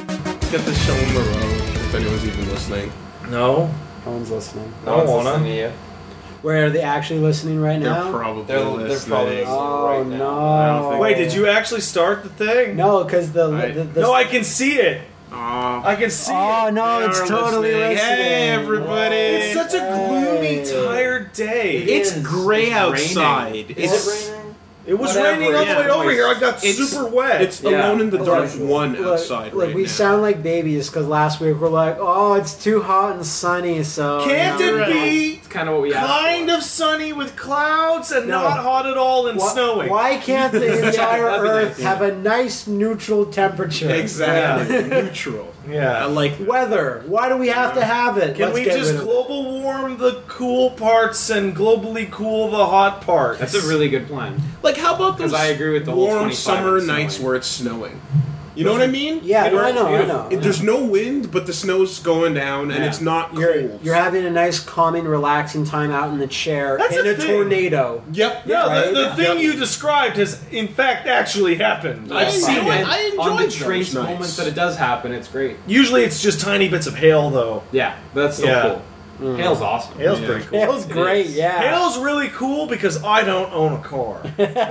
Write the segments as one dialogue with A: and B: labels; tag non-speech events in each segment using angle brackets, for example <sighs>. A: to show him the road if anyone's even listening.
B: No.
C: No one's listening.
B: I
D: No one's
B: don't wanna.
D: listening to you.
C: Where are they actually listening right
A: They're
C: now?
A: probably
D: They're, they're
A: listening.
D: probably listening
C: oh
D: right now.
A: don't
C: no!
A: think-
B: Wait, did you actually start the thing?
C: No, because the,
A: I-
C: the, the
B: No, I can see it.
A: Aw.
B: I can see
C: Oh
B: it.
C: no!
A: They
C: It's
A: are
C: totally listening.
A: listening. Hey, everybody.
B: It's such a gloomy,
C: Hey.
B: tired day.
D: It-
A: It's
D: is.
A: gray
D: It's
A: outside.
D: raining.
A: It's
C: Is it raining?
B: It was
D: Whatever,
B: raining all the
A: yeah.
B: way over here. I got
A: It's-
B: super wet.
A: it's
D: Yeah.
A: alone in the
D: As
A: dark
D: usual.
A: one
C: Look,
A: outside
C: look,
A: right
C: we
A: now.
C: sound like babies because last week we're like, oh, it's too hot and sunny,
D: Oh,
C: so
B: Can't
C: you know,
B: it be
D: It's kind of what we asked
B: kind
D: for.
B: of sunny with clouds and
C: No.
B: not hot at all and
C: why,
B: snowing?
C: Why can't the
A: Yeah,
C: entire
A: that'd be
C: Earth
A: nice,
C: have a nice
A: <laughs>
C: neutral temperature?
A: exactly
C: <laughs>
A: neutral. I
B: Yeah.
A: like
C: Weather. Why do we have to have it?
B: Can
C: Let's
B: we
C: get
B: just
C: rid of it.
B: global warm the cool parts and globally cool the hot parts?
D: That's a really good plan.
A: Like how about those
D: Because I agree with the whole
A: warm
D: 25
A: summer
D: and
A: nights
D: snowing.
A: where it's snowing? You know what I mean?
C: Yeah, no, I know, I
A: If-
C: know.
A: if There's no wind, but the snow's going down and
D: Yeah.
A: it's not cold.
C: You're, you're having a nice, calming, relaxing time out in the chair
B: That's
C: in
B: a
C: a,
B: thing.
C: tornado.
A: yep.
B: No,
C: Right?
B: the, the
C: Yeah.
B: thing
A: Yep.
B: you described has in fact actually happened.
A: I've
B: I've
A: seen
B: seen
A: it.
B: it.
D: And
A: I enjoyed
D: on the
A: those
D: trace
A: nights.
D: moments that it does happen. It's great.
B: Usually it's just tiny bits of hail, though.
D: Yeah, that's so
B: Yeah.
D: cool. Hail's awesome.
B: Hail's
A: Yeah.
B: <laughs> pretty cool.
C: That was
D: It
C: great,
D: is.
C: yeah.
B: Hail's really cool because I don't own
A: <laughs>
B: a car.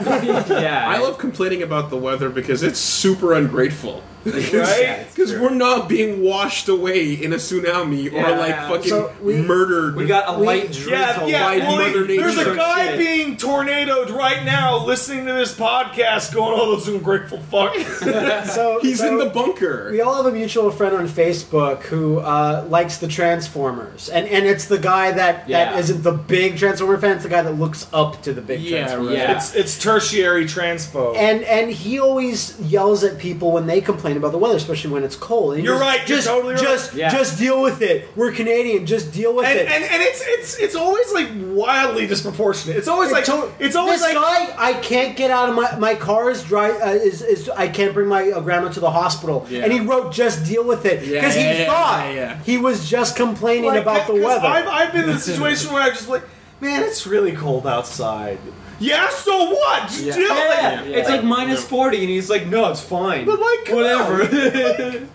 D: yeah,
A: I love complaining about the weather because it's super
D: <laughs>
A: ungrateful.
B: Right?
A: Because we're not being washed away in a tsunami or
D: Yeah.
A: like fucking
C: So we-
A: murdered.
D: We got a
C: We-
D: light
C: Yeah,
B: Yeah,
D: drizzle.
B: yeah.
A: wide
B: well,
A: Mother
B: he- there's
A: Nature
B: a guy
D: shit.
B: being tornadoed right now, listening to this podcast, going, "Oh, those ungrateful <laughs> fucks."
C: So
A: He's
C: so
A: in the bunker.
C: We all have a mutual friend on Facebook who uh, likes the Transformers, and and it's the guy that
D: Yeah.
C: that isn't the big Transformer fan. It's the guy that looks up to the big
A: yeah,
C: Transformer.
A: right.
D: Yeah.
B: it's it's tertiary transphobe.
C: And and he always yells at people when they complain about the weather, especially when it's cold. And he
B: You're
C: just-
B: right, you're
C: Just
B: totally right.
C: just
D: Yeah.
C: just deal with it. We're Canadian. Just deal with
B: and,
C: it.
B: and and it's it's it's always like wildly disproportionate. It's always
C: It
B: like
C: to-
B: it's always
C: this
B: like
C: guy. I can't get out of my my car is dry. Uh, is is I can't bring my uh, grandma to the hospital.
A: Yeah.
C: And he wrote just deal with it
A: Yeah,
C: because
A: yeah,
C: he
A: yeah,
C: thought
A: yeah, yeah.
C: he was just complaining
B: like,
C: about the
B: 'cause
C: weather.
B: I've, I've been in
A: <laughs>
B: a situation where I'm just like, man, it's really cold outside. Yeah, so what? Just
A: Yeah.
B: deal with it."
D: Yeah,
A: Yeah.
D: it's like minus
A: Yeah.
D: forty, and he's like, "No, it's fine."
B: But, like, come
D: <laughs> whatever.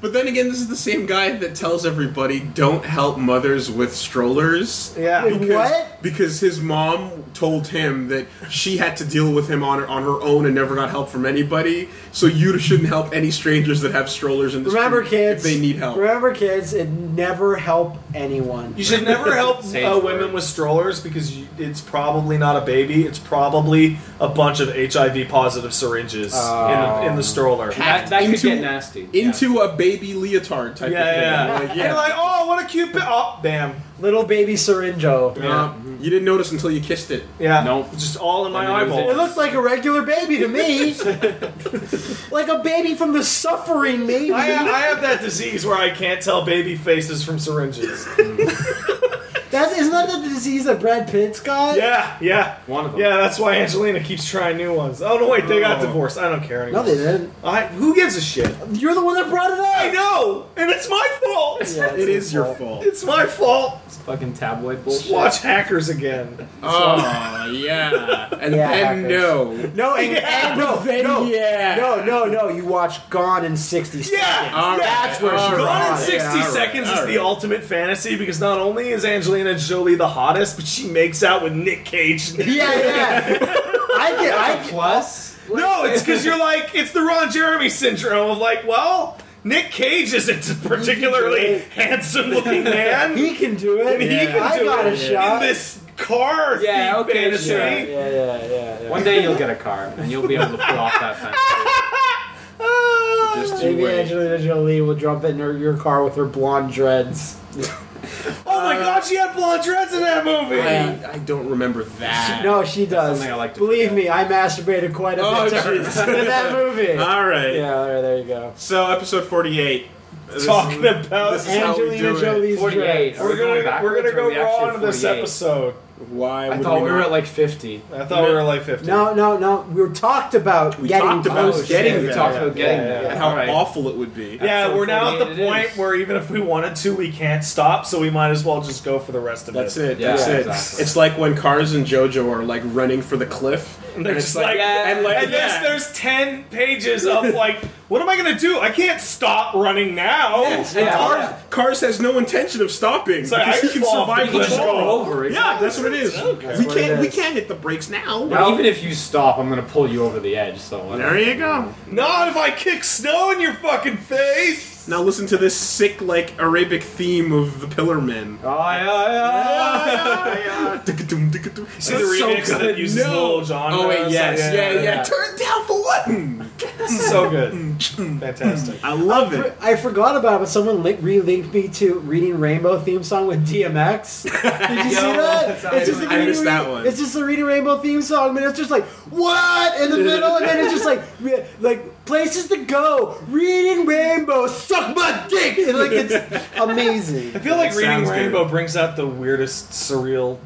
A: But then again, this is the same guy that tells everybody don't help mothers with strollers.
B: Yeah.
C: Wait, what?
A: Because his mom told him that she had to deal with him on her, on her own and never got help from anybody. So you shouldn't help any strangers that have strollers in the
C: Remember,
A: street
C: kids.
A: if they need help.
C: Remember, kids. It never help anyone.
B: You should never help
D: Sage
B: uh,
D: word.
B: women with strollers because you, it's probably not a baby. It's probably a bunch of HIV positive syringes in, the, in the stroller. Yeah,
D: that that could
A: Into-
D: get nasty. Yeah.
A: Into a baby leotard type
B: yeah,
A: of
C: <laughs>
B: yeah.
A: thing. Like,
B: And like, oh, what a cute. Bi- oh, bam.
C: Little baby syringo.
A: yeah. Uh, You didn't notice until you kissed it.
B: Yeah.
D: Nope.
B: Just all in my
D: And it was
C: It
B: eyeball.
C: looked like a regular baby to me, like a baby from the suffering baby.
B: I uh, have, I have that disease where I can't tell baby faces from syringes.
C: That isn't that the disease that Brad Pitt's got.
B: yeah, yeah.
D: One of them.
B: Yeah, that's why Angelina keeps trying new ones. Oh, no, wait, they got
A: Oh.
B: divorced. I don't care anymore.
C: No, they didn't.
B: I, who gives a shit?
C: You're the one that brought it up.
B: I know! And it's my fault!
C: Yeah,
A: It is your fault.
B: It's my fault!
D: It's fucking
B: Just
D: tabloid bullshit.
B: watch Hackers again.
A: Oh, yeah. And
C: Yeah,
A: then
C: hackers.
A: no.
C: No, and,
B: Yeah.
C: and no,
A: Then
C: no,
A: yeah.
C: no, no, no. You watch Gone in 60
B: Yeah!
C: Seconds.
A: All right,
C: That's where she
A: all
C: got
B: Gone in
C: it.
B: 60
A: Yeah, all right,
B: Seconds
A: all
B: is the
A: right.
B: ultimate fantasy because not only is Angelina Jolie the hottest, but she makes out with Nick Cage.
C: Yeah, yeah. <laughs> I get, I
D: <laughs>
C: get,
D: Plus,
B: <laughs> No, it's because you're like, it's the Ron Jeremy syndrome of like, well, Nick Cage isn't a particularly handsome looking man in
C: he can do it.
B: He can
C: I
B: do
C: got
B: it.
C: a shot.
B: this car
D: Yeah,
B: theme
D: okay,
B: fantasy.
D: sure.
C: yeah, yeah, yeah, yeah, yeah.
D: one day you'll get a car, and you'll be able to pull off that fantasy.
B: Ah.
A: Just you
C: Maybe
A: wait.
C: Angelina Jolie will jump in her, your car with her blonde dreads.
B: oh
D: uh,
B: my god, she had blonde dreads in that movie!
A: I, I don't remember that.
C: <laughs> No, she does.
D: something I like to
C: Believe
D: forget.
C: me, I masturbated quite a
A: Oh,
C: bit to her <laughs> in
A: jeez.
C: that movie.
A: All right.
C: Yeah, all right, there you go.
A: So episode forty-eight. This
B: Talking
A: is-
B: about
A: this is how we
C: Angelina
A: do it.
C: Jolie's dreads.
D: 48. Are
B: We're
D: we going
B: gonna we're gonna
D: backwards or are
B: go
D: we actually
B: raw into this
D: 48?
B: episode.
A: Why?
D: I
A: would
D: thought we were
A: not?
D: at like fifty.
B: I thought we were like fifty.
C: No, no, no. We were talked about
A: We
C: getting oh,
A: talked about
C: those.
A: getting
D: We
A: Yeah,
D: talked
A: yeah,
D: about
B: yeah,
D: getting
B: yeah,
D: there.
B: yeah.
A: how
D: All right.
A: awful it would be.
B: Yeah,
D: Episode
B: we're now at the
D: 48 it
B: point
D: is.
B: where even if we wanted to, we can't stop, so we might as well just go for the rest of
A: That's
B: it.
A: it.
D: Yeah,
A: that's it.
D: exactly.
A: It's like when Cars and JoJo are like running for the cliff,
B: And they're
A: And it's
B: just
A: like-
B: like,
D: Yeah.
A: And like,
B: and
A: yeah.
B: yes, there's ten pages of like, what am I gonna do? I can't stop running now.
A: And
D: Yeah.
A: Cars, Cars has no intention of stopping
B: like,
A: because
B: I
A: he
B: just
A: can
B: fall off
A: survive
B: the
A: the
B: cliff.
A: fall.
B: Go
D: over,
A: Yeah,
D: exactly.
A: that's what it is. We
B: Okay.
D: That's what it
A: can't we
D: is.
A: can't hit the brakes now.
D: Well, even if you stop, I'm gonna pull you over the edge. So
A: there
D: whatever.
A: you go.
B: Not if I kick snow in your
A: <laughs>
B: fucking face.
A: Now listen to this sick like Arabic theme of the Pillar Men.
D: Oh yeah, yeah. <laughs>
A: See
B: See the remix that uses the whole genre.
A: Oh wait,
B: It's
A: yes,
B: like,
A: yeah,
B: yeah,
A: yeah,
B: yeah,
D: yeah.
A: Turn down for what?
B: So good, fantastic.
A: I love
C: Fr-
A: it.
C: I forgot about it, but someone li- re-linked me to Reading Rainbow theme song with DMX. Did you see
D: Yo,
C: that?
D: that's-
C: It's just the
A: I
C: Reading
A: missed that
C: Ra-
A: one.
C: It's just the Reading Rainbow theme song, and it's just like what in the middle, and then it's just like re- like places to go, Reading Rainbow, suck my dick, and like it's amazing.
B: I feel like
A: It
B: reading
A: sounds good.
B: Rainbow brings out the weirdest surreal.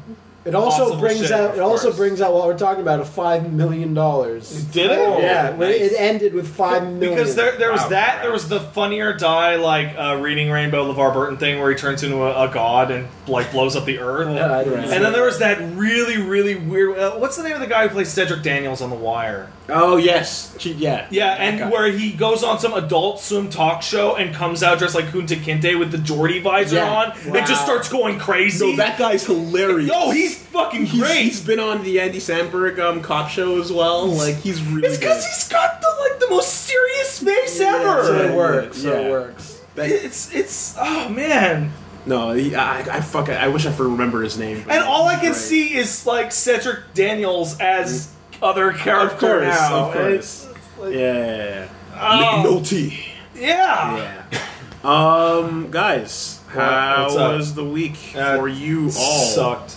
C: It also
B: Possible
C: brings
B: shit,
C: out. It
B: of
C: also
B: course.
C: brings out what we're talking about: a five million dollars.
B: Did it?
D: Oh,
C: Yeah, when
D: nice.
C: it ended with five million.
B: Because there, there was
D: Wow.
B: that. There was the funnier die, like uh, reading Rainbow LeVar Burton thing, where he turns into a, a god and like blows up the earth.
C: Yeah, I didn't see
B: and then
C: that.
B: there was that really, really weird. Uh, what's the name of the guy who plays Cedric Daniels on The Wire?
A: Oh yes, Gee, yeah,
B: Yeah, and
A: Okay.
B: where he goes on some Adult Swim talk show and comes out dressed like Kunta Kinte with the Geordie visor
A: Yeah.
B: on. It
D: Wow.
B: just starts going crazy.
A: no, that guy's hilarious.
B: Yo, he's fucking
A: He's-
B: great.
A: he's been on the Andy Samberg um, cop show as well. Like he's really.
B: it's because
A: good.
B: he's got the like the most serious face
C: so
B: ever.
C: it works. So
A: Yeah.
C: it works.
A: That-
B: It's it's oh man.
A: no, he, I, I fuck. I wish I could remember his name. but
B: And all I
A: he's
B: can
A: great.
B: see is like Cedric Daniels as other character
A: Of course,
B: now.
A: of
B: and
A: course. Yeah, yeah, yeah.
B: Oh.
A: McNulty.
B: yeah.
A: Yeah. Um, guys, how
B: What's up?
A: was the week
B: Uh,
A: for you all?
C: Oh.
B: Sucked.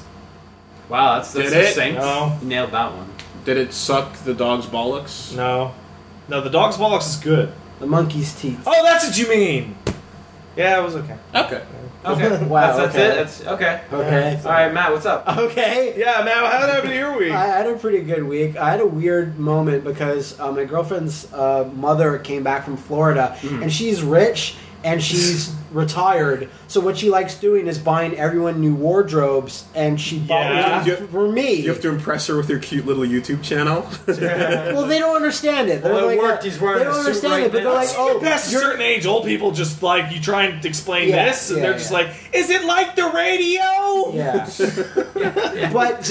D: Wow, that's, that's
A: Did it?
D: succinct.
B: No.
D: Nailed that one.
A: Did it suck the dog's bollocks?
B: No. No, the dog's bollocks is good.
C: The monkey's teeth.
B: Oh, that's what you mean. Yeah, it was okay.
A: Okay.
D: Okay.
C: Wow,
D: That's, that's
C: okay.
D: it. That's okay.
C: Okay.
D: All right, Matt. What's up?
C: Okay.
B: Yeah, man, how did it happen to your week?
C: <laughs> I had a pretty good week. I had a weird moment because uh, my girlfriend's uh, mother came back from Florida,
D: Mm-hmm.
C: and she's rich and
D: <laughs>
C: she's retired. So what she likes doing is buying everyone new wardrobes, and she bought
B: Yeah.
C: one just
A: You-
C: for me.
A: You have to impress her with your cute little YouTube channel.
C: well, they don't understand it. They're
D: Well, it
C: like,
D: worked. He's wearing
C: they don't
D: a suit
C: understand
D: right
C: it, but
D: now.
C: they're like,
D: Once
C: oh,
B: Past a
C: you're-
B: certain age, old people just like you try and explain
C: Yeah,
B: this, and
C: yeah,
B: they're just
C: yeah.
B: like, "Is it like the radio?"
C: Yeah. <laughs> But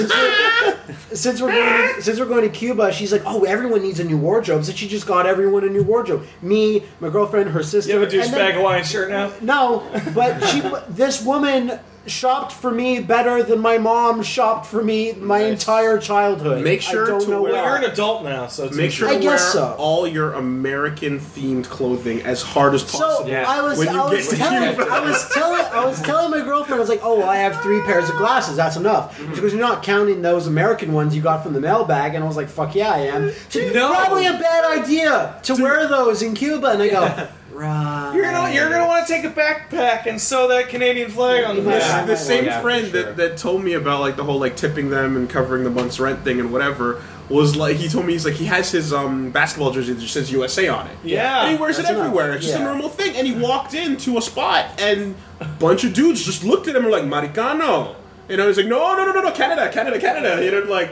C: since we're, since we're going to, since we're going to Cuba, she's like, "Oh, everyone needs a new wardrobe." So she just got everyone a new wardrobe. Me, my girlfriend, her sister.
B: <laughs> You have a
C: and then-
B: douchebag Hawaiian shirt now.
C: No, but she this woman shopped for me better than my mom shopped for me my
D: Nice.
C: entire childhood.
A: Make sure
C: I don't
A: to
C: know
A: wear-
B: Well,
C: why.
B: you're an adult now, so it's
A: Make sure
C: I
A: to
C: guess
A: wear
C: so.
A: all your American themed clothing as hard as possible.
C: So
D: Yeah.
C: I was,
A: When you
C: I
A: get
C: was
A: to
C: telling,
A: Cuba.
C: I was telling, I was telling my girlfriend, I was like, "Oh, well, I have three pairs of glasses. That's enough." She goes, "You're not counting those American ones you got from the mailbag," and I was like, "Fuck yeah, I am." She goes,
D: No.
C: probably a bad idea to wear those in Cuba, and I go, "Right."
B: You're gonna you're gonna want to take a backpack and sew that Canadian flag on the
A: This-
B: back.
C: Yeah.
A: the same
D: Yeah, for
A: friend
D: sure.
A: that, that told me about like the whole like tipping them and covering the month's rent thing and whatever was like he told me he's like he has his um basketball jersey that just says USA on it.
B: Yeah.
A: And he wears it
C: That's enough.
A: everywhere. It's just a
C: Yeah.
A: normal thing. And he walked into a spot and a bunch of dudes just looked at him and were like, Maricano. You know, he's like, No, no, no, no, no, Canada, Canada, Canada. You know, like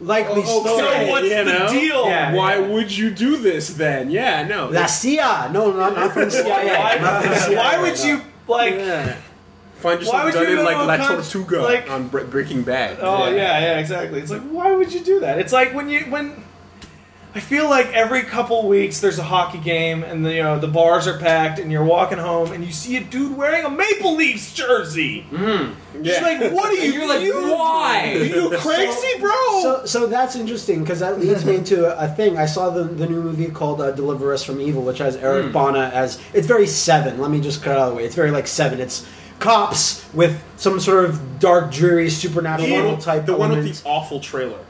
C: Like we
A: Oh,
C: stole
A: so
B: So
C: it.
B: what's
A: You know?
B: the deal?
D: Yeah.
A: why would you do this then? Yeah, no.
C: La CIA. No, not, not from the
B: <laughs>
C: CIA.
B: Why,
C: Not from the CIA.
B: why would you like?
C: Yeah.
A: Find
B: Why
A: yourself
B: would
A: done
B: you
A: in
B: go
A: like
B: to a
A: La
B: con-
A: Tortuga
B: like-
A: on Bre- Breaking Bad.
B: Oh yeah, yeah, exactly. It's like why would you do that? It's like when you when I feel like every couple weeks there's a hockey game and the, you know the bars are packed and you're walking home and you see a dude wearing a Maple Leafs jersey. It's
A: Yeah.
B: like what are you?
D: You're like,
B: you-
D: why?
B: Are you crazy, bro?
C: So, so that's interesting because that leads me into a, a thing. I saw the, the new movie called uh, Deliver Us from Evil, which has
A: Hmm.
C: Eric Bana as. It's very Seven. Let me just cut it out of the way. It's very like Seven. It's cops with some sort of dark, dreary, supernatural
A: The one-
C: type.
A: the one
C: element.
A: with the awful trailer.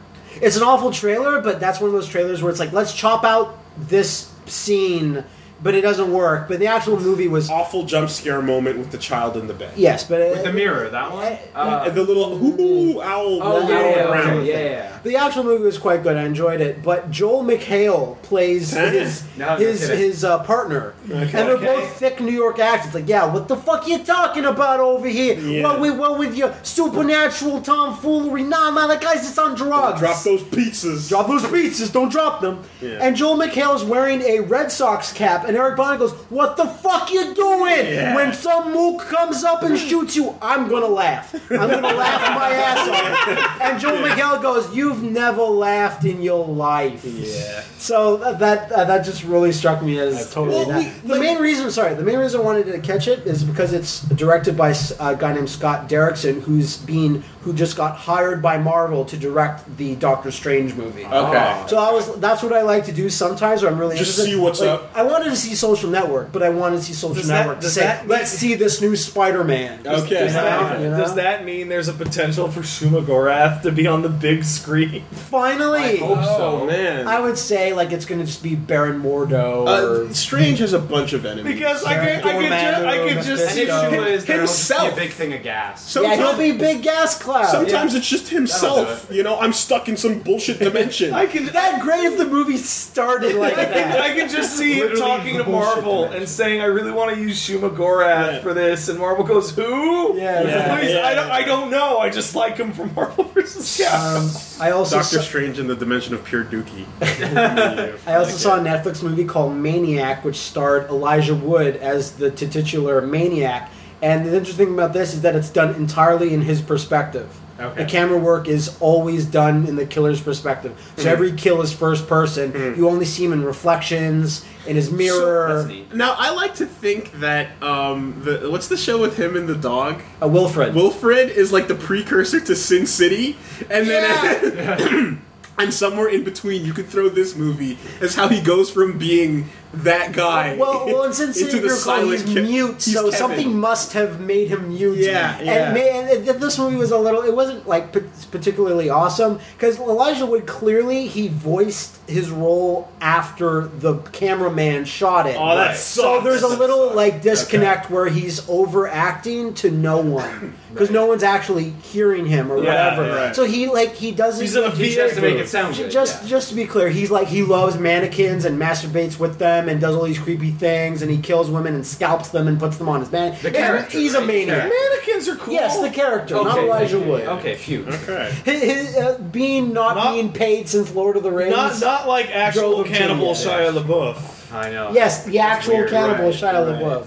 C: It's an awful trailer, but that's one of those trailers where it's like, let's chop out this scene but it doesn't work. But the actual movie was
A: Awful jump scare moment with the child in the bed.
C: yes, but it,
D: With the mirror, that one?
A: And
D: Uh,
A: the little hoo owl
D: oh,
A: rolling
D: yeah, yeah,
A: around.
D: okay, yeah, yeah.
C: The actual movie was quite good. I enjoyed it, but Joel McHale plays
A: Damn.
C: his
D: No, no
C: his
D: kidding.
C: his uh, partner, and they're
B: Okay.
C: both thick New York actors. Like, yeah, what the fuck you talking about over here?
A: Yeah.
C: What with what with your supernatural tomfoolery? Nah, man, that guy's just on drugs.
A: Drop those pizzas.
C: Drop those pizzas, don't drop them.
A: Yeah.
C: And Joel McHale's wearing a Red Sox cap, and Eric Bana goes, What the fuck you doing?
A: Yeah.
C: When some mook comes
A: <laughs>
C: up and shoots you, I'm gonna laugh. I'm gonna laugh my ass off. And Joel McHale goes, You've never laughed in your life.
A: Yeah.
C: So that that, uh, that just really struck me as totally
A: Well,
C: not-
A: we-
C: the main reason, sorry, the main reason I wanted to catch it is because it's directed by s- a guy named Scott Derrickson, who's been who just got hired by Marvel to direct the Doctor Strange movie.
A: Okay.
C: So I was that's what I like to do sometimes. Where I'm really
A: Just
C: interested.
A: see what's
C: Like,
A: up.
C: I wanted to see Social Network, but I wanted to see Social
B: Does that-
C: Network to
B: does
C: say,
B: that-
C: let's see this new Spider-Man.
A: Okay.
B: Does that,
C: You know?
B: does that mean there's a potential for Shuma Gorath to be on the big screen? <laughs>
C: Finally,
D: I hope
C: I,
A: Oh, man.
C: would say like it's going to just be Baron Mordo.
A: Uh,
C: or,
A: Strange has a bunch of enemies.
B: Because I could, I could,
C: Dormammu,
B: ju- I could just
D: And if
B: see
C: Mephisto.
D: she
B: him.
D: was, there
A: Himself.
D: would be a big thing of gas.
C: yeah, he'll
A: sometimes,
C: be big gas cloud.
A: sometimes it's just himself.
D: That'll do
A: You know, I'm stuck in some bullshit dimension.
B: I could,
C: That'd be great if the movie started
A: <laughs>
C: like
B: I can,
C: that.
B: I can just see him
D: Literally
B: talking to
D: bullshit
B: Marvel
D: dimension.
B: and saying, "I really want to use Shuma Gorath
A: Yeah.
B: for this," and Marvel goes, "Who?
C: Yeah, yeah,
B: Please,
A: yeah.
B: I don't, I don't know. I just like him from Marvel <laughs> versus Capcom."
C: Um, I also
A: Doctor
C: saw,
A: Strange in the dimension of pure dookie.
C: I also saw a Netflix movie called Maniac, which starred Elijah Wood as the titular maniac. And the interesting thing about this is that it's done entirely in his perspective.
D: Okay.
C: The camera work is always done in the killer's perspective. So
D: Hmm.
C: every kill is first person. You only see him in reflections, in his mirror.
D: That's neat.
A: Now I like to think that um, the what's the show with him and the dog?
C: uh, Wilfred.
A: Wilfred is like the precursor to Sin City, and then <laughs> and somewhere in between, you could throw this movie as how he goes from being that guy.
C: Well, well, and since
A: <laughs> into the
C: Savior Cole, he's
A: silent Ke-
C: mute,
A: he's
C: so
A: Kevin.
C: something must have made him mute.
A: Yeah, yeah.
C: And, man, and th- this movie was a little. It wasn't like p- particularly awesome because Elijah Wood clearly he voiced his role after the cameraman shot it.
B: Oh, that
A: Right.
B: sucks.
C: so there's a little like disconnect where he's overacting to no one because no one's actually hearing him
B: Yeah,
C: or whatever.
A: yeah, right.
C: So he like he doesn't.
B: He's in a
D: He just has to
B: VA
D: make it sound good.
C: Just,
D: yeah.
C: just to be clear, he's like he loves mannequins and masturbates with them and does all these creepy things and he kills women and scalps them and puts them on his man.
D: The character,
C: he's a
D: right?
C: maniac.
D: Character.
B: Mannequins are cool.
C: Yes, the character, not
D: Okay,
C: Elijah
D: okay,
C: Wood.
D: Okay, phew.
A: Okay.
C: His, his, uh, being not,
B: Not-
C: being paid since Lord of the Rings.
B: not not like actual
C: Drove him to
B: cannibal
C: the-
B: Shia LaBeouf.
D: I know.
C: yes, the
D: That's
C: actual
D: weird,
C: cannibal
D: right,
C: Shia
D: right.
C: LaBeouf.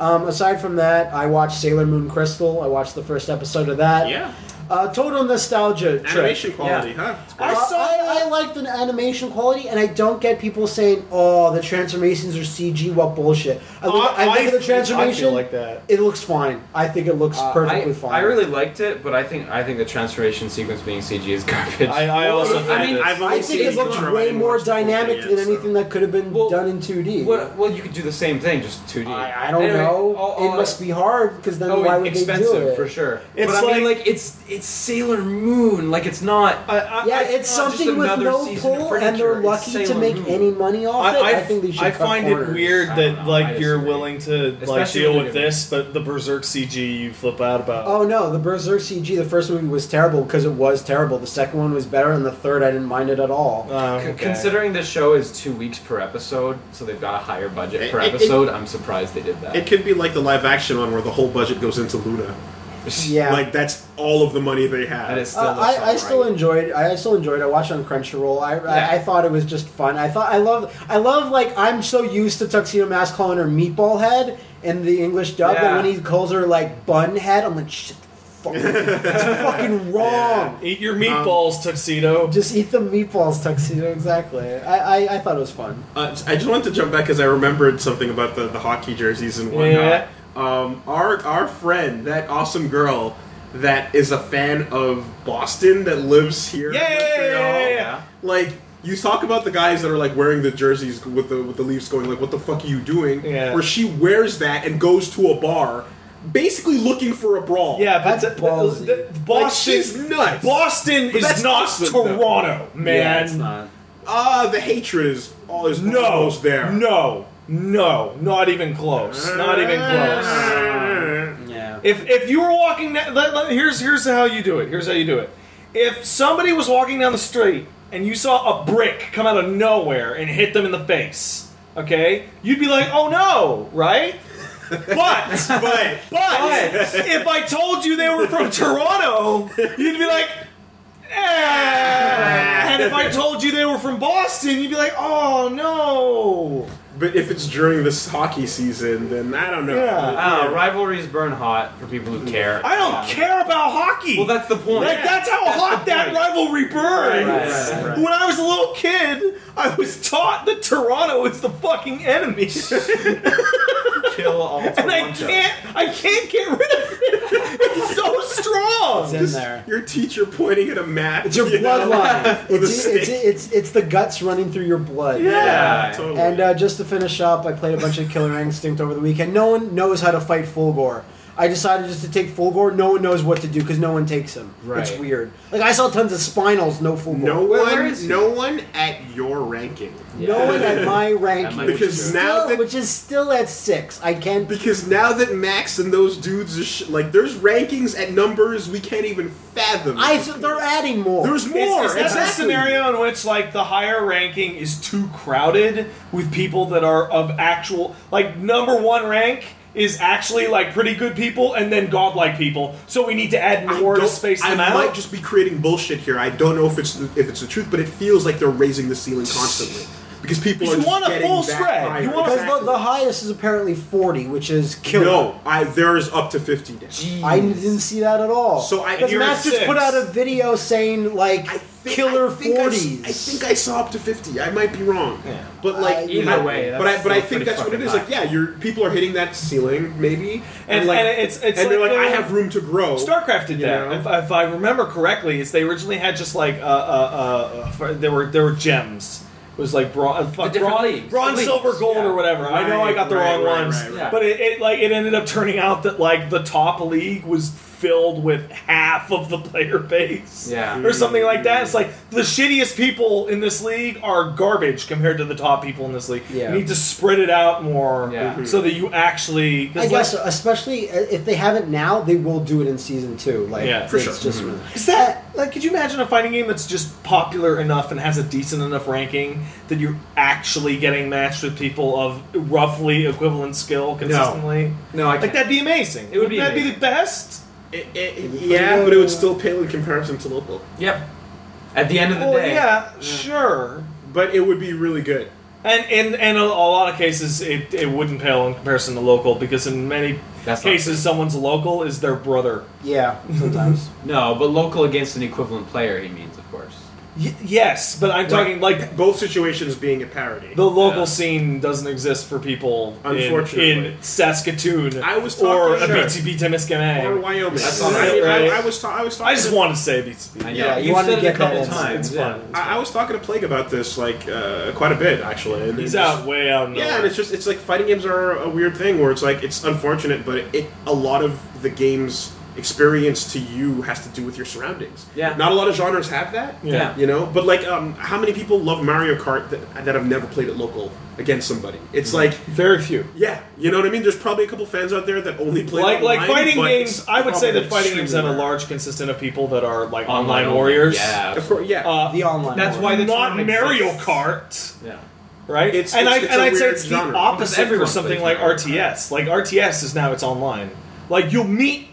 C: Um, aside from that, I watched Sailor Moon Crystal. I watched the first episode of that.
A: Yeah.
C: Uh, total nostalgia trip.
A: Animation quality, huh? It's great.
C: I,
B: I saw
C: I, I like the animation quality, and I don't get people saying, "Oh, the transformations are CG." What bullshit! I look, I,
B: I-
C: think of
B: I
C: the
B: feel
C: transformation.
B: like that.
C: It looks fine. I think it looks
D: Uh,
C: perfectly
D: I,
C: fine.
D: I really liked it, but I think I think the transformation sequence being CG is <laughs> garbage.
B: I, I also
D: I mean,
B: think
A: I've
C: I
A: only
C: think
A: seen
C: it looks
A: Ultra
C: way
A: and
C: more
A: watched the full thing
C: dynamic
A: yet,
C: than
A: so-
C: anything that could have been
D: Well,
C: done in two D.
D: Well, well, you could do the same thing, just 2D.
C: I, I don't
D: Anyway,
C: know.
D: all- all-
C: it must be hard because then
D: oh,
C: why would
D: expensive
C: they do it?
D: for sure.
B: It's
D: but I mean,
B: like-
D: like it's it's Sailor Moon. Like it's not.
B: I, I,
C: Yeah,
B: I,
C: it's
D: not just
C: something with
D: another
C: no
D: season of
C: pull, and
D: furniture.
C: they're
D: It's
C: lucky to
D: Sailor
C: make
D: Moon.
C: any money off it. I, think they should
B: I
C: cut
B: find
C: corners.
B: it weird
D: I don't
B: that
D: know.
B: like
D: I
B: you're
D: disagree.
B: willing to like
D: Especially
B: deal
D: when
B: with
D: you're-
B: this, but the Berserk CG you flip out about.
C: Oh no, the Berserk CG, the first movie was terrible because it was terrible. The second one was better, and the third I didn't mind it at all.
B: Um,
D: Con-
B: okay.
D: Considering the show is two weeks per episode, so they've got a higher budget per
A: It- it-
D: episode. I'm surprised they did that. <laughs>
A: It could be like the live action one where the whole budget goes into Luna.
C: yeah.
A: Like that's all of the money they have.
D: that is still.
C: Uh,
D: looks
C: I, I
D: alright.
C: still enjoyed. I still enjoyed. I watched on Crunchyroll. I,
D: Yeah.
C: I I thought it was just fun. I thought I love. I love like I'm so used to Tuxedo Mask calling her Meatball Head in the English dub,
D: Yeah.
C: and when he calls her like Bun Head, I'm like, shit, fuck,
D: <laughs>
C: it's fucking wrong.
B: Eat your meatballs, tuxedo.
C: Just eat the meatballs, Tuxedo. Exactly. I, I, I thought it was fun.
A: Uh, I just wanted to jump back because I remembered something about the, the hockey jerseys and whatnot.
B: Yeah.
A: Um, our our friend, that awesome girl that is a fan of Boston that lives here. in
B: Yeah, yeah, yeah,
A: Montreal,
B: yeah, yeah.
D: Yeah.
A: Like you talk about the guys that are like wearing the jerseys with the with the Leafs going like, "What the fuck are you doing?"
B: Yeah.
A: Where she wears that and goes to a bar, basically looking for a brawl.
B: Yeah, but
C: That's
B: th- th-
C: ballsy.
B: th-
A: Like,
B: Boston,
A: she's nuts.
B: Boston
A: But that's
B: is not
A: awesome, though.
B: Toronto, man.
D: Yeah, it's not.
A: Ah, the hatred is all is
B: No,
A: almost there.
B: No, No, not even close. Not even close.
C: Yeah.
B: If if you were walking, da- let, let- here's here's how you do it. Here's how you do it. If somebody was walking down the street and you saw a brick come out of nowhere and hit them in the face, okay, you'd be like, "Oh no!"
D: <laughs>
B: Right? But
A: But
B: But if I told you they were from
D: <laughs>
B: Toronto, you'd be like, eh. And if I told you they were from Boston, you'd be like, oh no.
A: but if it's during this hockey season, then I don't know.
B: Yeah.
D: Ah, rivalries burn hot for people who care.
B: Hmm. I don't
D: Um,
B: care about hockey.
D: Well, that's the point.
B: Like, that's how hot
D: the
B: that
D: point.
B: rivalry burns.
D: Right, right, right.
B: When I was a little kid, I was taught that Toronto is the fucking enemy,
D: <laughs> kill all
B: and I
D: Toronto.
B: can't, I can't get rid of it. It's so strong.
C: It's in there.
A: Your teacher pointing at a map.
C: It's
A: <laughs>
C: your
A: you know? <laughs>
C: bloodline.
A: With a
C: it's, it's,
A: stick.
C: it's, it's the guts running through your blood.
A: Yeah,
D: Yeah.
A: totally.
C: And uh, just to finish up, I played a bunch of Killer Instinct over the weekend. No one knows how to fight Fulgore. I decided just to take Fulgore. No one knows what to do because no one takes him. It's
D: Right.
C: weird. Like I saw tons of Spinals, no Fulgore.
A: no
D: Where- where is
A: one,
D: he?
A: no one at your ranking.
D: Yeah.
C: no one
A: <laughs>
C: at my
D: That might
C: ranking.
D: be
A: Because
D: true.
A: now
C: Still-
A: that-
C: which is still at six. I can't.
A: Because now that Max and those dudes are sh- like, there's rankings at numbers we can't even fathom.
C: I they're adding more.
A: there's
B: Is-
A: more.
B: Is, that the
A: exactly.
B: scenario in which like the higher ranking is too crowded with people that are of actual like number one rank is actually like pretty good people and then godlike people, so we need to add
A: I
B: more to
A: don't-
B: space
A: I
B: them
A: might
B: out.
A: just be creating bullshit here. I don't know if it's the, if it's the truth, but it feels like they're raising the ceiling constantly because people
B: You
A: are just
B: want a
A: getting
B: full
A: that
B: spread.
A: higher.
B: You want a-
C: because
A: Exactly.
C: the, the highest is apparently forty, which is killer.
A: no, I there is up to fifty. Now.
C: I didn't see that at all.
A: So I-
C: because
B: you're
C: Max
B: at
C: just
B: six.
C: put out a video saying like
A: I think,
C: killer
A: I think I s-
C: forties.
A: I, think I saw up to fifty. I might be wrong,
B: Yeah.
A: but like
C: Uh,
D: Either
A: I-
D: way, that's
A: but I but I
D: still
A: think
D: pretty
A: that's what it
D: fucking
A: is. Like,
D: high.
A: yeah, you're people are hitting that ceiling maybe,
B: And-
A: like
B: and it's- it's
A: and they're
B: like uh,
A: like, I
B: the-
A: have room to grow.
B: Starcraft did
A: You
B: that,
A: know?
B: if, if I remember correctly. Is they originally had just like uh, uh, uh, for- there were there were gems. It was like bron- uh, fuck,
D: different
B: bronze,
D: leagues.
B: bronze,
D: Leagues,
B: silver, gold,
D: yeah.
B: or whatever. I know I got the
A: Right,
B: wrong
A: right,
B: ones,
A: right,
D: right.
B: but it, it like it ended up turning out that like the top league was filled with half of the player base,
D: Yeah.
B: or something like that. It's like the shittiest people in this league are garbage compared to the top people in this league.
C: Yeah.
B: You need to spread it out more,
D: Yeah.
B: so that you actually. 'cause
C: I
B: like-
C: guess, especially uh, if they haven't now, they will do it in season two. Like,
B: Yeah, for
C: it's
A: sure.
C: Just,
D: Mm-hmm.
B: Is that like? Could you imagine a fighting game that's just popular enough and has a decent enough ranking that you're actually getting matched with people of roughly equivalent skill consistently?
D: No, I
B: Like
D: can't.
B: that'd be amazing.
D: It would be
B: That'd be
D: amazing.
B: the best.
A: It- it- yeah, but it would still pale in comparison to local.
D: Yep. At the end of the
B: Well,
D: day.
B: yeah, sure.
A: But it would be really good.
B: And in and a, a lot of cases, it, it wouldn't pale in comparison to local because in many
D: That's not
B: cases, someone's local is their brother.
C: yeah,
D: <laughs>
C: sometimes.
D: No, but local against an equivalent player, he means, of course.
B: Y- yes, but I'm talking like
A: Both situations being a parody.
B: The local
D: Yeah.
B: scene doesn't exist for people in- in,
A: Unfortunately.
B: Saskatoon
A: I was
B: or
A: talking-
B: a
A: sure.
B: BTB
A: or
B: Temiskaming.
A: Wyoming.
D: That's
A: I,
D: all
A: I-
B: right.
A: I, I was ta- I was talking.
B: I just want to say BTB.
D: I know.
C: Yeah, you
D: You've
C: wanted
D: said
C: to
D: it
C: get
D: a couple
C: that in.
D: times.
B: It's
D: yeah.
B: fun.
A: I, I was talking to Plague about this like uh, quite a bit actually. And
B: He's
A: it's-
B: out way out. in
A: Yeah,
B: the-
A: and it's just it's like fighting games are a weird thing where it's like it's unfortunate, but it, a lot of the game's experience to you has to do with your surroundings.
D: Yeah.
A: not a lot of genres have that.
B: Yeah.
A: you know, but like, um, how many people love Mario Kart that that have never played it local against somebody? It's like.
B: very few.
A: Yeah, you know what I mean. There's probably a couple fans out there that only play
B: Like
A: online,
B: like fighting
A: but
B: games,
A: it's
B: I would say that
A: probably
B: fighting games have a
A: extremely rare.
B: large consistent of people that are like online,
D: Online
B: warriors.
D: Yeah.
A: Of course, yeah.
B: Uh,
C: the online.
D: That's
C: one.
D: why the
B: not
D: tournament
B: Mario
D: exists.
B: Kart,
D: Yeah.
B: right?
A: It's-
B: and
A: it's-
B: I
A: it's
B: and
A: a
B: I'd say
A: weird
B: it's
A: genre.
B: the opposite for
D: Everyone
B: something
D: plays
B: like
D: Mario Kart.
B: RTS. Like RTS is now it's online. Like you'll meet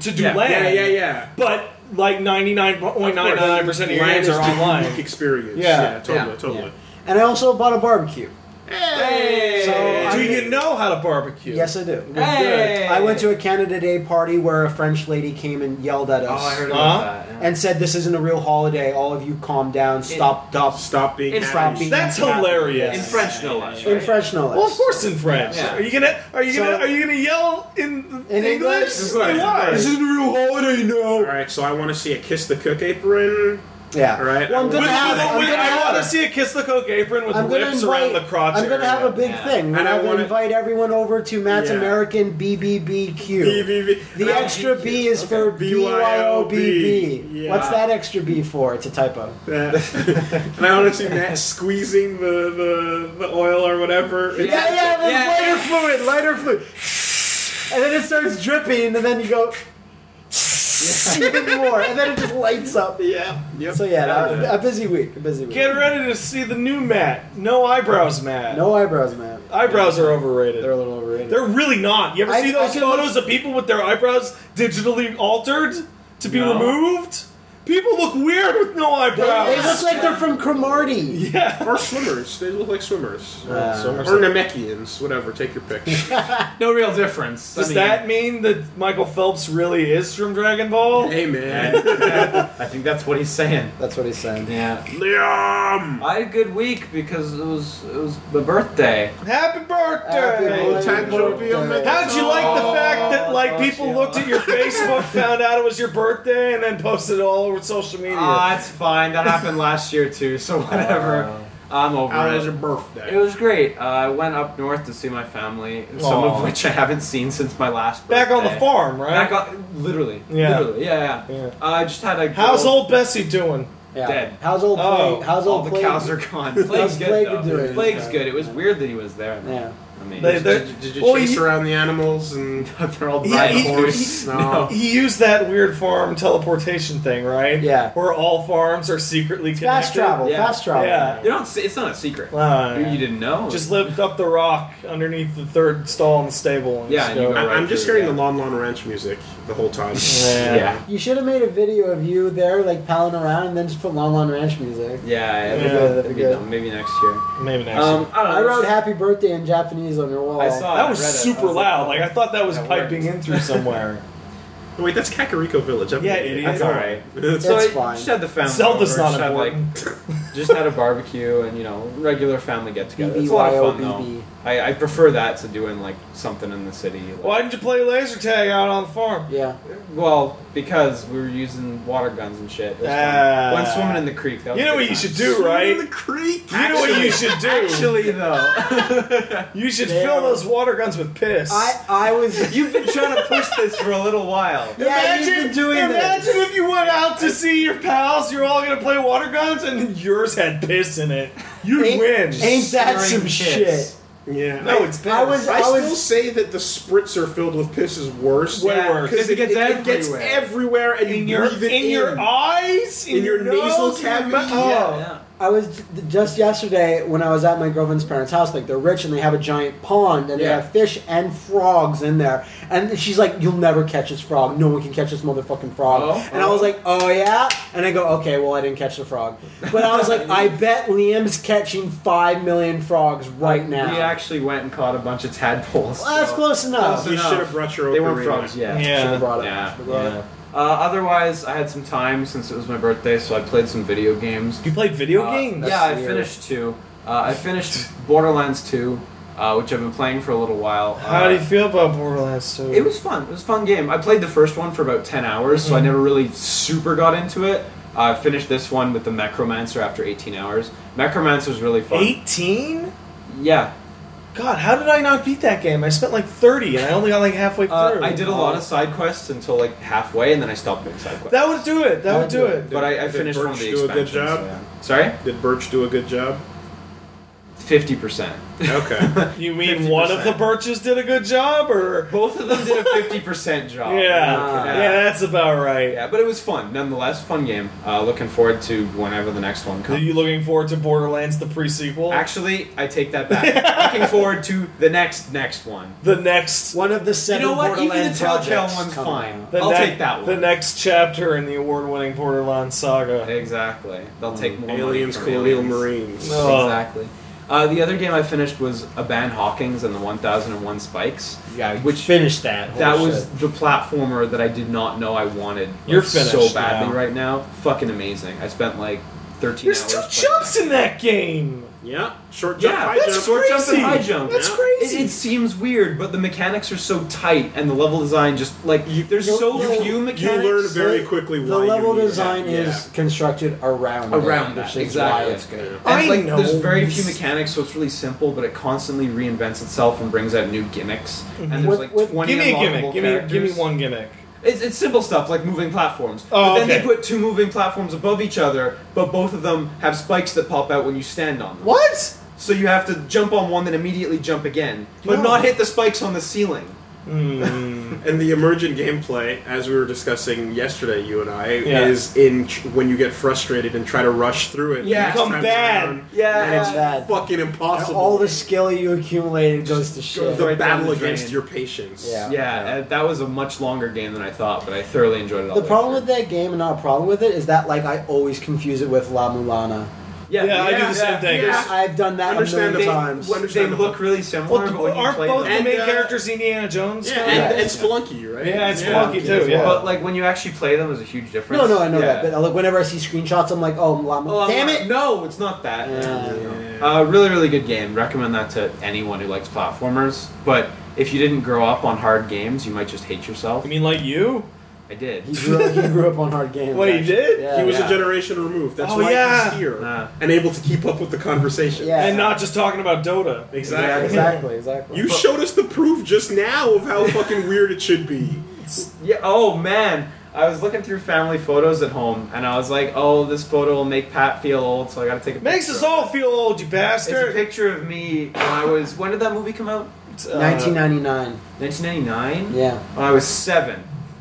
B: to do
D: Yeah.
B: land.
A: yeah, yeah, yeah.
B: But like ninety nine point nine nine percent of your
A: Land
B: games
A: is
B: are
A: the <laughs>
B: online.
A: unique experience.
B: Yeah.
A: totally,
D: Yeah.
A: totally.
C: And I also bought a barbecue.
A: Hey.
C: So, I-
B: Do you know how to barbecue?
C: Yes, I do.
D: Hey!
C: I went to a Canada Day party where a French lady came and yelled at
D: Oh,
C: us
D: I heard
B: Huh?
D: about that. yeah.
C: and said, "This isn't a real holiday. All of you, calm down. Stop, stop."
A: Stop being
D: It's
A: happy.
C: stop being
B: That's
C: happy."
B: hilarious.
D: in French, no less.
C: In
D: right?
C: French, no less.
B: Well, of course in French.
D: Yeah.
B: Are you gonna Are you
C: So-
B: gonna Are you gonna yell in
C: In English?
B: Why?
C: This isn't a real holiday, no.
A: All right, so I want to see a kiss the cook apron.
C: Yeah.
A: Right.
C: Well, I'm gonna
B: With-
C: have.
B: with-
C: I'm
B: with-
C: gonna
B: I
C: have-
B: want to see a kiss the coke apron with
C: I'm gonna
B: lips around the
C: invite.
B: crotch.
C: I'm gonna
B: area.
C: have a big
D: Yeah.
C: thing.
A: And
C: We're
A: I
C: gonna
A: wanna-
C: invite everyone over to Matt's
A: Yeah.
C: American BBBQ.
A: BBB.
C: The
A: And I-
C: extra B is
D: Okay.
C: for
A: BYOB.
C: BYOBB.
A: Yeah.
C: What's that extra B for? It's a typo.
A: that. and I want to see Matt squeezing the, the, the oil or whatever. It's-
C: Yeah, yeah, there's
D: Yeah.
C: lighter fluid, lighter fluid. And then it starts dripping, and then you go even more, and then it just lights up.
A: Yeah. Yep.
C: So yeah,
D: That'll do it.
C: a, a busy week, a busy week.
B: Get ready to see the new Matt. No eyebrows, Matt.
C: No eyebrows, man.
B: eyebrows are overrated.
C: They're
B: They're,
C: a little overrated.
B: really not. You ever
C: I-
B: see those
C: I can-
B: photos of people with their eyebrows digitally altered to be
D: No.
B: removed? People look weird with no
C: They,
B: eyebrows.
C: they look like they're from Cromarty.
B: <laughs> yeah.
A: Or swimmers. They look like swimmers.
C: Uh,
A: or Namekians. Whatever. Take your pick.
D: No real difference.
B: Does that mean that Michael Phelps really is from Dragon Ball?
A: hey,
D: <laughs>
A: man.
D: I think that's what he's saying.
C: That's what he's saying.
D: Yeah.
A: Liam!
D: I had a good week because it was it was my birthday.
B: Happy
C: Happy
B: birthday!
C: birthday.
A: Time to be a man.
B: How'd you like the fact that like
D: Oh,
B: people
D: yeah.
B: looked at
D: <laughs>
B: your Facebook, found out it was your birthday, and then posted it all over social media?
D: Ah, it's fine. That happened last year too, so whatever. I'm over
A: How
D: it.
A: was your
D: It
A: birthday?
D: was great. Uh, I went up north to see my family, some
B: Aw.
D: of which I haven't seen since my last birthday.
B: Back on the farm, right?
D: Back on, literally.
B: Yeah.
D: Literally. Yeah, yeah.
B: Yeah.
D: Uh, I just had a.
B: How's
D: girl-
B: old Bessie doing?
C: Yeah.
D: Dead.
C: How's old Plague?
B: Oh,
C: how's
D: All
C: old
D: the
C: Plague?
D: cows are gone. Plague's
C: Plague
D: good though.
C: doing it?
D: Plague's
C: Yeah.
D: good. It was weird that he was there. Though.
C: Yeah.
D: I mean,
B: They-
A: Did, you- did you
B: Well,
A: chase
B: you-
A: around the animals and <laughs>
D: they're all
B: Yeah,
D: riding
B: he-
D: horses.
A: he-
D: no.
B: He used that weird farm teleportation thing, right?
C: Yeah.
B: Where all farms are secretly connected.
C: Fast travel.
D: Yeah.
C: Fast travel.
B: Yeah.
D: They don't. It's not a secret.
B: Ah,
D: You-
B: yeah.
D: You didn't know.
B: Just lived up the rock underneath the third stall in the stable. And
D: Yeah,
B: just
D: and you
B: go-
D: go-
A: I-
D: right
A: I'm just
D: through,
A: hearing
D: yeah.
A: the Lon Lon Ranch music the whole time.
B: Yeah.
D: yeah.
C: You should have made a video of you there, like palling around, and then just put Lon Lon Ranch music.
D: Yeah, yeah,
B: Yeah,
D: that'd
C: that'd
D: be
C: be good.
D: dumb. Maybe next year.
B: Maybe next.
D: Um,
B: year.
D: I don't know.
C: I wrote "Happy Birthday" in Japanese on your wall.
D: I saw
B: that
D: I
B: was
D: read it. I
B: super
D: was like, "Oh,
B: loud. Like I thought that was
D: That
B: piping
D: worked.
B: in through
D: <laughs>
B: somewhere.
A: Oh, wait, that's Kakariko Village. I'm
B: Yeah,
A: an idiot.
B: idiot.
D: That's all right.
A: That's-
D: So
C: It's
D: I
C: fine.
D: just had the family.
B: Zelda's
D: over,
B: not
D: just had, like,
B: important.
D: just had a barbecue and you know regular family get together. It's a lot of fun
C: BBYOBB.
D: though. I, I prefer that to doing like something in the city. like-
B: Why didn't you play laser tag out on the farm?
C: Yeah.
D: Well, because we were using water guns and shit. It was
B: Ah.
D: fun. Went swimming in the creek. That was
B: You
D: a
B: know
D: good
B: what you should
D: time.
B: do, right?
A: Swim in the creek.
B: You know what you should do.
D: Actually, though, <laughs>
B: you should
C: Yeah.
B: fill those water guns with piss.
C: I I <laughs> was.
D: you've been trying to push this for a little while.
C: Yeah, you've been doing
B: imagine
C: this.
B: if you went out to see your pals, you're all gonna play water guns, and yours had piss in it. You'd
C: Ain't-
B: win.
C: Ain't that some
D: Stirring
C: shit?
D: kids.
A: Yeah.
B: no, it's piss.
C: I was
A: I,
C: I
A: still
C: was
A: say that the spritzer filled with piss is worse.
B: Way
D: Yeah,
B: worse.
D: 'cause it gets everywhere.
A: gets everywhere, and you
B: in your
A: breathe it
B: in your eyes, in,
A: In your
B: nose,
A: nasal
B: in your
A: cavity,
B: mouth.
D: Yeah,
B: Oh.
D: yeah.
C: I was just yesterday when I was at my girlfriend's parents' house. Like they're rich and they have a giant pond and they
D: Yeah.
C: have fish and frogs in there. And she's like, "You'll never catch this frog. No one can catch this motherfucking frog."
D: Oh.
C: and I was like, "Oh yeah." And I go, "Okay, well I didn't catch the frog." But I was
D: <laughs>
C: like, "I bet Liam's catching five million frogs right now."
D: We actually went and caught a bunch of tadpoles.
C: Well, that's
D: so-
C: close enough.
D: Close
A: You
D: enough.
A: should have brought your ocarina.
D: They weren't frogs. Yeah.
B: Yeah.
C: Should have brought it.
D: Yeah,
C: Should've brought it.
D: yeah. Uh, otherwise, I had some time since it was my birthday, so I played some video games.
B: You played video
D: Uh,
B: games.
D: Yeah, I
C: weird.
D: finished two. Uh, I finished <laughs> Borderlands 2, uh, which I've been playing for a little while.
B: How
D: Uh,
B: do you feel about Borderlands 2?
D: It was fun. It was a fun game. I played the first one for about 10 hours, so I
B: Mm-hmm.
D: never really super got into it. Uh, I finished this one with the Necromancer after 18 hours. Necromancer's really fun.
B: 18.
D: Yeah.
B: God, how did I not beat that game? I spent like 30, and I only got like halfway through.
D: Uh, I did a lot of side quests until like halfway, and then I stopped doing side quests.
B: That would do it. That would do it.
D: but I, I
A: Did
D: finished one of the
A: Birch do a good
D: expansions.
A: job?
D: so yeah. Sorry?
A: Did Birch do a good
B: <laughs>
A: job?
D: 50%.
A: Okay.
B: You mean one of the
D: 50%.
B: birches did a good job, or
D: Both of them did a 50% job.
B: <laughs> yeah,
C: Ah.
D: Okay.
B: yeah, that's about right.
D: Yeah, but it was fun nonetheless. Fun game. Uh, looking forward to whenever the next one
B: Are
D: comes.
B: you looking forward to Borderlands the prequel?
D: Actually, I take that back. looking forward to the next next one.
B: the next,
C: One of the
D: You
C: seven.
D: know what? Even the
C: Borderlands
D: Telltale
C: projects
D: one's
C: coming
D: fine.
C: out.
B: the
D: I'll
B: ne-
D: take that one.
B: The next chapter in the award-winning Borderlands saga.
D: Exactly. They'll take more money
A: Aliens,
D: from
A: Colonial
D: aliens.
A: Marines.
B: No.
D: Exactly. Uh, the other game I finished was Aban Hawkins and the 1001 Spikes.
C: Yeah,
D: Which-
C: finished that. Holy
D: that
C: shit.
D: was the platformer that I did not know I wanted like,
B: You're finished
D: so badly
B: now.
D: right now. Fucking amazing. I spent like 13
B: There's
D: hours.
B: two
D: playing
B: jumps in that game.
D: that.
A: Yeah, short jump,
D: Yeah,
A: high
D: that's
A: jump.
D: short jump and high
A: Crazy.
D: jump.
A: That's
D: Yeah.
A: crazy.
D: It, it seems weird, but the mechanics are so tight, and the level design just like there's
C: you-
D: so
C: you-
D: few
C: you
D: mechanics.
A: You learn very
C: The-
A: quickly why
C: The level
A: you need that.
C: design is constructed around it,
D: around
C: which
D: that
C: is
D: exactly.
C: why it's good.
D: And
B: I
D: it's like
B: know.
D: there's very few mechanics, so it's really simple, but it constantly reinvents itself and brings out new gimmicks.
A: Mm-hmm.
D: And there's
C: What-
D: like
C: what-
D: 20
B: Give me a
D: unlockable
B: gimmick. Give me, give me
D: characters.
B: one gimmick.
D: It's, it's simple stuff like moving platforms.
B: Oh,
D: but then
B: okay.
D: they put two moving platforms above each other, but both of them have spikes that pop out when you stand on them.
B: What?
D: So you have to jump on one, then immediately jump again, but
B: No.
D: not hit the spikes on the ceiling.
A: And the emergent gameplay, as we were discussing yesterday, you and I,
B: Yeah.
A: is in tr- when you get frustrated and try to rush through it.
D: Yeah.
A: next
B: Become
A: time
B: bad.
A: around,
D: Yeah.
A: and it's
C: Bad.
A: fucking
C: And
A: impossible.
C: all the skill you accumulated goes to shit.
A: the
D: Right down
A: battle
D: the drain.
A: against your patience.
D: Yeah,
C: Yeah.
D: uh, that was a much longer game than I thought, but I thoroughly enjoyed it. All
C: The
D: way
C: problem
D: through.
C: with that game, and not a problem with it, is that like I always confuse it with La Mulana.
D: yeah,
B: Yeah, I do the same thing.
D: yeah.
C: I've done that a million
A: Understandable.
D: They,
C: times.
A: What-
D: they look really similar,
B: Well,
D: but when you
B: aren't
D: play
B: both
D: them,
B: the
A: And,
B: main
A: uh,
B: characters Indiana Jones?
A: Yeah,
B: now?
A: and,
C: Yeah.
A: and Spelunky, right?
B: Yeah, it's
C: Spelunky
B: Spelunky too.
C: as
B: Yeah.
C: well.
D: But like when you actually play them, there's a huge difference.
C: No, no, I know
D: Yeah.
C: that, but uh, like whenever I see screenshots, I'm like, oh, La
D: Well,
C: Mulana.
D: I'm
C: Damn
D: not-
C: it!
D: No, it's not that.
C: Yeah.
D: Uh, really, really good game. Recommend that to anyone who likes platformers. But if you didn't grow up on hard games, you might just hate yourself.
B: You mean like you?
D: I did. <laughs>
C: He grew, up, he grew up on hard games.
B: What, he
C: actually.
B: did?
C: Uh, Yeah.
A: He was
D: Yeah.
A: a generation removed. That's
B: Oh,
A: why
B: yeah.
A: he's here
D: Nah.
A: and able to keep up with the conversation.
C: Yeah.
B: And not just talking about Dota. <laughs>
C: Yeah,
A: Exactly.
C: exactly, exactly.
A: You showed us the proof just now of how fucking weird it should be.
D: Yeah. Oh man, I was looking through family photos at home, and I was like, "Oh, this photo will make Pat feel old, so I got to take a
B: Makes us
D: picture of
B: all
D: it.
B: feel old, you
D: It's a
B: bastard.
D: picture of me when I was. When did that movie come out?
B: Uh,
C: 1999.
D: 1999.
C: Yeah.
D: When I was seven,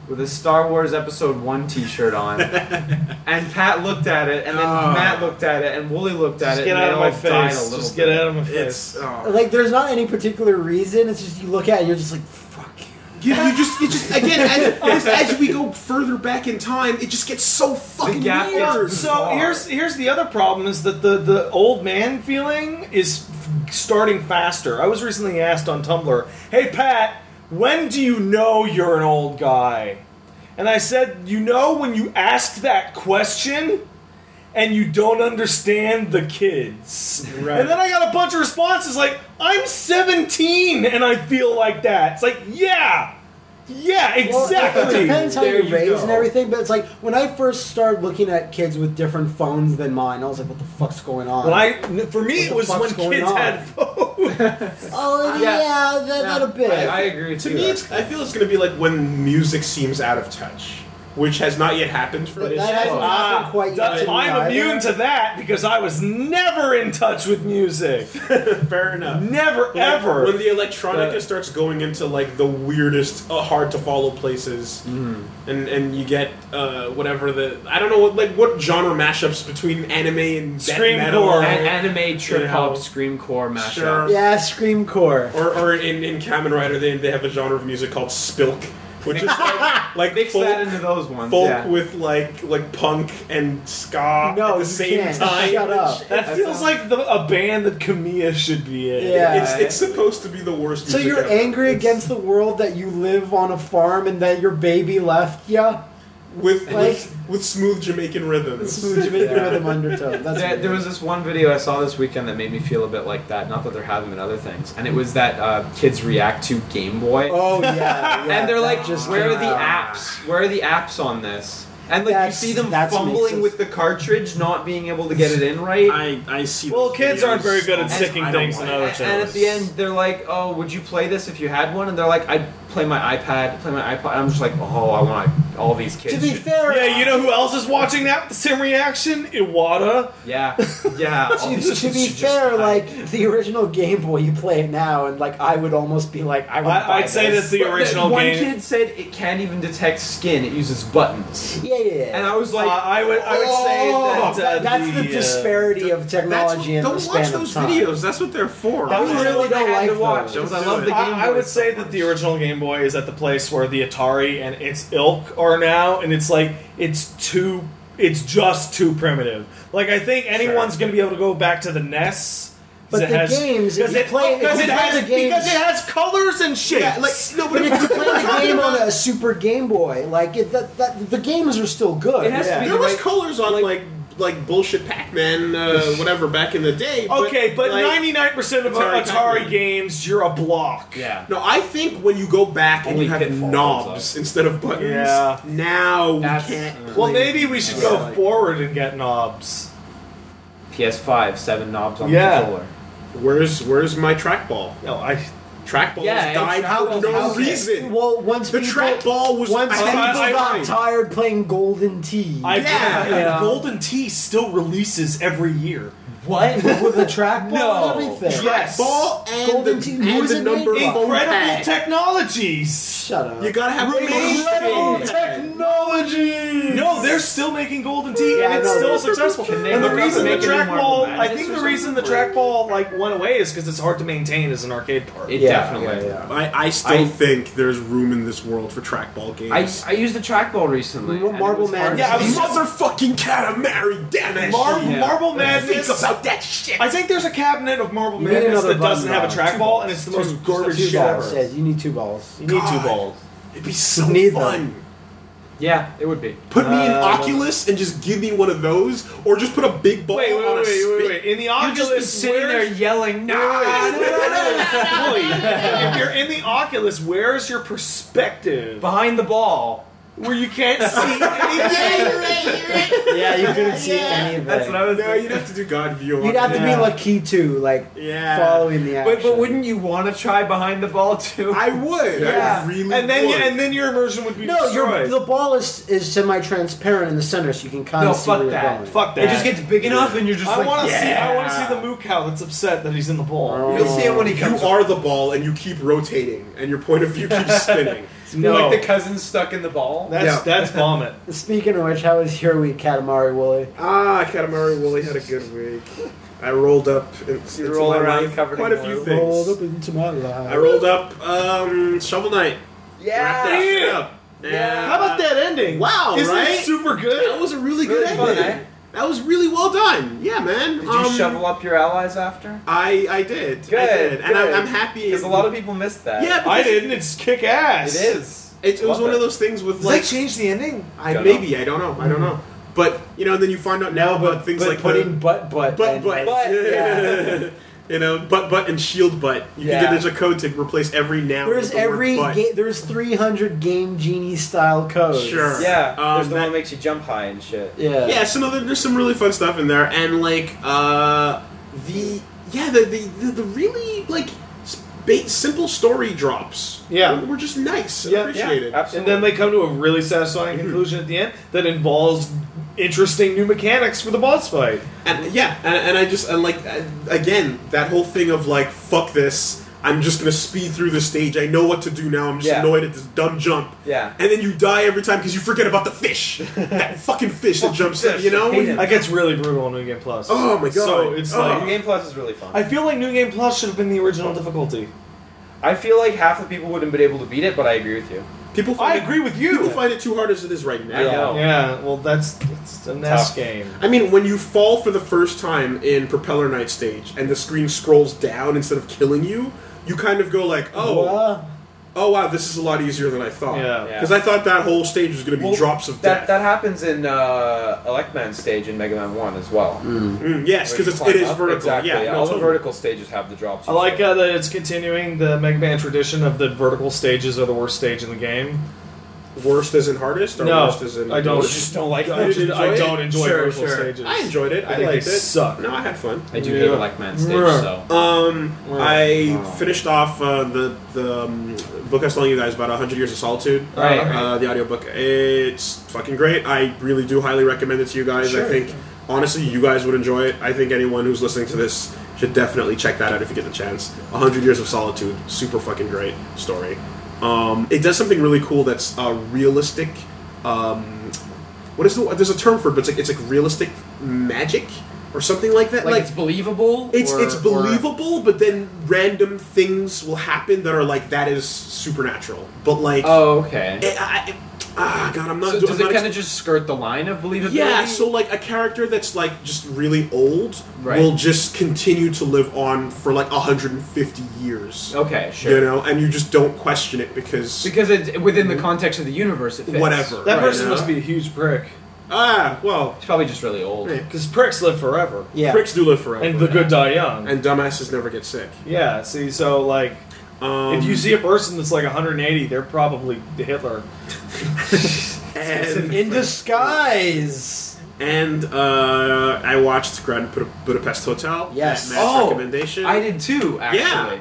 D: with a Star Wars Episode One
B: <laughs>
D: T-shirt on, and Pat looked at it, and then
A: Oh.
D: Matt looked at it, and Wooly looked at
B: Ah. Just
D: it.
B: get
D: and
B: out
D: they
B: of
D: all
B: my
D: died a
B: face.
D: little
B: Just
D: bit.
B: get out of my face.
A: It's oh.
C: Like, there's not any particular reason. It's just you look at it and you're just like, fuck you.
A: you, you just you just again as, as, as we go further back in time, it just gets so fucking
D: gap gets
A: weird.
D: It's
B: So
D: bizarre.
B: here's here's the other problem is that the the old man feeling is f- starting faster. I was recently asked on Tumblr, "Hey Pat, when do you know you're an old guy?" And I said, "You know when you ask that question and you don't understand the kids."
A: Right.
B: And then I got a bunch of responses like, "I'm 17 and I feel like that." It's like, "Yeah. Yeah,
C: Well,
B: exactly."
C: It depends how
D: There
C: you're
D: you
C: raised
D: go.
C: and everything, but it's like when I first started looking at kids with different phones than mine, I was like, what the fuck's going on?
B: When I, for me, it
C: What the
B: was
C: fuck's
B: when
C: going
B: kids
C: on?
B: had phones.
C: oh, yeah,
D: Yeah.
C: that,
D: Yeah,
C: that a bit.
D: I, I agree
A: To
D: too,
A: me, it's,
D: actually.
A: I feel it's going to be like when music seems out of touch, which has not yet happened for
C: But
A: this.
C: that hasn't
A: show.
C: happened
D: Ah,
C: quite yet.
B: That's-
C: to me
B: Ah, I'm
C: either.
B: immune to that because I was never in touch with music.
A: <laughs> Fair enough.
B: Never,
A: Like,
B: ever.
A: When the electronica
D: But-
A: starts going into like the weirdest, uh, hard to follow places, and and you get uh, whatever the I don't know what like what genre mashups between anime and death
B: Screamcore.
A: metal
D: An-
A: and-
D: anime trip hop screamcore mashup.
A: Sure.
C: Yeah, Scream Core.
A: or, or in in Kamen Rider they they have a genre of music called spilk, which is like, like
D: Mix
A: folk,
D: that into those ones.
A: folk
D: yeah.
A: with like like punk and ska
C: No,
A: at
C: you
A: the same
C: can't.
A: time.
C: Shut up.
B: that feels like the, a band that Camilla should be in.
C: Yeah.
A: It's it's supposed to be the worst.
C: So
A: music
C: you're
A: ever.
C: angry against the world that you live on a farm and that your baby left you?
A: with
C: like-
A: with, with smooth Jamaican rhythms.
C: Smooth Jamaican
D: Yeah.
C: rhythm undertone. That's
D: There,
C: weird.
D: there was this one video I saw this weekend that made me feel a bit like that. Not that there haven't been other things, and it was that uh, kids react to Game Boy,
C: Oh yeah, yeah,
D: <laughs> and they're
C: that
D: like, "Where
C: came
D: are the
C: out.
D: apps? Where are the apps on this?" And like
C: That's-
D: you see them
C: that's makes
D: fumbling
C: sense.
D: with the cartridge, not being able to get it in right.
A: I I see.
B: Well,
A: those
B: kids aren't
A: videos
B: very good at
A: all the
B: sticking
A: time. I don't
B: things in
A: like
B: other
A: it.
B: things.
D: and at the end, they're like, "Oh, would you play this if you had one?" And they're like, "I'd play my iPad, play my iPod." I'm just like, "Oh, I want all these kids."
C: To be
D: should-
C: fair,
B: Yeah, you know who else is watching that? The same reaction? Iwata.
D: yeah, yeah. all
C: To,
D: these
C: to
D: kids
C: be
D: should just
C: fair,
D: die.
C: like the original Game Boy, you play it now, and like I would almost be like, I would
B: I-
C: buy
B: I'd say
C: this.
B: that's the
D: But that
B: original
D: one
B: game.
D: kid said it can't even detect skin; it uses buttons.
C: yeah, yeah. yeah.
D: And I was like,
B: Uh, I would, I would
A: Oh,
B: say that, uh,
C: That- that's the,
B: uh,
C: disparity of
A: That's
C: technology
A: what-
C: in
A: don't
C: the span
A: watch
C: of
A: those
C: time.
A: videos. That's what they're for.
D: that was
C: I
D: really
C: really
D: what I
C: don't
D: had to
C: like
D: watch.
C: those.
D: I was- I
A: Do
D: love
A: it.
D: the game.
B: I, I
D: Boy
B: would
D: so
B: say
D: much.
B: that the original Game Boy is at the place where the Atari and its ilk are now, and it's like it's too, it's just too primitive. Like I think anyone's going to be able to go back to the NES. 'cause it
C: But the
B: has,
C: games,
B: because
C: if you
B: it,
C: play- if
B: because
C: you
B: it
C: play
B: has
C: the games-
B: because it has colors and shapes.
A: Yeah, like no, but
C: But <laughs> if you play the
A: <laughs>
C: <laughs>
A: talking
C: game on
A: about-
C: a Super Game Boy, like it, that, that, the games are still good.
D: It has to be-
A: There was
D: Right.
A: colors on like,
D: Like-
A: like like bullshit Pac-Man,
B: <laughs>
A: uh, whatever back in the day.
B: Okay, but
A: like-
B: ninety nine percent of
A: Atari
B: Atari,
A: Pac-Man.
B: games, you're a block.
D: Yeah.
A: No, I think when you go back and
D: Only
A: you have
D: Pitfall
A: knobs
D: comes up.
A: instead of buttons,
B: Yeah.
A: now
D: That's-
A: we can't.
D: uh,
B: Well,
A: play-
B: maybe we should
A: Yeah.
B: go forward and get knobs.
D: PS5, seven knobs on
B: Yeah.
D: the controller.
A: Where's where's my trackball?
B: No, I.
A: Trackball
D: Yeah,
A: has
D: it's
A: died
D: how-
A: for no
D: how-
A: reason.
C: Well, once
A: the
C: people,
A: trackball was
C: once
A: I
C: people
A: had
B: I-
A: it
C: got
A: fine.
C: tired playing Golden Tee
B: I
A: Yeah.
C: Yeah.
B: Golden Tee still releases every year.
D: What?
C: with a trackball
D: No.
C: and everything.
B: Yeah.
A: Trackball and
C: Golden
A: the,
C: Tee
A: and the
C: wasn't
A: number
C: made-
A: phone
B: Incredible
A: pad.
B: technologies.
C: Shut up.
A: You gotta have
B: Incredible
A: phone pad.
C: technology.
B: No, they're still making Golden Tee,
C: Yeah,
B: and
C: I
B: it's
C: know,
B: still
C: they're-
B: successful.
D: Can they
B: And the
D: hook up
B: reason the
D: and make any Marble
B: trackball, I
D: Madness
B: think
D: or
B: the reason the
D: something?
B: trackball like went away is because it's hard to maintain as an arcade park.
D: It
C: Yeah,
D: definitely.
C: yeah,
A: I, I still
D: I-
A: think there's room in this world for trackball games.
D: I, I used the trackball recently.
C: Mar-
D: and it
C: Marble
D: was
C: Man.
D: hard to
B: Yeah, I was-
D: see.
A: motherfucking Katamari, damn it!
B: Mar-
D: Yeah.
B: Marble Madness.
A: Think about that shit.
B: I think there's a cabinet of Marble
C: You need
B: Madness
C: another
B: that doesn't
C: button
B: have a
C: now.
B: trackball, and it's the
A: Two
B: most
A: balls.
B: garbage
A: Two
B: shit
A: balls.
B: ever.
C: says you need two balls.
B: You need two
A: God.
B: balls.
A: It'd be so
C: Neither.
A: fun.
D: Yeah, it would be.
A: Put me in
B: Uh,
A: Oculus and just give me one of those, or just put a big ball
B: Wait, wait,
A: on a
B: wait,
A: spit.
B: wait, wait. In the
D: You'd
B: Oculus,
D: just be sitting
B: where-
D: <laughs> there yelling, nah,
A: Wait, wait, wait.
B: <laughs> if you're in the Oculus, where's your perspective?
D: behind the ball.
B: Where you can't see anything.
C: <laughs> yeah, you couldn't see
E: Yeah.
C: anything.
D: That's what I was.
A: No, you'd have to do God view. on
C: You'd have to
A: it.
C: be like key two, like
A: Yeah.
C: following the action.
D: But, but wouldn't you want to try behind the ball too?
A: I would. I
D: Yeah.
A: really
B: and then
A: would.
B: you, and then your immersion would be
C: No, your,
B: destroyed.
C: the ball is, is semi-transparent in the center, so you can kind
D: no,
C: of see where
D: fuck
C: you're
D: that.
C: going.
B: Fuck
D: It
B: that.
D: just gets big enough, and you're just
B: I
D: like,
B: want to
D: yeah.
B: see. I want to see the moo cow that's upset that he's in the
A: Oh.
B: ball.
E: You'll see it when he
A: you
E: comes.
A: are the ball, and you keep rotating, and your point of view
B: <laughs>
A: keeps spinning.
B: No.
D: Like the cousin stuck in the ball.
B: That's
A: Yeah.
B: that's vomit.
C: Speaking of which, how was your week, Katamari Wooly?
A: ah, Katamari Wooly had a good week. I rolled up and into
D: roll
A: my
D: around
A: life
D: covered
A: quite
D: in
A: a few
D: oil.
A: things.
C: into my life.
A: I rolled up um, Shovel Knight. Wrapped that shit up. Yeah.
B: <laughs> How about that ending?
A: Wow,
B: Isn't
A: right?
B: it super good?
A: That was a really good
D: Really
A: ending.
D: fun, eh?
A: That was really well done. Yeah, man. Um,
D: Did you shovel up your allies after?
A: I I did. I did. and
D: good.
A: I'm, I'm happy.
D: Because a lot of people missed that.
A: yeah, because
B: I didn't. It's kick
D: It
B: ass.
D: is.
A: It, it was
D: Love
A: one
D: it.
A: of those things with
B: Does
A: like
B: that change the ending?
A: I,
D: Don't
A: maybe I don't know. I don't know. But you know, and then you find out now about things
C: but
A: like
C: putting
A: the,
C: butt butt
A: butt
C: and,
A: butt, <laughs>
D: Butt, yeah.
A: you know, butt butt and shield butt. You
D: Yeah.
A: can get there's a code to replace every noun.
C: There's
A: with the word
C: every
A: butt.
C: ga- there's 300 game genie style codes.
A: Sure.
D: Yeah,
A: Um,
D: there's the one
A: that-
D: that makes you jump high and shit.
C: Yeah.
A: yeah some other there's some really fun stuff in there and like uh the yeah the the, the, the really like s- ba- simple story drops
B: Yeah.
A: were, were just nice and
B: Yeah,
A: appreciated
B: And then they come to a really satisfying
A: Mm-hmm.
B: conclusion at the end that involves interesting new mechanics for the boss fight.
A: and yeah and, and i just and like uh, again that whole thing of like fuck this i'm just gonna speed through the stage i know what to do now i'm just
D: Yeah.
A: annoyed at this dumb jump
D: Yeah.
A: and then you die every time because you forget about the
B: <laughs>
A: fish that fucking fish that jumps
D: fish.
A: you know
D: Hate it.
B: That gets really brutal on New Game Plus.
A: Oh my God.
B: So it's
A: Oh.
B: like
D: Game Plus is really fun.
B: I feel like New Game Plus should have been the original difficulty.
D: I feel like half the people wouldn't have been able to beat it, but I agree with you.
A: people
B: I
A: find it,
B: agree with
A: people
B: you.
A: find it too hard as it is right now
D: I know.
B: Yeah, well, that's that's a NES
D: Tough.
B: game.
A: I mean, when you fall for the first time in Propeller Knight stage and the screen scrolls down instead of killing you, you kind of go like, oh,
C: Well,
A: oh wow, this is a lot easier than I thought.
B: Yeah.
D: Yeah.
A: Because I thought that whole stage was going to be
D: Well,
A: drops of
D: That
A: death.
D: that happens in uh, Electman stage in Mega Man One as well.
A: Mm, yes, because it's it is vertical.
D: Exactly.
A: Yeah, no,
D: all the
A: totally.
D: vertical stages have the drops.
B: I like uh, that it's continuing the Mega Man tradition of the vertical stages are the worst stage in the game.
A: worst isn't hardest or
B: No,
A: worst isn't.
B: I don't.
A: worst?
D: don't like
B: I,
A: didn't
B: just- I
A: enjoy
B: don't
A: it?
B: enjoy
D: Sure,
B: vertical
D: sure.
B: stages.
A: I enjoyed it. I,
B: I think they
A: liked it.
B: suck.
A: No, I had fun.
D: I do
B: Yeah.
D: hate Electman stage,
B: Yeah.
D: so
A: Um,
B: Wow.
A: I
D: Wow.
A: finished off uh, the the um, book I was telling you guys about, hundred years of solitude.
D: Right,
B: Uh,
D: right.
A: uh, the audiobook. It's fucking great. I really do highly recommend it to you guys.
B: Sure.
A: I think honestly, you guys would enjoy it. I think anyone who's listening to this should definitely check that out if you get the chance. A hundred years of solitude, super fucking great story. Um, it does something really cool that's uh, realistic. Um, what is the? There's a term for it, but it's like it's like realistic magic or something like that.
E: Like, it's believable.
A: It's
E: or-
A: it's
E: or-
A: believable, but then random things will happen that are like that is supernatural. But like,
D: Oh, okay.
A: eh, I, I- ah, God, I'm not.
D: So
A: do-
D: does
A: I'm
D: it
A: not
D: kind of just skirt the line of believability?
A: yeah, so like a character that's like just really old
D: Right.
A: will just continue to live on for like 150 years,
D: okay, Oh, sure.
A: you know, and you just don't question it because
D: Because it's within the context of the universe, it fits.
A: Whatever.
B: that
A: Right,
B: person
A: yeah.
B: must be a huge prick.
A: Ah, well,
D: He's probably just really old.
A: Yeah.
B: Because pricks live forever,
C: Yeah.
A: pricks do live forever,
B: and the good die young.
A: and dumbasses never get sick.
B: yeah, see, so like,
A: Um,
B: if you see a person that's like 180, they're probably Hitler.
A: and,
C: In disguise.
A: and uh, I watched Grand Bud- Budapest Hotel.
C: Yes.
A: Matt's
D: Oh,
A: recommendation.
D: I did too. Actually,
A: Yeah.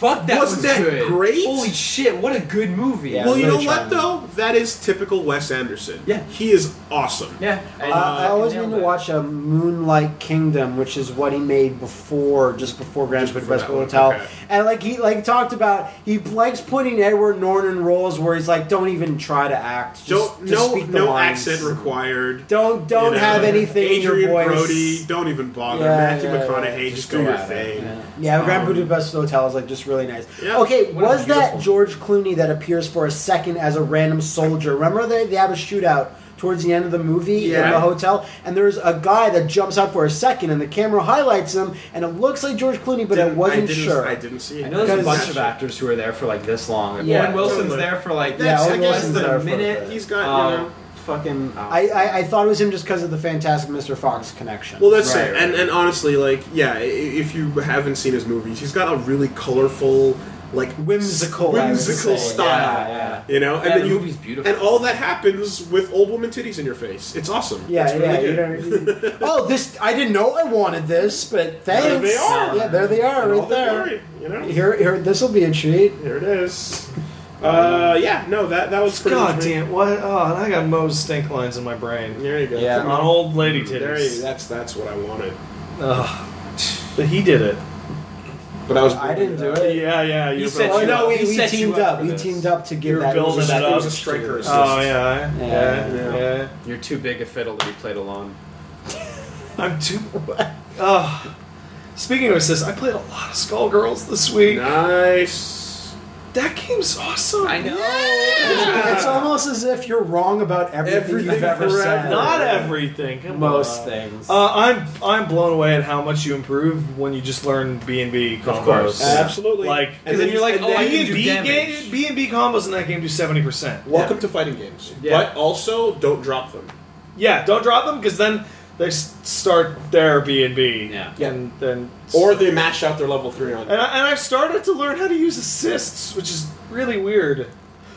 D: fuck that
A: Wasn't
D: was
A: that
D: good.
A: great?
D: Holy shit! What a good movie.
C: Yeah.
A: well, you know
C: really
A: what
C: charming.
A: though? That is typical Wes Anderson.
D: Yeah.
A: he is awesome.
D: yeah. and
C: Uh, I
D: fucking
C: always
D: nailed
C: mean to
D: it.
C: watch a Moonlight Kingdom, which is what he made before, just before Grand
A: Just before
C: Budapest
A: that one,
C: Hotel.
A: okay.
C: And like he like talked about, he likes putting Edward Norton in roles where he's like, don't even try to act. Just,
A: Don't,
C: just
A: no,
C: speak the
A: no
C: lines.
A: accent required.
C: Don't don't
A: You know,
C: have anything in your
A: Adrian
C: voice.
A: Brody, don't even bother.
C: Yeah,
A: Matthew
C: yeah, yeah.
A: McConaughey, just,
D: Just
A: do
D: go
A: your
D: at it,
A: thing.
D: yeah.
C: Yeah, Grand
A: Um,
C: Budapest Hotel is like just really nice.
A: Yeah.
C: okay,
D: What a
C: was
D: beautiful-
C: that George Clooney that appears for a second as a random soldier? Remember they they have a shootout towards the end of the movie in
A: Yeah.
C: the hotel, and there's a guy that jumps out for a second, and the camera highlights him, and it looks like George Clooney, but I
A: Didn't-
C: wasn't
A: didn't-
C: sure.
A: I didn't see. it.
D: I know there's a
C: Because-
D: bunch of actors who are there for like this long.
C: Yeah.
D: Owen Wilson's
A: Totally.
D: there for like
C: Yeah,
A: That's, I
C: Owen
A: guess,
C: Wilson's
A: the
C: there for a
A: minute
C: bit.
A: he's got, you
D: uh,
A: know.
D: fucking. oh.
C: I, I, I thought it was him just because of the Fantastic Mr. Fox connection.
A: Well, that's
D: Right,
A: it.
D: right,
A: And
D: right.
A: and honestly, like, yeah, i- if you haven't seen his movies, he's got a really colorful, like,
C: Whimsical, I would
A: whimsical
C: say.
A: style.
D: Yeah,
A: You know, and
D: Yeah,
A: then
D: the
A: you,
D: movie's beautiful.
A: and all that happens with old woman titties in your face. It's awesome.
C: yeah,
A: it's
C: yeah.
A: really
C: you
A: good. <laughs>
C: don't- you- oh, this I didn't know I wanted this, but thanks.
A: There they are.
C: Yeah, there they are,
A: And all
C: right
A: the
C: there.
A: glory, you know, here,
C: Here, here. This will be a treat.
A: it is. Uh, yeah, no, that that was pretty
B: God
A: much me.
B: damn! What? Oh, and I got Moe's stink lines in my brain.
A: There you go.
C: Yeah.
A: Come on.
B: On old lady
A: There you,
B: titties.
A: that's that's what I wanted.
B: Ugh. But he did it.
A: But I was.
C: I didn't do it.
B: Yeah, yeah.
D: He
B: You
D: said
C: Oh
D: you
C: no,
D: up.
C: we,
D: He
C: we
D: set you
C: teamed
D: up
C: up.
D: for
C: we
D: this.
C: teamed up to give
A: You're
C: that.
A: building
C: it was
A: it
C: a-
A: up.
C: it was a
A: Striker
C: striker.
A: assist.
B: Oh yeah,
C: Yeah,
B: yeah, yeah.
A: yeah.
D: You're too big a fiddle to be played alone.
B: I'm too. <laughs> Ugh. Speaking of assists, I played a lot of Skullgirls this week.
A: Nice.
B: That game's awesome.
D: I know.
C: It's almost as if you're wrong about everything,
A: Everything
C: you've ever
A: forever.
C: said.
B: Not everything. Come
C: most
B: on.
C: things.
B: Uh, I'm I'm blown away at how much you improve when you just learn B and B combos.
D: Of course.
A: Yeah, absolutely.
B: Like,
A: And then you're like,
D: and then-
A: oh, I
D: can
B: B
A: can
B: and
D: do
B: B
D: damage.
B: B and B combos in that game do seventy percent.
A: Welcome to fighting games.
D: Yeah.
A: But also, don't drop them.
B: Yeah, don't drop them because then they s- start their B and B.
D: Yeah.
B: and then
A: Or they mash out their level 3 on you.
B: And, I, and I've started to learn how to use assists, which is really weird.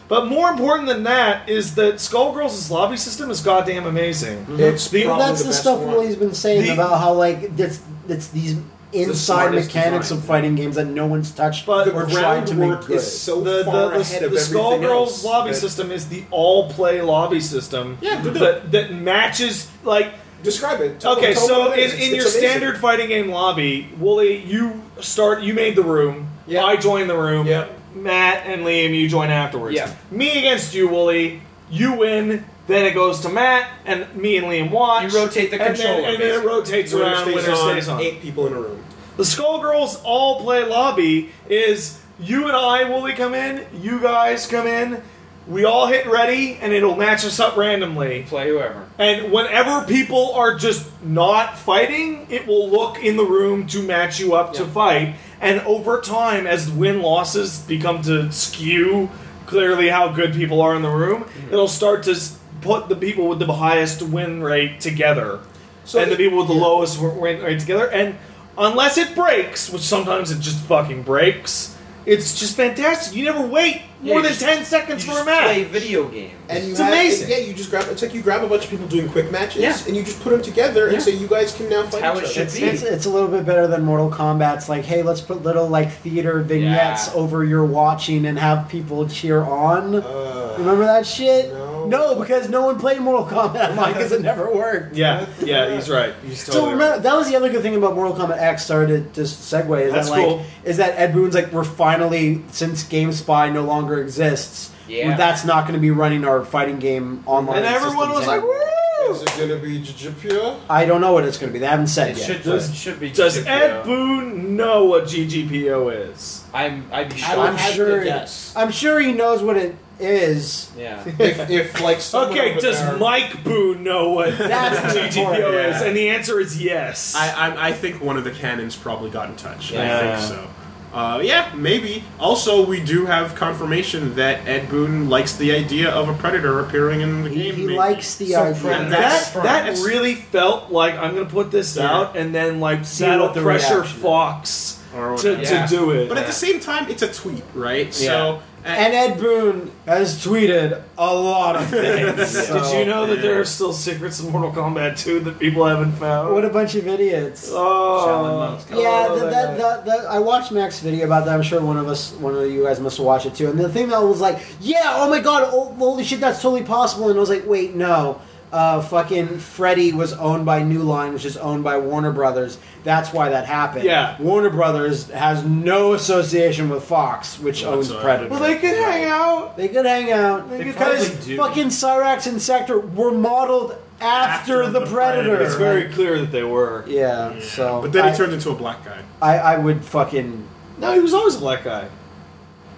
B: But more important than that is that Skullgirls' lobby system is goddamn amazing.
A: Mm-hmm. It's
B: the-
A: probably
C: that's the,
A: best
C: stuff
A: one.
C: Willie's been saying
B: The-
C: about how like it's it's these inside
D: smartest
C: mechanics
D: design.
C: of fighting games that no one's touched
B: But
A: The
C: or tried to make
A: groundwork
C: good.
A: is so
B: the the,
A: far
B: the,
A: ahead of
B: the
A: everything
B: Skullgirls
A: else
B: lobby
A: that-
B: system is the all play lobby system
A: Yeah, but the-
B: that, that matches like
A: Describe it. Tell-
B: okay
A: tell
B: so
A: what it
B: in,
A: is. It's-
B: in your
A: it's amazing.
B: standard fighting game lobby Wooly you start you made the room
A: Yeah.
B: I join the room
A: Yeah.
B: Matt and Liam you join afterwards
D: Yeah.
B: me against you Wooly you win then it goes to Matt and me and Liam watch
D: You rotate the
B: and then,
D: controller,
B: and then it
D: basically.
B: rotates
A: Winner
B: around
A: stays
B: winner
A: on,
B: stays on
A: eight people in a room.
B: the Skullgirls all play lobby is you and I, Wooly, come in, you guys come in, we all hit ready, and it'll match us up randomly.
D: Play whoever.
B: And whenever people are just not fighting, it will look in the room to match you up to
D: Yeah.
B: fight. And over time, as win losses become to skew clearly how good people are in the room,
D: Mm.
B: it'll start to s- put the people with the highest win rate together,
A: So
B: and the
A: it-
B: people with the lowest w- win rate together. And unless it breaks, which sometimes it just fucking breaks, it's just fantastic. You never wait
D: Yeah,
B: more
D: you
B: than
D: just-
B: ten seconds
D: You
B: for a
D: just
B: match.
D: play video games.
A: And you
B: It's
A: have-
B: amazing.
A: Yeah, you just grab. It's like you grab a bunch of people doing quick matches,
D: Yeah.
A: and you just put them together
D: Yeah.
A: and say, "You guys can now fight
D: how it
A: each
D: should
A: other."
C: It's,
D: be.
C: it's, it's a little bit better than Mortal Kombat's like, hey, let's put little like theater vignettes
D: Yeah.
C: over your watching and have people cheer on.
A: Uh,
C: Remember that shit?
A: No.
C: because no one played Mortal
B: <laughs>
C: Kombat online because it never worked.
B: Yeah, yeah, he's right. He's totally
C: So remember, that was the other good thing about Mortal Kombat X. Sorry to just segue. Is
B: That's
C: that like
B: cool.
C: is that Ed Boon's like we're finally since GameSpy no longer exists.
D: Yeah.
C: that's not going to be running our fighting game online.
B: And everyone was
C: systems
B: like,
C: anymore.
A: Uh, Is
B: "Woo!"
A: it gonna be Jujutsu?
C: I don't know what it's going to be. They haven't said
D: It
C: yet.
D: should,
B: Does-
D: it should be.
B: Does
D: GPO.
B: Ed Boon know what GGPO is?
D: I'm. I'm
C: I'm,
D: sure.
A: would have to
C: sure.
A: guess.
C: I'm sure he knows what it is.
D: yeah.
A: if, if like someone
B: <laughs> Okay,
A: over
B: does
A: there-
B: Mike Boone know what <laughs>
C: That's the
B: GGPO
C: important,
B: is?
A: yeah.
B: And the answer is yes.
A: I, I I think one of the cannons probably got in touch.
D: Yeah.
A: I think so. Uh, yeah, maybe. Also, we do have confirmation that Ed Boon likes the idea of a predator appearing in the
C: He,
A: game.
C: he
A: maybe.
C: likes the
B: So
C: idea.
B: friend,
A: That's-
B: that, that
A: that's-
B: really felt like I'm gonna put this
A: Yeah.
B: out and then like
C: See
B: that'll
C: what the
B: pressure
C: reaction is.
B: Fox
A: Or
B: to,
A: whatever.
B: to do it.
A: But at the same time, it's a tweet, right? So.
C: And Ed Boon has tweeted a
B: <laughs>
C: lot of things.
B: Did you
C: so-
B: know that there are still secrets in Mortal Kombat 2 that people haven't found?
C: What a bunch of idiots.
B: oh,
D: Shaolin monks.
C: Yeah,
B: Oh,
C: that, that, that, that, I watched Mac's video about that. I'm sure one of us, one of you guys must have watched it too. And the thing that was like, yeah, oh my god, oh, holy shit, that's totally possible. And I was like, wait, no. Uh, fucking Freddy was owned by New Line, which is owned by Warner Brothers. That's why that happened.
B: Yeah.
C: Warner Brothers has no association with Fox, which owns
A: Whatsoever.
C: Predator.
B: Well, they could hang out.
C: They could hang out.
B: They could
C: because
B: probably
D: do.
C: fucking Cyrax and Sector were modeled after,
A: After
C: the,
A: the
C: Predator.
A: Predator.
B: It's very clear that they were.
C: yeah,
A: Yeah.
C: so
A: but then he
C: I-
A: turned into a black guy.
C: I, I would fucking
B: No, he was always a black guy.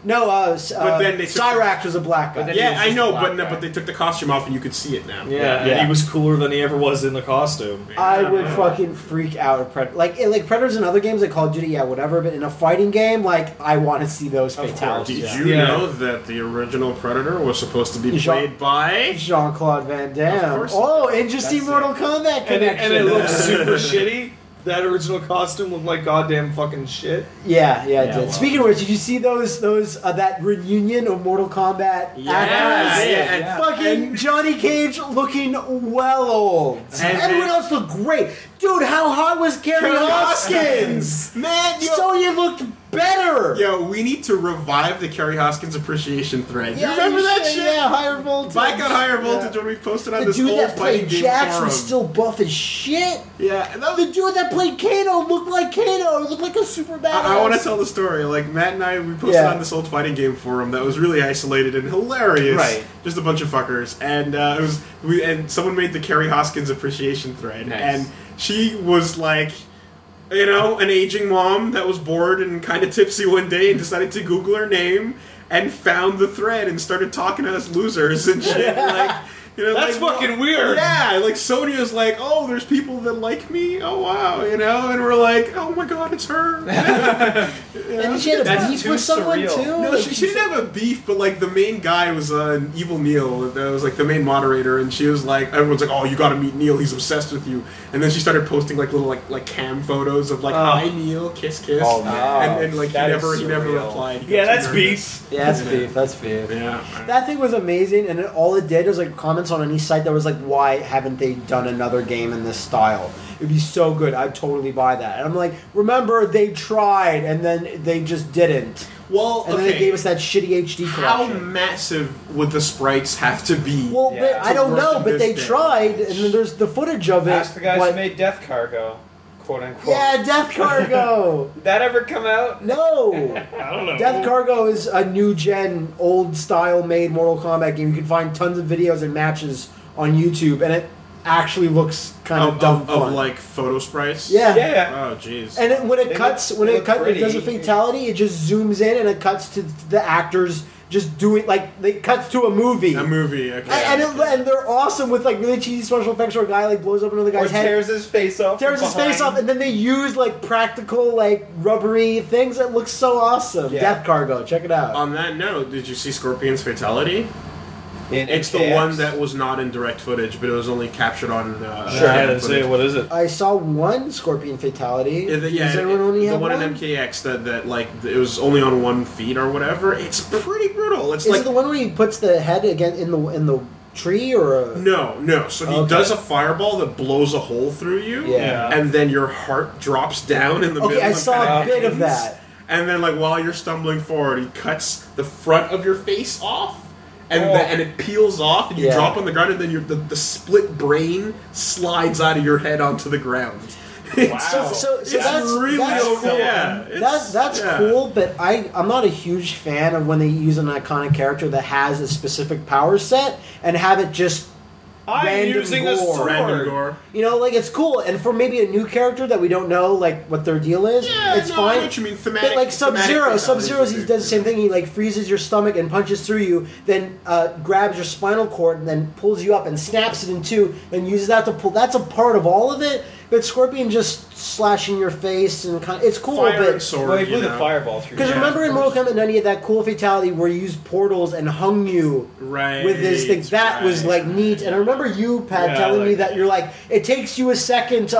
C: no. Uh, s-
A: But
C: uh,
A: then they took-
C: Cyrax was a black
D: But
C: guy.
D: then- he was
A: Yeah, I
D: just a
A: know,
D: black
A: but
D: guy.
A: but they took the costume off and you could see it now.
B: Yeah,
C: Yeah.
B: and he was cooler than he ever was in the costume.
C: I would
A: Yeah.
C: fucking freak out at Predator. Like it- like Predators in other games like Call of Duty, yeah, whatever. But in a fighting game, like I want to see those
B: Of
A: Did
C: fatalities.
B: course,
A: you
B: Yeah.
A: know that the original Predator was supposed to be
C: Jean-
A: played by?
C: Jean Claude Van Damme.
A: Of course.
C: oh, interesting
D: That's
C: Mortal Kombat
B: And it,
C: connection.
B: and it looked
C: <laughs>
B: super shitty. That original costume looked like goddamn fucking shit.
C: Yeah, yeah, it
D: Yeah,
C: did.
D: wow.
C: Speaking of which, did you see those those uh, that reunion of Mortal Kombat
A: Yeah,
C: actors?
A: yeah, and-
D: Yeah.
C: Fucking
A: and-
C: Johnny Cage looking well old.
A: And-
C: Everyone else looked great, dude. How hot was Gary Hoskins?
A: man, yo,
C: so you looked better.
A: yo, we need to revive the Kerry Hoskins appreciation thread.
C: Yeah,
A: you remember that
C: should-
A: shit?
C: Yeah, higher voltage.
A: Mike on higher voltage
C: Yeah.
A: when we posted on
C: The
A: this
C: dude
A: old
C: that
A: fighting
C: played
A: game
C: Jax
A: forum.
C: was still buff as shit.
A: yeah, and that
C: Oh, The dude that played Kano looked like Kano. Looked like a super badass.
A: I, I want to tell the story. Like Matt and I, we posted
C: Yeah.
A: on this old fighting game forum that was really isolated and hilarious.
D: Right.
A: just a bunch of fuckers, and uh, it was we and someone made the Carrie Hoskins appreciation thread,
D: Nice.
A: and she was like. You know, an aging mom that was bored and kind of tipsy one day and decided to Google her name and found the thread and started talking to us losers and shit. Like, you know,
B: That's
A: like,
B: fucking weird.
A: yeah, like Sonya's like, oh, there's people that like me. Oh wow, you know, and we're like, oh my god, it's her.
C: And she had a
D: That's
C: beef
D: too
C: with someone
D: surreal.
C: too.
A: no,
C: Like,
A: she, she didn't have a beef, but like the main guy was uh, an evil Neil. That was like the main moderator, and she was like, everyone's like, oh, you got to meet Neil. He's obsessed with you. And then she started posting like little like like cam photos of like,
B: Oh.
A: hi Neil, kiss kiss,
D: Oh, man.
A: and, and like he
D: That is
A: never he never
D: surreal.
A: replied. He
B: Yeah,
A: got too
B: that's
A: nervous.
B: beef.
C: Yeah, that's beef. That's beef.
A: Yeah.
C: That thing was amazing, and it, all it did was like comments on any site that was like, "Why haven't they done another game in this style? It'd be so good. I'd totally buy that." And I'm like, "Remember, they tried, and then they just didn't,
A: Well,
C: and then
A: okay.
C: they gave us that shitty HD
A: how
C: collection."
A: massive would the sprites have to be?
C: well,
D: Yeah.
C: but I
A: To
C: don't
A: work
C: know,
A: in
C: but
A: this
C: they
A: day.
C: tried, and then there's the footage of it.
D: Ask the guys
C: but-
D: who made Death Cargo, quote unquote.
C: yeah, Death
D: <laughs>
C: Cargo.
D: Did that ever come out?
C: no.
B: I don't know.
C: Death Cargo is a new gen, old style made Mortal Kombat game. You can find tons of videos and matches on YouTube, and it actually looks kind of,
A: of,
C: dumb
A: of,
C: fun.
A: of like photo sprites.
C: yeah.
D: Yeah.
A: Oh jeez.
C: And it, when it
D: They
C: cuts,
D: look-
C: when
D: they
C: it
D: look
C: cuts, it does a
D: pretty.
C: fatality. It just zooms in and it cuts to the actors just doing like it cuts to a movie.
A: A movie. Okay.
C: and, and, it, and they're awesome with like really cheesy special effects where a guy like blows up another
D: Or
C: guy's head,
D: tears his face off.
C: tears
D: from
C: his face
D: behind.
C: off, and then they use like practical like rubbery things that look so awesome.
D: Yeah.
C: Death Cargo, check it out.
A: On that note, did you see Scorpion's fatality?
D: In
A: It's the
D: MKX.
A: one that was not in direct footage, but it was only captured on. Uh,
B: Sure, I
A: hand
B: didn't
A: footage.
B: say what is it.
C: I saw one scorpion fatality.
A: Yeah, the, yeah,
C: Does everyone only
A: the
C: have
A: one,
C: one?
A: in MKX that, that like it was only on one feed or whatever. It's pretty brutal. It's
C: Is
A: like
C: it the one where he puts the head again in the in the tree or? A...
A: no, no. So he
C: Okay.
A: does a fireball that blows a hole through you,
C: Yeah.
A: and then your heart drops down in the
C: Okay,
A: middle.
C: I
A: and
C: saw a
A: kinda
C: bit of
A: pins.
C: that.
A: And then, like while you're stumbling forward, he cuts the front of your face off, and
D: Oh.
A: the, and it peels off, and you
C: Yeah.
A: drop on the ground, and then your the, the split brain slides out of your head onto the ground. <laughs> It's-
C: So, so,
A: it's
C: so that's
A: really
C: that's
A: over-
C: cool.
A: yeah,
C: That,
A: it's-
C: that's
A: yeah.
C: cool, but I I'm not a huge fan of when they use an iconic character that has a specific power set and have it just
B: I'm
C: Random
B: using a
C: gore.
B: sword.
A: Random gore.
C: you know like it's cool and for maybe a new character that we don't know like what their deal is
A: Yeah,
C: it's
A: no, I
C: fine
A: know what you mean. Thematic,
C: But like Sub
A: thematic
C: Zero,
A: fatalities
C: Sub Zero,
A: would
C: he
A: be
C: does the same
A: good.
C: thing. He like freezes your stomach and punches through you, then uh, grabs your spinal cord and then pulls you up and snaps it in two, and uses that to pull. That's a part of all of it. but Scorpion just slashing your face and kind it's cool,
A: Fire and
C: but
A: sword.
B: well, he
A: you
B: blew the
A: know?
B: fireball through.
C: because
B: you.
C: remember in Mortal Kombat 90 that cool fatality where you used portals and hung you
A: Right.
C: with this thing. That was
A: right.
C: like neat. And I remember you, Pat,
B: Yeah,
C: telling me
B: like-
C: that you're like, it takes you a second to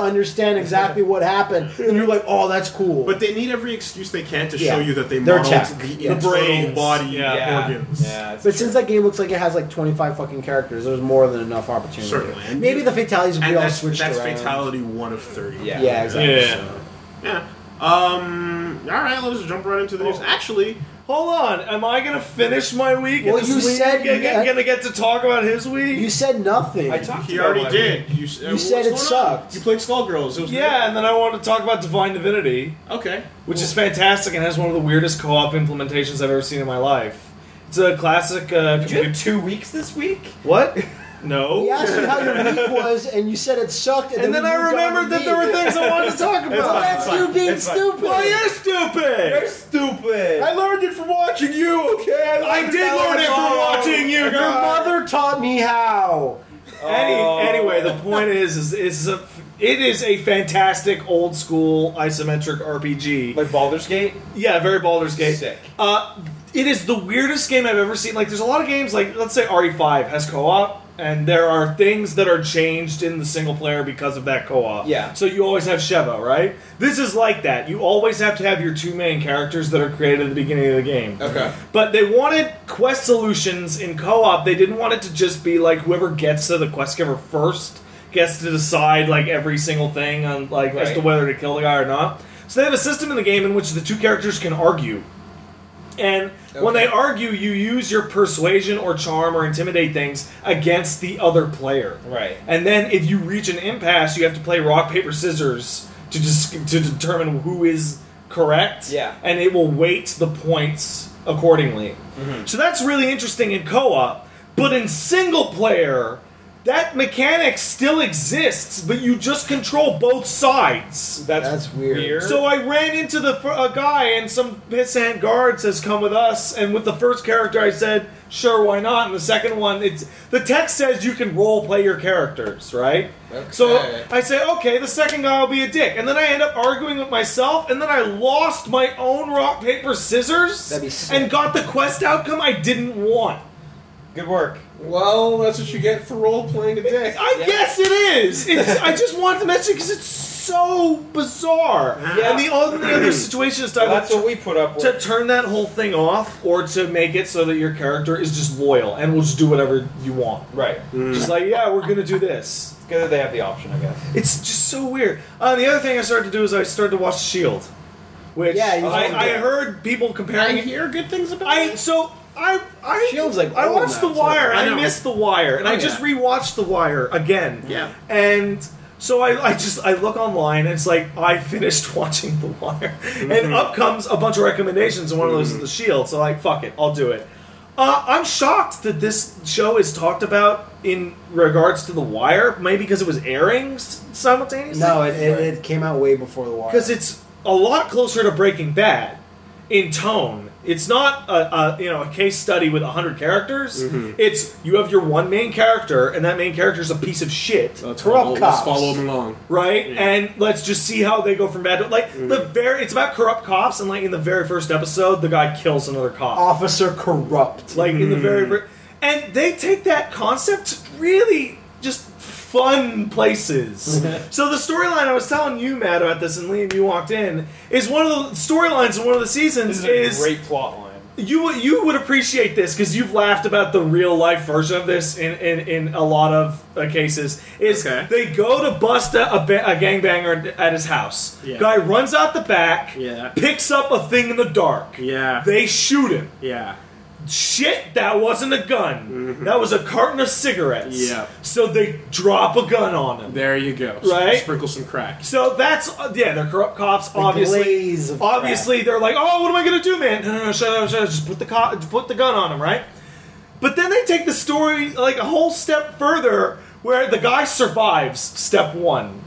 B: <laughs>
C: understand exactly what happened. And you're like, oh, that's cool.
A: But they need every excuse they can to show
C: Yeah.
A: you that they
C: They're
A: modeled
C: tech.
A: the
C: Yeah.
A: internal
B: Brains.
A: body
B: Yeah.
A: organs.
D: Yeah, it's
C: but since that game looks like it has like 25 fucking characters, there's more than enough opportunity.
A: Certainly. And
C: Maybe
A: you-
C: the fatalities would
A: And
C: be all
A: that's,
C: switched
A: that's
C: around.
A: fatality one of thirty.
D: Yeah.
C: Yeah, exactly.
B: Yeah.
A: So, yeah. Um. All right. Let's jump right into the news.
B: Oh.
A: Actually,
B: Hold on, am I gonna finish my week?
C: Well,
B: and
C: you
B: this week
C: said
B: I'm
C: that-
B: gonna get to talk about his week.
C: You said nothing.
D: I talked
A: he
D: about
A: already
D: what-
A: did. You, s- uh, what's
C: said it
A: going on?
C: sucked.
A: You played Skullgirls. It was
B: yeah, and then I wanted to talk about Divine Divinity,
A: Okay.
B: which is fantastic and has one of the weirdest co-op implementations I've ever seen in my life. It's a classic. Uh,
D: Did you have two weeks this week?
C: <laughs>
B: what? No.
C: He asked me how
B: <laughs>
C: your week was, and you said it sucked. And,
B: And then
C: we
B: I
C: moved on to
B: remembered that
C: me.
B: there were things I wanted
C: <laughs>
B: to talk
C: Well,
B: about.
C: that's you being
D: It's fine.
C: stupid.
B: Well, Oh, you're stupid.
D: <laughs> You're stupid.
A: I learned it from watching you. Okay.
B: I did learn it
C: Oh,
B: from watching you.
C: Your mother taught me how.
B: Any,
D: Oh.
B: Anyway, the point is, is, is a, it is a fantastic old school isometric RPG.
D: Like Baldur's Gate?
B: yeah, very Baldur's Gate.
D: Sick.
B: Uh, it is the weirdest game I've ever seen. Like, there's a lot of games, like, let's say RE5 has co op, and there are things that are changed in the single player because of that co op.
D: Yeah.
B: So you always have Sheva, right? This is like that. You always have to have your two main characters that are created at the beginning of the game.
D: Okay.
B: But they wanted quest solutions in co-op. They didn't want it to just be like whoever gets to the quest giver first gets to decide like every single thing on like as to
D: Right.
B: whether to kill the guy or not. So they have a system in the game in which the two characters can argue. And when
D: Okay.
B: they argue, you use your persuasion or charm or intimidate things against the other player.
D: Right.
B: And then if you reach an impasse, you have to play rock paper scissors to dis- to determine who is correct.
D: Yeah.
B: And it will weight the points accordingly.
D: Mm-hmm.
B: So that's really interesting in co-op, but in single player, that mechanic still exists, but you just control both sides.
D: That's,
C: That's weird.
B: So I ran into the fir- a guy, and some pissant guard says, "Come with us." And with the first character, I said, "Sure, why not?" And the second one, it's the text says you can role play your characters, right? So
D: Okay.
B: I say, "Okay, the second guy will be a dick," and then I end up arguing with myself, and then I lost my own rock paper scissors,
C: That'd be sick.
B: and got the quest outcome I didn't want.
D: Good work.
A: Well, that's what you get for role playing a dick.
B: I
D: Yeah.
B: guess it is. It's, I just wanted to mention because it's so bizarre.
D: Yeah.
B: And the other, the other situation is
D: Well,
B: talking
D: that's what we put up with.
B: to turn that whole thing off or to make it so that your character is just loyal and will just do whatever you want.
D: right.
B: Just like, yeah, we're gonna do this.
D: It's good that they have the option, I guess.
B: It's just so weird. Uh, the other thing I started to do is I started to watch Shield, which
C: Yeah, you
B: I,
C: told me.
B: I heard people comparing.
A: I
B: it-
A: hear good things about
B: I
A: it.
B: so I I
C: Shield's like
B: I
C: old
B: watched
C: now,
B: The
C: so-
B: Wire.
A: I
B: I,
A: know.
B: missed The Wire, and
A: Oh,
B: I just
A: yeah.
B: rewatched The Wire again.
A: Yeah.
B: and. So I, I just I look online and it's like I finished <laughs> watching The Wire
A: Mm-hmm.
B: and up comes a bunch of recommendations and one of those is The Shield so like fuck it I'll do it. Uh, I'm shocked that this show is talked about in regards to The Wire maybe because it was airing s- simultaneously.
C: No, it, it, it came out way before the wire.
B: because it's a lot closer to Breaking Bad in tone. It's not a, a you know a case study with hundred characters. It's you have your one main character, and that main character is a piece of shit,
A: Let's
C: Corrupt
A: follow, let's
C: cops.
A: follow him along.
B: right? And let's just see how they go from bad to like the very. It's about corrupt cops, and like in the very first episode, the guy kills another cop.
C: Officer Corrupt.
B: Like in the very, ver- and they take that concept to really just fun places. so the storyline I was telling you, Matt, about this, and Liam, you walked in, is one of the storylines in one of the seasons
D: This is
B: is
D: a great plot <laughs> line.
B: you would- you would appreciate this because you've laughed about the real life version of this in in, in a lot of uh, cases. Is
A: Okay.
B: they go to bust a, a, ba- a gangbanger at his house.
A: Yeah.
B: Guy runs out the back,
A: Yeah.
B: picks up a thing in the dark.
A: Yeah.
B: They shoot him
A: yeah.
B: shit, that wasn't a gun. That was a carton of cigarettes.
A: Yeah.
B: So they drop a gun on him.
A: There you go.
B: Right?
A: Sprinkle some cracks.
B: So that's uh, yeah, they're corrupt cops. Obviously,
C: glaze of
B: obviously they're like, oh, what am I gonna do, man? No, no, no, shut up, shut up. Just put the co- put the gun on him, right? But then they take the story like a whole step further, where the guy survives step one.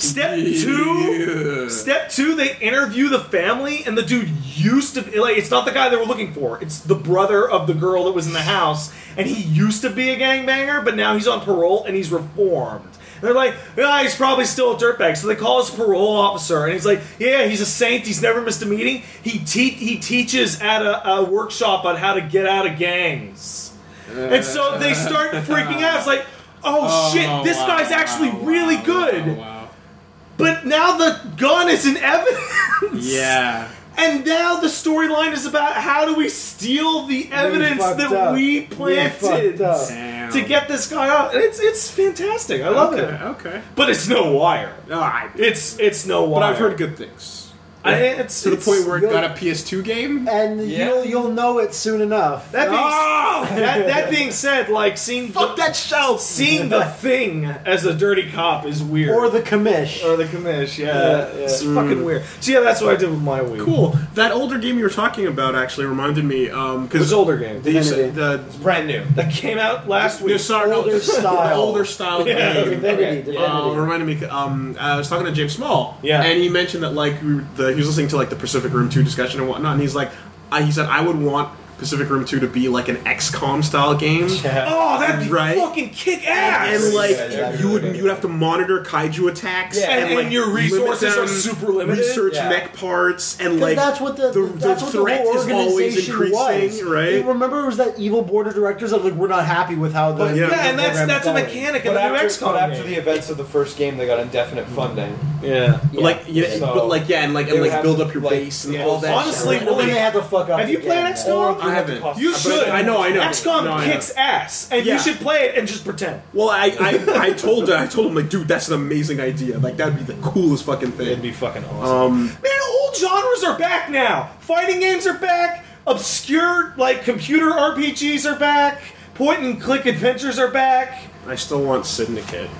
E: <laughs>
B: Step two,
A: Yeah.
B: step two, they interview the family, and the dude used to like it's not the guy they were looking for. It's the brother of the girl that was in the house, and he used to be a gangbanger, but now he's on parole and he's reformed. They're like, ah, he's probably still a dirtbag. So they call his parole officer, and he's like, yeah, he's a saint. He's never missed a meeting. He te- he teaches at a, a workshop on how to get out of gangs. And so they start freaking out. It's like,
E: <laughs>
B: oh, shit, this
E: wow,
B: guy's actually
E: wow,
B: really
E: wow,
B: good.
E: wow.
B: But now the gun is in evidence.
E: Yeah.
B: And now the storyline is about how do we steal the evidence
C: fucked
B: that
C: up.
B: we
C: We
B: planted
C: fucked up.
E: Damn.
B: to get this guy out. And it's it's fantastic. I love
A: okay,
B: it.
A: Okay.
B: But it's no wire.
A: No, I-
B: It's it's no wire.
A: but I've heard good things.
B: I, it's Eh.
A: To the point where it
C: really-
A: got a PS2 game.
C: and
D: Yeah.
C: you'll you'll know it soon enough.
B: that being,
A: Oh!
B: that, that being said, like seeing
A: Fuck
B: the,
A: that shelf.
B: seeing the thing as a dirty cop is weird.
C: or the commish.
B: or the commish. Yeah, Mm.
C: Yeah, yeah.
B: it's fucking weird. So yeah, that's what I did with my week.
A: Cool. That older game you were talking about actually reminded me
B: It was
A: because
B: older game.
A: the,
C: Divinity.
A: the
B: brand new. That came out last
A: no,
B: week.
A: sorry, no, <laughs>
C: Older
A: the
C: style.
A: older style
B: <laughs> Yeah.
A: game.
C: Divinity,
B: Okay.
C: divinity.
A: Um, reminded me. Um, I was talking to James Small,
B: Yeah.
A: and he mentioned that like we were, the, he was listening to like the Pacific Room Two discussion and whatnot, and he's like, I, he said I would want Pacific Room Two to be like an XCOM style game,
B: Oh, that'd be
A: Right?
B: fucking kick ass.
A: and like
D: Yeah, yeah,
A: you would
D: yeah.
A: you would have to monitor kaiju attacks,
D: Yeah.
B: and,
A: and, like
B: and your
A: limit
B: resources
A: them,
B: are super limited.
A: research
D: Yeah.
A: mech parts, and
C: 'Cause
A: like
C: that's what the,
A: the-
C: that's
A: the
C: what the
A: threat
C: whole
A: is always
C: organization was.
A: increasing, right?
C: You remember, it was that evil board of directors that like we're not happy with how the
A: But yeah.
C: the
B: yeah, and that's
C: program
B: that's a
C: is going.
B: mechanic in
D: But
B: the
D: after,
B: new
D: but
B: XCOM
D: after
B: game.
D: the events of the first game, they got indefinite funding.
B: yeah.
A: But like you know,
D: So-
A: but like yeah, and like and
D: They would
A: like
D: have
A: build
D: to,
A: up your
D: like,
A: base and
D: yeah.
A: all that.
B: Honestly,
A: shit.
C: And then they had to fuck up.
B: Have you played
C: again.
B: XCOM?
A: I haven't.
B: You should.
A: I know, I know.
B: XCOM
A: No, I know.
B: kicks ass, and
A: Yeah.
B: you should play it and just pretend.
A: Well, I, I, I told her, I told him like, dude, that's an amazing idea. Like that'd be the coolest fucking thing.
B: fucking awesome.
A: um,
B: Man, old genres are back now. Fighting games are back. Obscure like computer RPGs are back. Point and click adventures are back.
A: I still want Syndicate.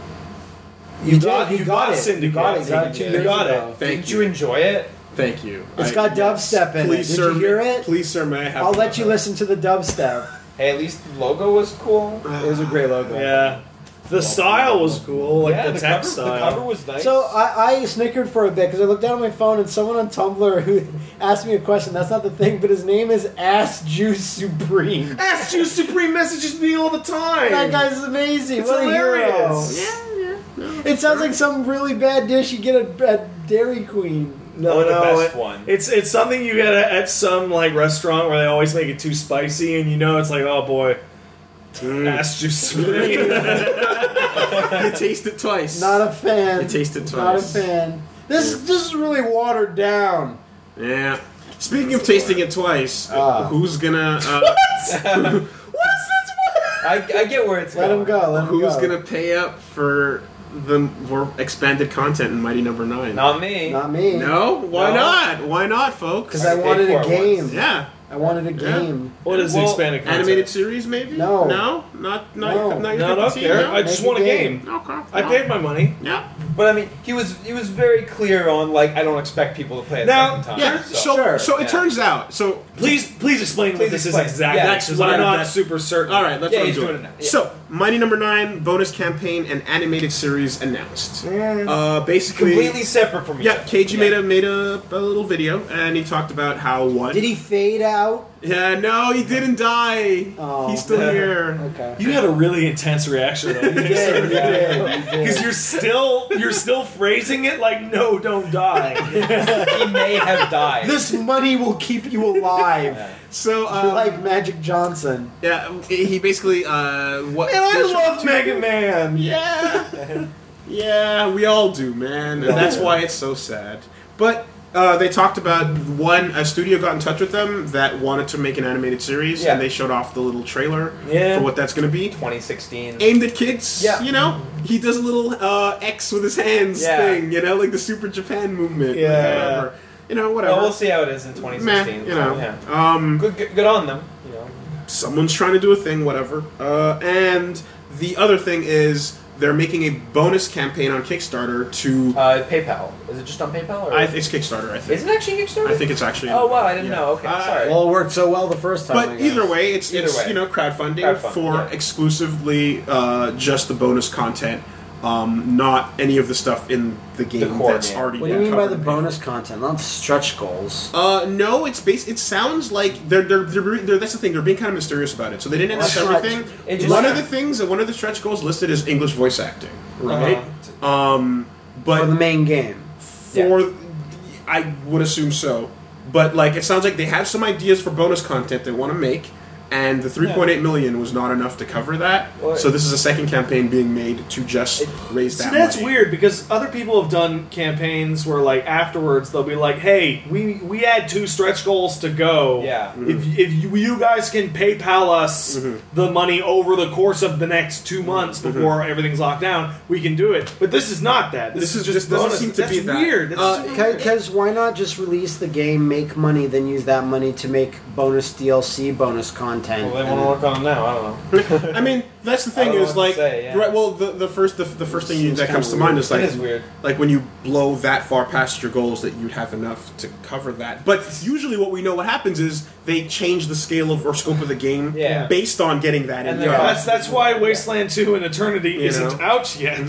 C: You
B: got-
C: did. You
B: you
C: got
B: got
C: it. You got it.
B: Syndicate.
C: two
B: You
C: years
B: got it.
C: ago.
A: Thank
D: Did
A: you.
D: you enjoy it?
A: Thank you.
C: It's
A: I-
C: got
A: yes.
C: dubstep in it.
A: Please,
C: Did
A: sir,
C: you hear it?
A: Please, sir, may I have?
C: I'll let you listen to the dubstep.
D: Hey, at least the logo was cool.
C: It was a great logo.
B: Yeah. The style was cool, like
D: yeah,
B: the,
D: the,
B: tech
D: cover, the
B: style.
D: cover was nice.
C: So I, I snickered for a bit because I looked down at my phone and someone on Tumblr who <laughs> asked me a question. That's not the thing, but his name is Ass Juice Supreme.
B: Ass Juice Supreme messages me all the time.
C: That guy's amazing.
B: It's
C: what
B: hilarious.
C: a hero! It sounds like some really bad dish you get at, at Dairy Queen.
D: Oh,
B: No,
D: the
B: no,
D: best
B: it-
D: one.
B: It's it's something you get at, at some like restaurant where they always make it too spicy, and you know it's like, oh boy,
D: Mm.
B: ass juice.
A: Mm. you
D: <laughs>
A: taste it twice.
C: Not a fan.
A: You tasted
C: Not a
A: twice.
C: fan. This this is really watered down.
A: yeah. Speaking of tasting it twice,
C: Ah.
A: who's gonna
C: <laughs>
A: uh,
D: I, I get where it's
C: Let
D: going.
C: him go. Let
A: <laughs>
C: him
A: who's
C: go.
A: gonna pay up for the more expanded content in Mighty Number Nine?
D: Not me.
C: Not me.
A: No? Why
D: No.
A: not? Why not, folks?
C: Because I
D: I paid
C: wanted
D: for
C: a
D: it
C: game.
A: Yeah.
C: I wanted a
A: Yeah.
C: game.
B: what is the
D: Well,
B: expanded content?
A: Animated series, maybe?
C: No.
A: No? Not, not,
C: No.
A: not your
B: No, I
A: cup of
B: don't
A: tea,
B: care.
A: no?
B: I just
C: Make a
B: want a
C: game.
B: game.
A: Okay.
B: I paid my money.
A: Yeah.
D: But I mean, he was he was very clear on like I don't expect people to play it
B: Now-
D: second time.
A: Yeah. So,
C: Sure.
A: so it
D: Yeah.
A: turns out. So,
B: Please, please explain what
D: Please
B: this
D: explain.
B: is exactly.
D: Yeah,
A: that's
B: because
A: what
B: I'm
A: I-
B: not
A: that's-
B: super certain.
A: all right, that's
D: Yeah,
A: what I'm
D: he's
A: doing.
D: doing it now. Yeah.
A: So, Mighty Number Nine bonus campaign and animated series announced. Uh, basically,
D: completely separate from each
A: Yeah,
D: other.
A: Keiji made a made a, a little video, and he talked about how one.
C: Did he fade out?
A: Yeah, no, he didn't die.
C: Oh.
A: He's still here.
C: Okay.
B: You had a really intense reaction though,
C: <laughs>
B: <laughs>
C: Yeah, yeah, yeah.
B: because you're still you're still phrasing it like, no, don't die.
D: <laughs> he may have died.
C: <laughs> This money will keep you alive.
A: So, uh,
C: You're like Magic Johnson.
A: yeah, he basically uh, what?
B: Man, I love Mega Man.
A: Yeah. yeah, we all do, man. And that's why it's so sad. But uh, they talked about one, a studio got in touch with them that wanted to make an animated series,
D: Yeah.
A: and they showed off the little trailer
B: Yeah.
A: for what that's going to be.
D: 2016.
A: Aimed at kids,
D: Yeah.
A: you know? He does a little uh, X with his hands
D: Yeah.
A: thing, you know? Like the Super Japan movement. like,
B: Yeah.
A: whatever. You know, whatever.
D: Well, we'll see how it is in
A: Meh,
D: 2016.
A: you know.
D: Yeah.
A: Um,
D: Good, good, good on them. You know.
A: someone's trying to do a thing, whatever. Uh, and the other thing is they're making a bonus campaign on Kickstarter to.
D: Uh, PayPal. Is it just on PayPal? Or
A: I, it's Kickstarter, I think.
D: is it actually Kickstarter?
A: I think it's actually.
D: Oh wow, I didn't
A: yeah.
D: know. Okay,
A: Uh,
D: sorry.
C: Well, it worked so well the first time. I
A: But
C: guess.
A: either way, it's
D: Either
A: it's
D: way.
A: you know crowdfunding,
D: Crowdfunding,
A: for
D: yeah.
A: exclusively uh, just the bonus content um, not any of the stuff in the game
D: core
A: that's
D: game.
A: already.
C: What do you
A: been
C: mean by
A: covered
C: the
A: and paid for.
C: bonus content? Not stretch goals.
A: Uh, no, it's bas It sounds like they're, they're they're they're that's the thing. They're being kind of mysterious about it. So they didn't announce
C: Well, that's
A: everything.
D: It just-
A: one of the things that one of the stretch goals listed is English voice acting, right? Um,
C: Uh-huh. For
A: but
C: the main game.
A: for I would assume so. But like it sounds like they have some ideas for bonus content they want to make, and the 3.8 million was not enough to cover that.
D: Well,
A: so this is a second campaign being made to just raise that.
B: See, that's
A: money.
B: weird because other people have done campaigns where, like, afterwards they'll be like, "Hey, we we had two stretch goals to go.
D: Yeah.
A: Mm-hmm.
B: if if you, you guys can PayPal us the money over the course of the next
A: Mm-hmm.
B: two months before everything's locked down, we can do it." But this is not that.
A: This
B: This, is
A: is
B: just
A: just- doesn't
B: bonus.
A: seem to
B: That's
A: be that.
B: weird. That's
A: Uh,
B: super weird.
C: Because why not just release the game, make money, then use that money to make bonus DLC, bonus content?
D: Well, they
C: and-
D: want to work on it now. I don't know.
A: <laughs> I mean, that's the thing
D: don't know
A: is
D: what to
A: like
D: say, yeah.
A: right. Well, the, the first the, the first thing you,
C: Seems
A: that comes to
C: kinda
A: mind is like
D: it is weird.
A: like when you blow that far past your goals that you'd have enough to cover that. But usually, what we know what happens is they change the scale of or scope of the game
D: Yeah.
A: based on getting that
D: And
A: in.
D: then
A: there.
B: That's that's why Wasteland Two and Eternity
A: You
B: isn't
A: know?
B: out yet.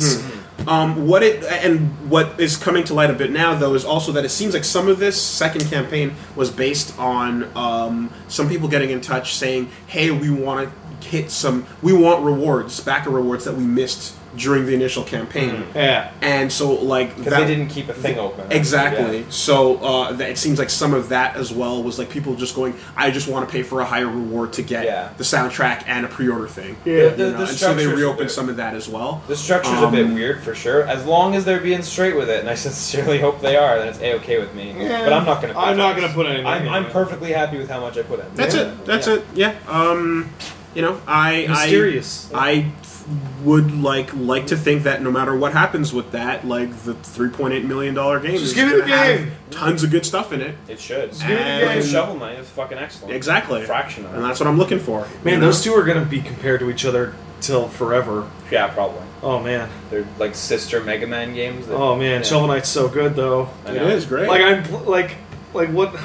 A: Um, what it and what is coming to light a bit now, though, is also that it seems like some of this second campaign was based on um, some people getting in touch saying, "Hey, we want to hit some, we want rewards, backer rewards that we missed during the initial campaign."
B: <laughs> Yeah.
A: And so, like
D: Because Mm-hmm. they didn't keep a thing open.
A: exactly.
D: Yeah.
A: So uh, that it seems like some of that as well was like people just going, "I just want to pay for a higher reward to get
D: Yeah.
A: the soundtrack and a pre-order thing."
B: Yeah.
A: You
D: The,
A: know,
D: the, the
A: and so they
D: structure's
A: reopened
D: weird.
A: some of that as well.
D: The structure's a
C: Um,
D: bit weird for sure. As long as they're being straight with it, and I <laughs> sincerely hope they are, then it's a okay with me.
A: Yeah.
D: But I'm not gonna. put
B: I'm not
D: this.
B: gonna put anything
D: I'm,
B: in
D: I'm
B: it.
D: perfectly happy with how much I put in.
A: That's
D: Yeah.
A: it. That's
D: Yeah.
A: it. Yeah. Um, you know, I
B: Mysterious.
A: I, I would like like to think that no matter what happens with that, like the three point eight million dollar game
B: Just
A: is
B: give it a
A: gonna have
B: game.
A: tons of good stuff in it.
D: It should.
A: give it a
D: Like
A: game.
D: Shovel Knight is fucking excellent.
A: Exactly.
D: Fraction of
A: And
D: it.
A: that's what I'm looking for.
B: Man,
A: you know?
B: those two are gonna be compared to each other till forever.
D: Yeah, probably.
B: Oh man.
D: They're like sister Mega Man games. That,
B: Oh man.
D: Yeah.
B: Shovel Knight's so good though.
D: I
A: It
D: know.
A: is great.
B: Like I'm pl- like like what?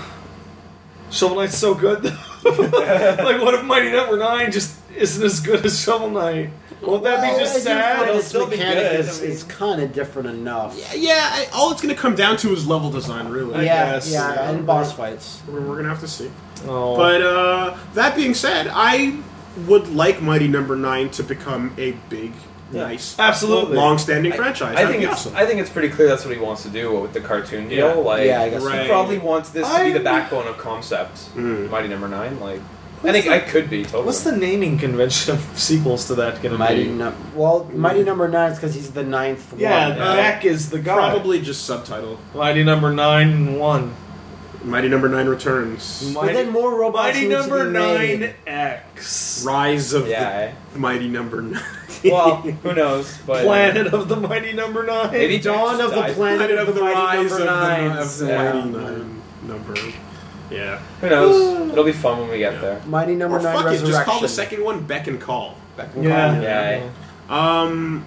B: Shovel Knight's so
A: <laughs>
B: good though. like what if Mighty Number Nine just isn't as good as Shovel Knight? Won't that be
C: Well, I
B: just
C: do
B: sad?
C: find
D: It'll
C: its
D: still be
C: mechanic
D: good,
C: is,
D: I mean-
C: is kind of different enough.
A: yeah, yeah I, all it's gonna come down to is level design, really.
B: I
C: yeah,
B: guess,
C: yeah,
B: yeah.
C: and boss fights.
A: We're, we're gonna have to see.
B: Oh.
A: But uh, that being said, I would like Mighty Number Nine to become a big,
D: Yeah.
A: nice,
B: Absolutely.
A: long-standing franchise.
D: I
A: That'd
D: think
A: be
D: it's.
A: awesome.
D: I think it's pretty clear that's what he wants to do with the cartoon deal.
B: Yeah.
D: Like,
C: Yeah, I guess
A: so.
D: he
A: Right.
D: probably wants this to be the
B: I'm-
D: backbone of concept.
C: Mm.
D: Mighty Number Nine. Like, I
B: What's
D: think
B: the-
D: I could be totally.
B: What's the naming convention of <laughs> sequels to that gonna
C: Mighty
B: be?
C: no- well, Mighty Number Nine is because he's the ninth
B: yeah,
C: one.
A: Uh,
B: Beck is the guy.
A: Probably just subtitle.
B: Mighty Number Nine and One.
A: Mighty Number Nine returns.
C: But then more robots
B: Mighty
C: need to
B: Number
C: be made.
B: Nine X.
A: Rise of
D: Yeah.
A: the Mighty Number Nine.
B: <laughs>
D: eh? Well, who knows? But
B: Planet of the Mighty Number Nine.
D: Maybe
C: Dawn of the
D: Died.
C: Planet of the Mighty Number Nine.
A: of the
D: Yeah.
A: Mighty Nine number. Yeah.
B: <sighs>
D: Who knows? It'll be fun when we get
A: Yeah.
D: there.
C: Mighty Number
A: or
C: Nine
A: fuck it,
C: Resurrection.
A: just call the second one Beck and Call. Beck and
B: Yeah.
D: Yeah.
A: Call. Um,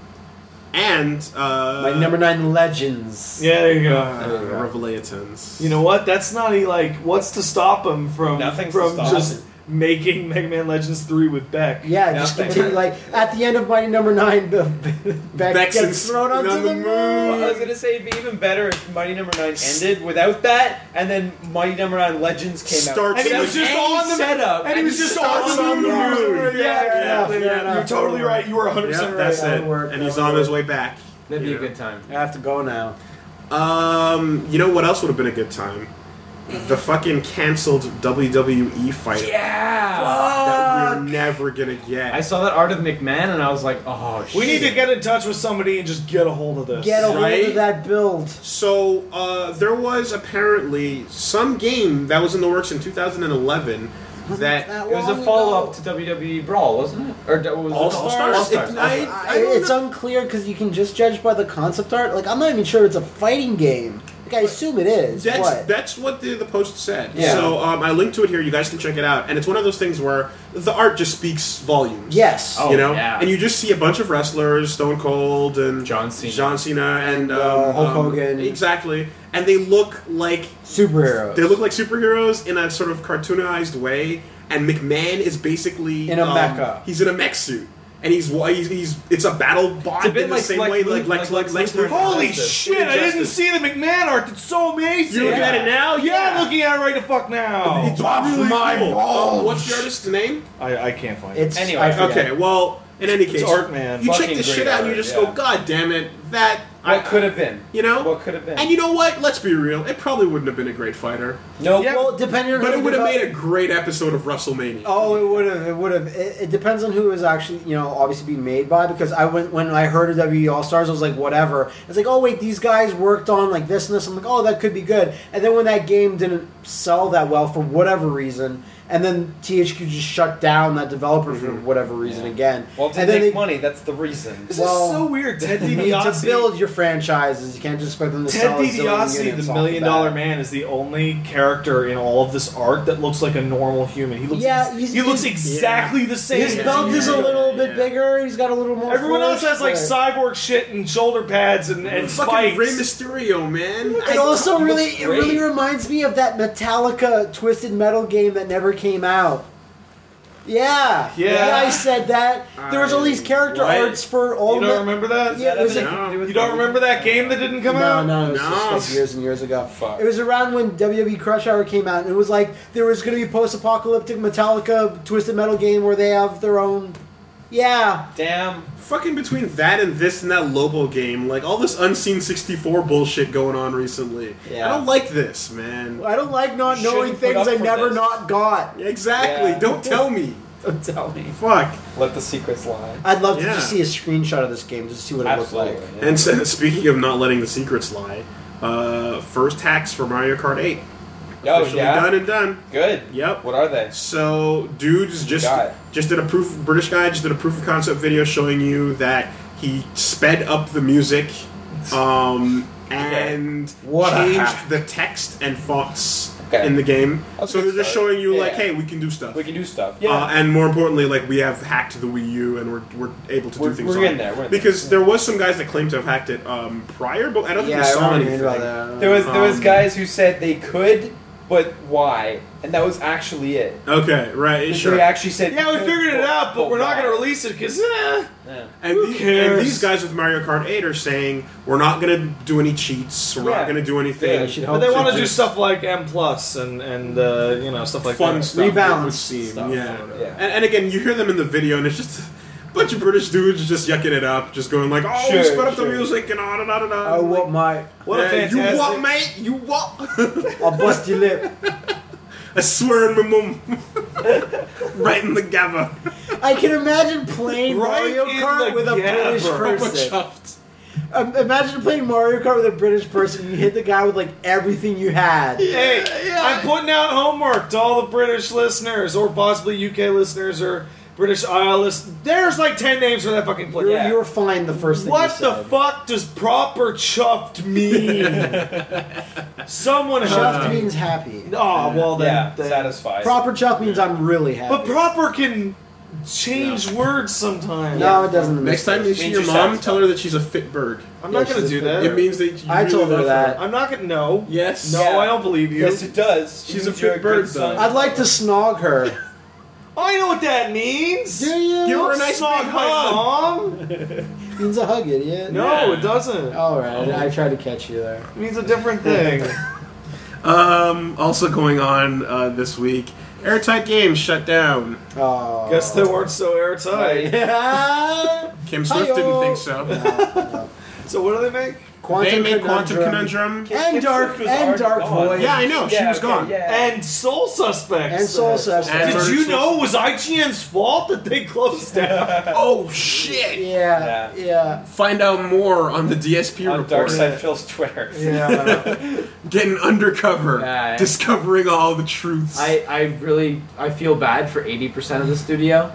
A: and uh,
C: Mighty Number Nine Legends.
B: Yeah, there you go.
A: Uh, Revelations.
B: You know what? That's not a, like what's to stop him from
D: Nothing's
B: from
D: to stop
B: just
C: him.
B: making Mega Man Legends three with Beck.
C: Yeah, just
D: Nothing.
C: continue. Like at the end of Mighty Number Nine, the <laughs> Beck
A: Beck's
C: gets thrown onto the, moon.
D: Well, I was gonna say it'd be even better if Mighty Number Nine ended without that, and then Mighty Number Nine Legends came out.
A: Starts
B: And he was just on the
D: setup,
B: and he was just on
A: starts
B: the
A: on
B: moon.
A: the moon.
B: Yeah,
C: Yeah,
B: exactly.
C: yeah, fair
B: Yeah, You're
C: enough.
B: totally right. You were 100
A: Yep,
B: percent right.
A: that's
C: That'll
A: it.
C: work,
A: and he's
C: that'll
A: on his way
C: work.
A: back.
D: That'd be
A: you
D: a
A: know.
D: good time.
C: I have to go now.
A: Um, you know what else would have been a good time? The fucking canceled WWE fight
D: Yeah.
A: that we're never gonna get.
D: I saw that art of McMahon, and I was like, oh shit.
B: We need to get in touch with somebody and just get a hold of this.
C: Get a hold
A: Right?
C: of that build.
A: So uh, there was apparently some game that was in the works in 2011 that,
C: That
D: It was
C: long
D: a follow
C: ago.
D: up to WWE Brawl, wasn't it? Or d- what was
A: All
D: it?
A: Stars?
D: All-Stars.
A: Ignite?
D: All-Stars.
A: I don't
C: it's
A: know.
C: unclear because you can just judge by the concept art. Like, I'm not even sure it's a fighting game. Like, I assume it is.
A: that's
C: but
A: that's what the, the post said.
C: Yeah.
A: So um, I linked to it here. You guys can check it out. And it's one of those things where the art just speaks volumes.
C: yes,
D: Oh.
A: you know,
D: yeah.
A: and you just see a bunch of wrestlers, Stone Cold and
D: John Cena.
A: John Cena and um,
C: uh, Hulk
A: um,
C: Hogan.
A: exactly. And they look like
C: superheroes.
A: They look like superheroes in a sort of cartoonized way, and McMahon is basically
C: In a
A: um,
C: mecha.
A: He's in a mech suit. and he's wa- he's, he's it's a battle bot
D: It's a bit
A: in the
D: like
A: same
D: Lex
A: way
D: Luth-
A: like Lex
D: like
A: Lex,
D: Lex
A: Lex Luthor.
D: Luthor.
B: Holy
D: Justice.
B: shit! I didn't
A: Injustice.
B: see the McMahon art. That's so amazing.
A: You're looking at it now?
B: Yeah,
A: Yeah.
B: I'm looking at it right the fuck now.
A: It's really
E: my
A: cool.
E: balls.
A: Um, what's the artist's name?
B: I, I can't find
C: It's
B: it.
E: Anyway,
C: I forget.
A: Okay, well, in any case,
B: Art Man.
A: You check
E: Fucking
A: this
E: great
A: shit out, and you
E: art,
A: just
E: yeah.
A: go, God damn it, that
D: What could have been?
A: you know.
D: What could have been?
A: And you know what? Let's be real. It probably wouldn't have been a great fighter,
E: No,
B: Yeah.
C: Well, depending on
A: but
C: who
A: it would have made
C: develop-
A: a great episode of WrestleMania.
C: <laughs> Oh, it would have. It would have. It, it depends on who it was actually, you know, obviously being made by. Because I went when I heard of WWE All Stars, I was like, whatever. It's like, oh wait, these guys worked on like this and this. I'm like, oh, that could be good. And then when that game didn't sell that well for whatever reason, and then THQ just shut down that developer for
B: Mm-hmm.
C: whatever reason again.
E: well, to
C: and
E: make
C: then
E: money, that's the reason.
B: This
C: well,
B: is so
C: <laughs>
B: weird. Ted
C: you need to
B: DiBiase.
C: build your franchises. You can't just expect them to
B: Ted
C: sell. a zillion
B: DiBiase,
C: units
B: the
C: off bat.
B: Million Dollar Man, is the only character in all of this art that looks like a normal human. He looks.
C: Yeah, he's-
B: he looks
C: he's-
B: exactly the same.
C: His
B: as
C: belt
B: he
C: is a
B: did.
C: little
A: Yeah.
C: bit bigger. He's got a little more.
B: Everyone else
C: flesh,
B: has like
C: but-
B: cyborg shit and shoulder pads and, and
A: fucking
B: spikes.
A: Rey Mysterio, man.
C: It
A: I-
C: also really it really
E: great.
C: reminds me of that Metallica Twisted Metal game that never came out. Yeah,
B: Yeah.
C: I said that. There was all these character
A: I-
C: arts for all.
B: You
C: the-
B: don't remember that?
C: Yeah, it was
E: That
C: like,
E: had nothing to do with
B: You don't
D: E
E: the-
B: remember that game that didn't come
C: no,
B: out?
C: no, it was
A: No.
C: just like years and years ago.
E: Fuck.
C: It was around when WWE Crush Hour came out, and it was like there was going to be post-apocalyptic Metallica Twisted Metal game where they have their own. Yeah,
E: Damn.
A: fucking between that and this and that Lobo game, like all this unseen 64 bullshit going on recently.
C: Yeah.
A: I don't like this, man.
C: I don't like not
E: You
C: knowing
E: shouldn't put
C: things
E: up
C: I
E: for
C: never
E: this.
C: not got.
A: Exactly.
E: Yeah.
A: Don't tell me.
C: Don't tell me.
A: Fuck.
E: Let the secrets lie.
C: I'd love to
A: Yeah.
C: just see a screenshot of this game just to see what it looks like.
E: Absolutely. yeah.
A: And <laughs> so, speaking of not letting the secrets lie, uh, first hacks for Mario Kart 8.
E: oh
A: Officially
E: yeah.
A: done and done.
E: Good.
A: Yep.
E: What are they?
A: So, dudes just
E: Guy.
A: just did a proof. British guy just did a proof of concept video showing you that he sped up the music, um, and
C: What a hack.
A: changed the text and fonts
E: Okay.
A: in the game.
E: That's
A: So
E: good
A: they're just
E: start.
A: showing you like,
E: Yeah.
A: hey, we can do stuff.
E: We can do stuff.
A: Uh, and more importantly, like we have hacked the Wii U, and we're, we're able to
E: We're-
A: do things.
E: we're
A: on
E: in
A: it.
E: there, we're in
A: because there was some guys that claimed to have hacked it um, prior, but I don't think they
C: Yeah,
A: saw
C: I remember
A: anything.
C: hearing about that.
E: There was there was
A: Um,
E: guys who said they could, but why? And that was actually it.
A: Okay, right, sure.
E: They actually said
B: Yeah, we
E: could,
B: figured it out, but we're not
E: why?
B: going to release it because. Eh.
E: Yeah.
A: And,
B: Who
A: the- and
B: cares?
A: these guys with Mario Kart 8 are saying we're not going to do any cheats. We're
E: Yeah.
A: not going to do anything.
E: Yeah,
C: should
B: But they
C: hope
B: want
C: so.
B: to do stuff like M plus and and uh, you know stuff like
A: fun
B: that.
A: stuff.
C: Rebalance
A: it would seem,
C: stuff.
A: Yeah.
E: Yeah.
A: And, and again, you hear them in the video, and it's just a bunch of British dudes just yucking it up, just going like, "Oh,
E: Sure,
A: we sped up
E: sure.
A: the music and on and on and on."
C: I want Oh, my.
B: What a
A: Yeah,
B: fantastic!
A: You what, mate? You <laughs> what?
C: I'll bust your lip.
A: I swear in my mum. <laughs> right in the gabba.
C: I can imagine playing
B: Right
C: Mario
B: in
C: Kart
B: the
C: with a British
B: gabber. Oh
A: <laughs>
C: person. Um, imagine playing Mario Kart with a British person. You hit the guy with like everything you had.
B: Hey, I'm putting out homework to all the British listeners, or possibly UK listeners, or British Isle listeners. There's like ten names for that fucking
C: You were,
B: place.
E: Yeah.
C: you were fine the first thing.
B: What
C: you
B: the
C: said.
B: fuck does proper chuffed mean? Someone help
C: Chuffed
B: me.
C: means happy.
B: Oh well, then.
E: Yeah,
B: then-
E: satisfied.
C: Proper chuff means I'm really happy.
B: But proper can change words sometimes.
C: No, it doesn't. in this
A: Next time you
C: case.
A: see
E: Means
A: your
E: you're
A: mom,
E: satisfied.
A: tell her that she's a fit bird.
B: I'm
C: Yeah,
B: not gonna
C: she's
B: do
C: a
B: that.
A: It means that you
C: I
A: really
C: told her
A: love
C: that.
B: I'm not gonna. No.
A: Yes.
B: No,
E: Yeah.
B: I don't believe you.
E: Yes, it does.
A: She's
E: You
A: a
E: do
A: fit
E: good
A: bird,
E: son.
A: though.
C: I'd like to snog her.
B: I know what that means.
C: Do you?
A: Give her
B: Don't
A: a nice
B: snog
A: big
B: my
A: hug.
B: mom.
C: means a hug, idiot.
B: No, it doesn't.
C: All right, I tried to catch you there.
B: It means a different thing.
A: Um, also going on uh, this week, Airtight Games shut down.
C: Oh.
B: Guess they
C: <laughs>
B: weren't so airtight.
C: Yeah.
A: Kim Swift didn't
C: Hi-yo.
A: think so.
B: So what do they make?
C: Quantum
A: they made Quantum
C: Conundrum.
A: Conundrum.
C: and dark
E: Gibson was
C: and
E: already
C: dark
E: gone.
C: void.
A: Yeah, I know. she
E: Yeah,
A: was
E: okay,
A: gone.
E: yeah.
B: And Soul Suspects.
C: and soul suspect.
A: And-
B: Did you know it was IGN's fault that they closed
A: <laughs>
B: down?
A: Oh shit!
C: Yeah,
E: Yeah.
A: <laughs>
C: yeah,
A: Find out more on the DSP
E: on
A: report.
E: Dark Side Phil's Twitter.
C: yeah.
A: Getting undercover,
D: Yeah, yeah.
A: discovering all the truths.
D: I, I really I feel bad for eighty percent of the studio,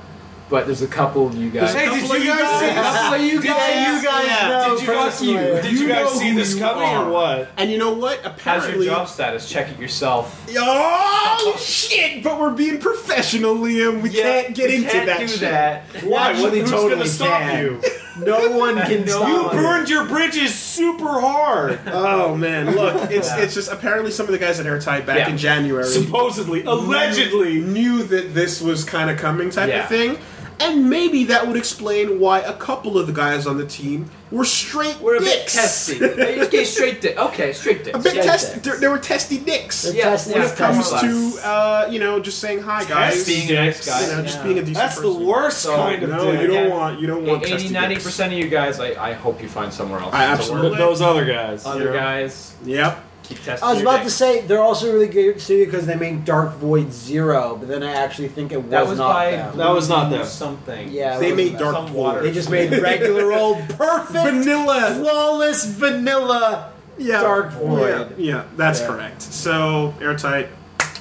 D: but there's a couple of you guys.
A: Hey, did you guys see
D: couple of you
C: Yeah,
D: guys.
C: you guys know.
B: Did you, guys,
C: personally.
B: did you
A: You
B: guys
A: know
B: see
A: who
B: this
A: you
B: coming
A: are.
B: or what?
A: <laughs> and you know what?
E: How's your
A: Apparently,
E: job status? Check it yourself.
A: oh shit! But we're being professional, Liam. We can't get
E: we
A: into
E: can't
A: that.
E: do
A: shit.
E: that.
B: Watch,
C: Actually,
B: who's
C: totally
B: gonna stop
C: can.
B: you?
C: No one can
E: No
C: stop
B: You
C: it.
B: burned your bridges super hard.
A: Oh man, look, it's it's just apparently some of the guys at Airtight back
D: Yeah.
A: in January
B: Supposedly, allegedly,
A: knew that this was kind of coming type
D: Yeah.
A: of thing. And maybe that would explain why a couple of the guys on the team were straight
E: We're a bit
A: dicks. <laughs>
E: testy. okay, straight dick. Okay, straight dick.
A: A bit
E: Straight
A: test.
E: dicks.
A: They they were testy dicks.
C: They're
E: Yeah,
C: testing
E: when
A: When
E: it's
A: it
E: test
A: comes
E: us.
A: to uh, you know just saying hi, guys,
B: Testing
A: you
D: Being nice
B: dicks.
D: guys.
A: know, just
E: Yeah.
A: being a decent
B: That's the
A: person.
B: worst
D: So,
B: kind of
A: No,
B: dick.
A: you don't
D: Yeah.
A: want you don't want testy
D: 80,
A: dicks.
D: 90% of you guys, I, I hope you find somewhere else.
A: I
D: to
A: absolutely-
D: work.
F: those other guys.
D: Other guys,
A: Yep.
D: keep testing.
C: I was
D: your
C: about to
D: dicks.
C: say they're also really good studio because they make Dark Void Zero, but then I actually think it was,
D: That was
C: not
D: by
C: them.
F: That was not them.
D: Something.
C: Yeah, it
A: They
C: wasn't
A: made
C: them.
A: Dark
D: Some
A: Void.
D: water.
C: They just made regular old perfect
A: vanilla.
C: flawless vanilla.
A: Yeah.
C: Dark Void.
A: Yeah, yeah, that's
C: Yeah.
A: correct. So airtight.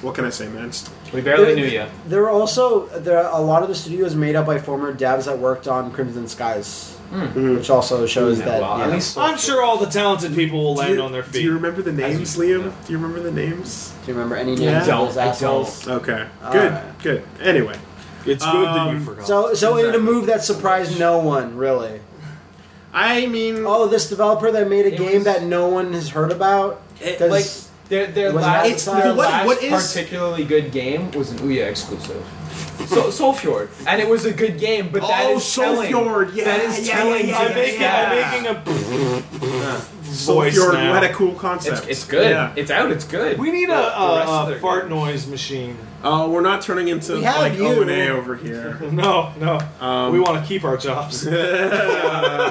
A: What can I say, man? It's-
D: We barely
C: There-
D: knew you.
C: There are also there are a lot of the studio is made up by former devs that worked on Crimson Skies, which also shows
D: Hmm. Yeah,
C: that.
D: well,
C: you
D: at
C: know,
D: least
B: I'm sure all the talented people will
A: do
B: land
A: you,
B: on their
A: Do you
B: feet.
A: remember the
D: As
A: names,
D: you-
A: Liam? Do you remember the names?
C: do you remember any names?
A: Yeah.
C: of
D: Don't,
C: those
D: I
C: assholes?
D: don't.
A: Okay.
C: All
A: good.
C: right.
A: Good. Anyway.
F: It's good that you
A: Um,
F: forgot.
C: So, so in a
D: Exactly.
C: move that surprised no one really.
A: I mean,
C: Oh, this developer that made a
D: It
C: game
D: was-
C: that no one has heard about.
D: It,
C: 'Cause-
D: like their their
C: Was
D: last,
C: that It's-
D: their
A: what-
D: last
A: what is-
D: particularly good game was an Ouya exclusive. So Soulfjord, and it was a good game, but that
A: Oh,
D: is telling.
A: Soulfjord, yeah,
D: that is
A: yeah,
D: telling.
A: yeah,
D: to
A: yeah,
B: I'm
D: the
B: making,
D: staff.
B: I'm making a.
A: Voice
F: Voice
A: Fjord,
F: now.
A: what a cool concept.
D: It's, it's good.
A: Yeah.
D: It's out. It's good.
B: We need a,
D: The- the rest
B: a,
D: of
B: a
D: their
B: fart
D: games.
B: noise machine. <laughs>
A: Oh, we're not turning into
C: We have
A: like
C: you.
A: O and A over here.
B: <laughs> No, no.
A: Um,
B: we want to keep our jobs.
A: Uh,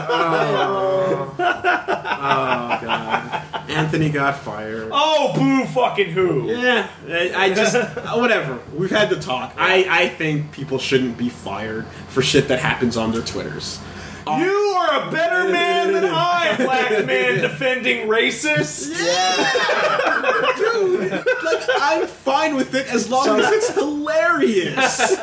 A: oh, oh, God. Anthony got fired.
B: oh, boo, fucking who?
A: Yeah, I, I <laughs> just whatever. We've had the talk. I I think people shouldn't be fired for shit that happens on their twitters.
B: You
A: Oh.
B: are a better man
A: <laughs>
B: than I, black man defending racists.
A: Dude, like I'm fine with it as long as <laughs> it's hilarious.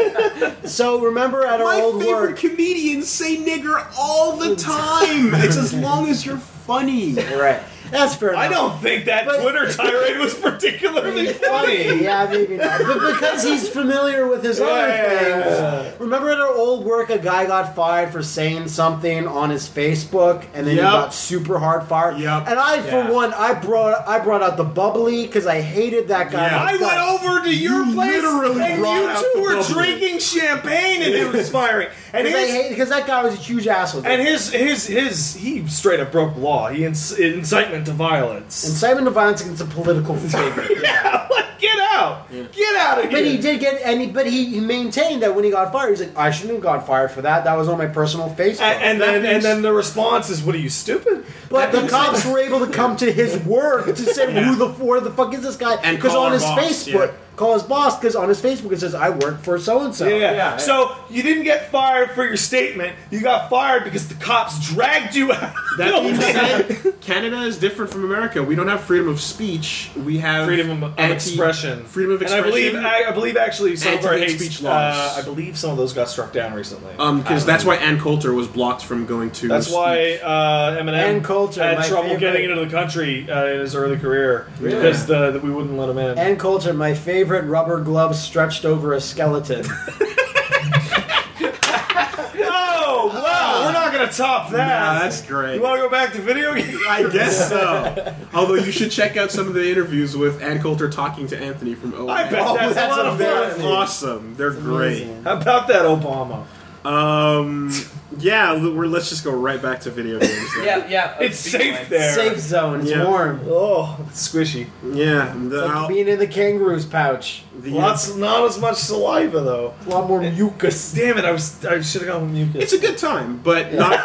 C: So remember at our
A: My
C: old
A: favorite
C: work.
A: comedians say nigger all the time. it's <laughs> as long as you're funny. <laughs>
C: Right. That's fair.
B: I
C: enough.
B: don't think that
C: But-
B: Twitter tirade was particularly <laughs> funny.
C: Yeah,
B: <laughs>
C: maybe not. But because he's familiar with his other things. Remember at our old work, a guy got fired for saying something on his Facebook, and then he
A: Yep.
C: got super hard fired.
A: Yep.
C: And I,
F: Yeah.
C: for one, I brought I brought out the bubbly because I hated that guy.
A: Yeah.
B: I went over to your
A: You
B: place
A: literally
B: and
A: brought
B: you
A: out
B: two
A: the
B: were
A: bubbly.
B: drinking champagne and it was firing. And his
C: because that guy was a huge asshole.
B: and his his his he straight up broke law. He inc- incitement to violence.
C: incitement to violence against a
B: <laughs>
C: political figure.
B: yeah, like get out, get out of
C: But he
B: here.
C: did get, and he, but he, he maintained that when he got fired, he's like, I shouldn't have got fired for that. That was on my personal Facebook.
B: And, and then and then the response is, "What are you stupid?"
C: But the cops were able to come to his work to say who the where the fuck is this guy?
A: And
C: Because
A: call
C: on
A: our
C: his
A: boss,
C: Facebook,
A: yeah.
C: call his boss because on his Facebook it says I work for so and so.
B: Yeah.
D: Yeah.
B: So you didn't get fired for your statement. You got fired because the cops dragged you out.
A: That being <laughs>
B: No,
A: said, Canada is different from America. We don't have freedom of speech. We have
B: freedom of, of
A: anti-
B: expression.
A: Freedom of
B: And I
A: expression.
B: believe I, I believe actually some of our
A: Anti-hate
B: hate
A: speech
B: speech
A: laws.
B: laws. Uh, I believe some of those got struck down recently.
A: because Um, that's why Ann Coulter was blocked from going to.
B: That's why uh, Eminem
C: And Coulter,
B: had
C: my
B: trouble
C: favorite.
B: getting into the country uh, in his early career
D: Really?
B: because the, that we wouldn't let him in.
C: And Coulter, my favorite rubber glove stretched over a skeleton.
B: oh wow, we're not gonna top
A: Ah. Nah,
B: that.
A: that's great.
B: you want to go back to video games? <laughs>
A: I guess so. <laughs> Although you should check out some of the interviews with Ann Coulter talking to Anthony from O. Oh,
B: I bet that's, a lot of
A: they're
B: fun.
A: awesome. They're great.
C: Amazing.
B: How about that, Obama?
A: Um, yeah, l- we're, let's just go right back to video games. then.
E: Yeah, yeah.
B: It's
E: being
B: safe
E: like-
B: there.
C: <laughs> Safe zone, it's
A: Yeah.
C: warm.
B: Oh, it's squishy.
A: yeah. The,
C: Like being in the kangaroo's pouch.
A: the-
B: Lots, not as much saliva though.
C: A lot more mucus.
B: Damn it! I was, I should have gone with mucus.
A: It's a good time, but
C: <laughs>
A: not.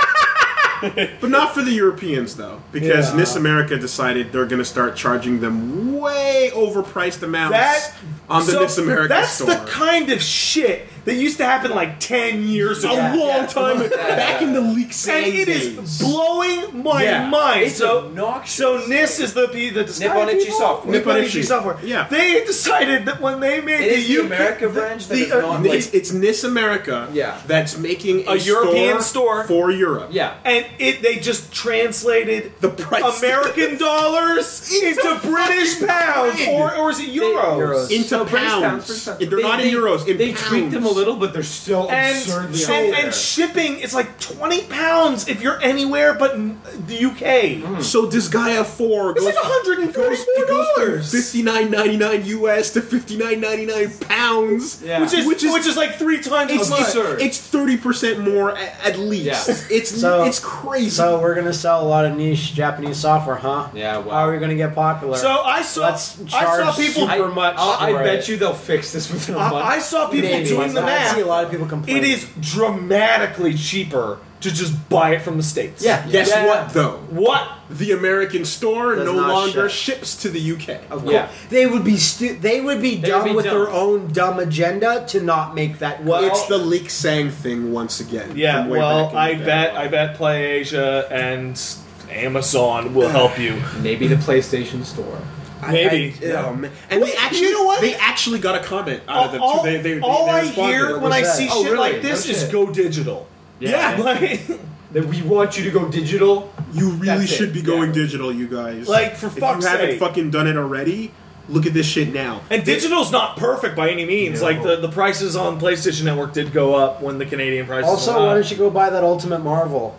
A: but not for the Europeans though, because
B: Yeah.
A: Miss America decided they're going to start charging them way overpriced amounts
B: That-
A: on the
B: So,
A: Miss America
B: That's
A: store.
B: the kind of shit that used to happen like ten years ago.
A: a long time back in the leak
B: and
A: saying
B: it is blowing my
A: Yeah.
B: mind.
E: It's
B: so,
E: obnoxious.
B: so NIS is the the disguise
E: Nipponichi
B: people?
E: software.
A: Nipponichi.
B: Nipponichi software.
A: Yeah.
B: they decided that when they made
E: It
B: the
E: is the
B: UK
E: America branch that is not
B: the- uh,
A: It's, it's NIS America
E: Yeah.
A: that's making a,
B: A European store.
A: for Europe.
E: Yeah.
B: and it they just translated
A: The price
B: American dollars into British pounds,
A: thing.
B: or or is it euros?
C: Euros.
A: <laughs> into
E: So British
A: pounds.
E: pounds for some-
A: They're not
E: they-
A: in euros. In
E: they
A: pounds.
E: treat them a
D: little, but they're still
B: and,
D: absurdly
B: and,
D: unfair.
B: and shipping is like 20 pounds if you're anywhere but in the UK.
A: So this Gaia four
B: It's
A: Mm. goes it
B: like
A: goes from
B: $144,
A: fifty nine ninety nine US to fifty nine ninety nine pounds,
D: Yeah.
B: which is,
A: which is
B: which is like three times as
A: it's
B: much.
D: absurd.
A: it's thirty percent more a- at least.
D: Yeah.
A: It's
C: So-
A: it's crazy.
C: So we're gonna sell a lot of niche Japanese software, huh?
D: Yeah, wow.
C: How are we gonna get popular?
B: So I saw, I
C: Let's
B: saw
C: charge
B: people,
C: super much.
D: I,
C: for
D: I bet
C: it.
D: you they'll fix this within a
B: I,
D: month.
B: I saw people
C: Maybe.
B: doing the
C: But I see a
B: math.
C: lot of people complaining.
B: It is dramatically cheaper to just buy it from the states.
C: Yeah.
A: Guess
D: Yeah.
A: what though?
B: What?
A: The American store
C: Does
A: no
C: not
A: longer
C: ship.
A: ships to the UK.
C: Of course,
D: Yeah.
C: they would be stu- they would be
D: They would
C: dumb
D: be
C: with
D: dumb.
C: their own dumb agenda to not make that.
B: Well,
A: it's the leak sang thing once again.
B: Yeah,
A: from way back
B: well,
A: in the
B: I
A: day.
B: bet I bet PlayAsia and Amazon will help you.
D: Maybe the PlayStation Store.
A: I-
B: Maybe.
A: I- oh, man. And they actually,
B: you know what?
A: They actually got a comment out of them.
B: all
A: too. They, they, they,
B: all
A: they
B: I
A: responded.
B: hear when
C: was
B: I
C: that?
B: see
D: Oh,
B: shit
D: really?
B: like this
D: No
B: is
D: shit.
B: go digital. <laughs>
A: Yeah.
B: Like,
D: That we want you to go digital.
A: You really
D: That's it.
A: should be going
D: Yeah.
A: digital, you guys.
B: Like, for
A: if
B: fuck's
A: you haven't
B: sake.
A: fucking done it already, look at this shit now.
B: and digital's not perfect by any means.
D: No.
B: Like the, the prices on PlayStation Network did go up when the Canadian prices
C: also,
B: went
C: why
B: up.
C: don't you go buy that Ultimate Marvel?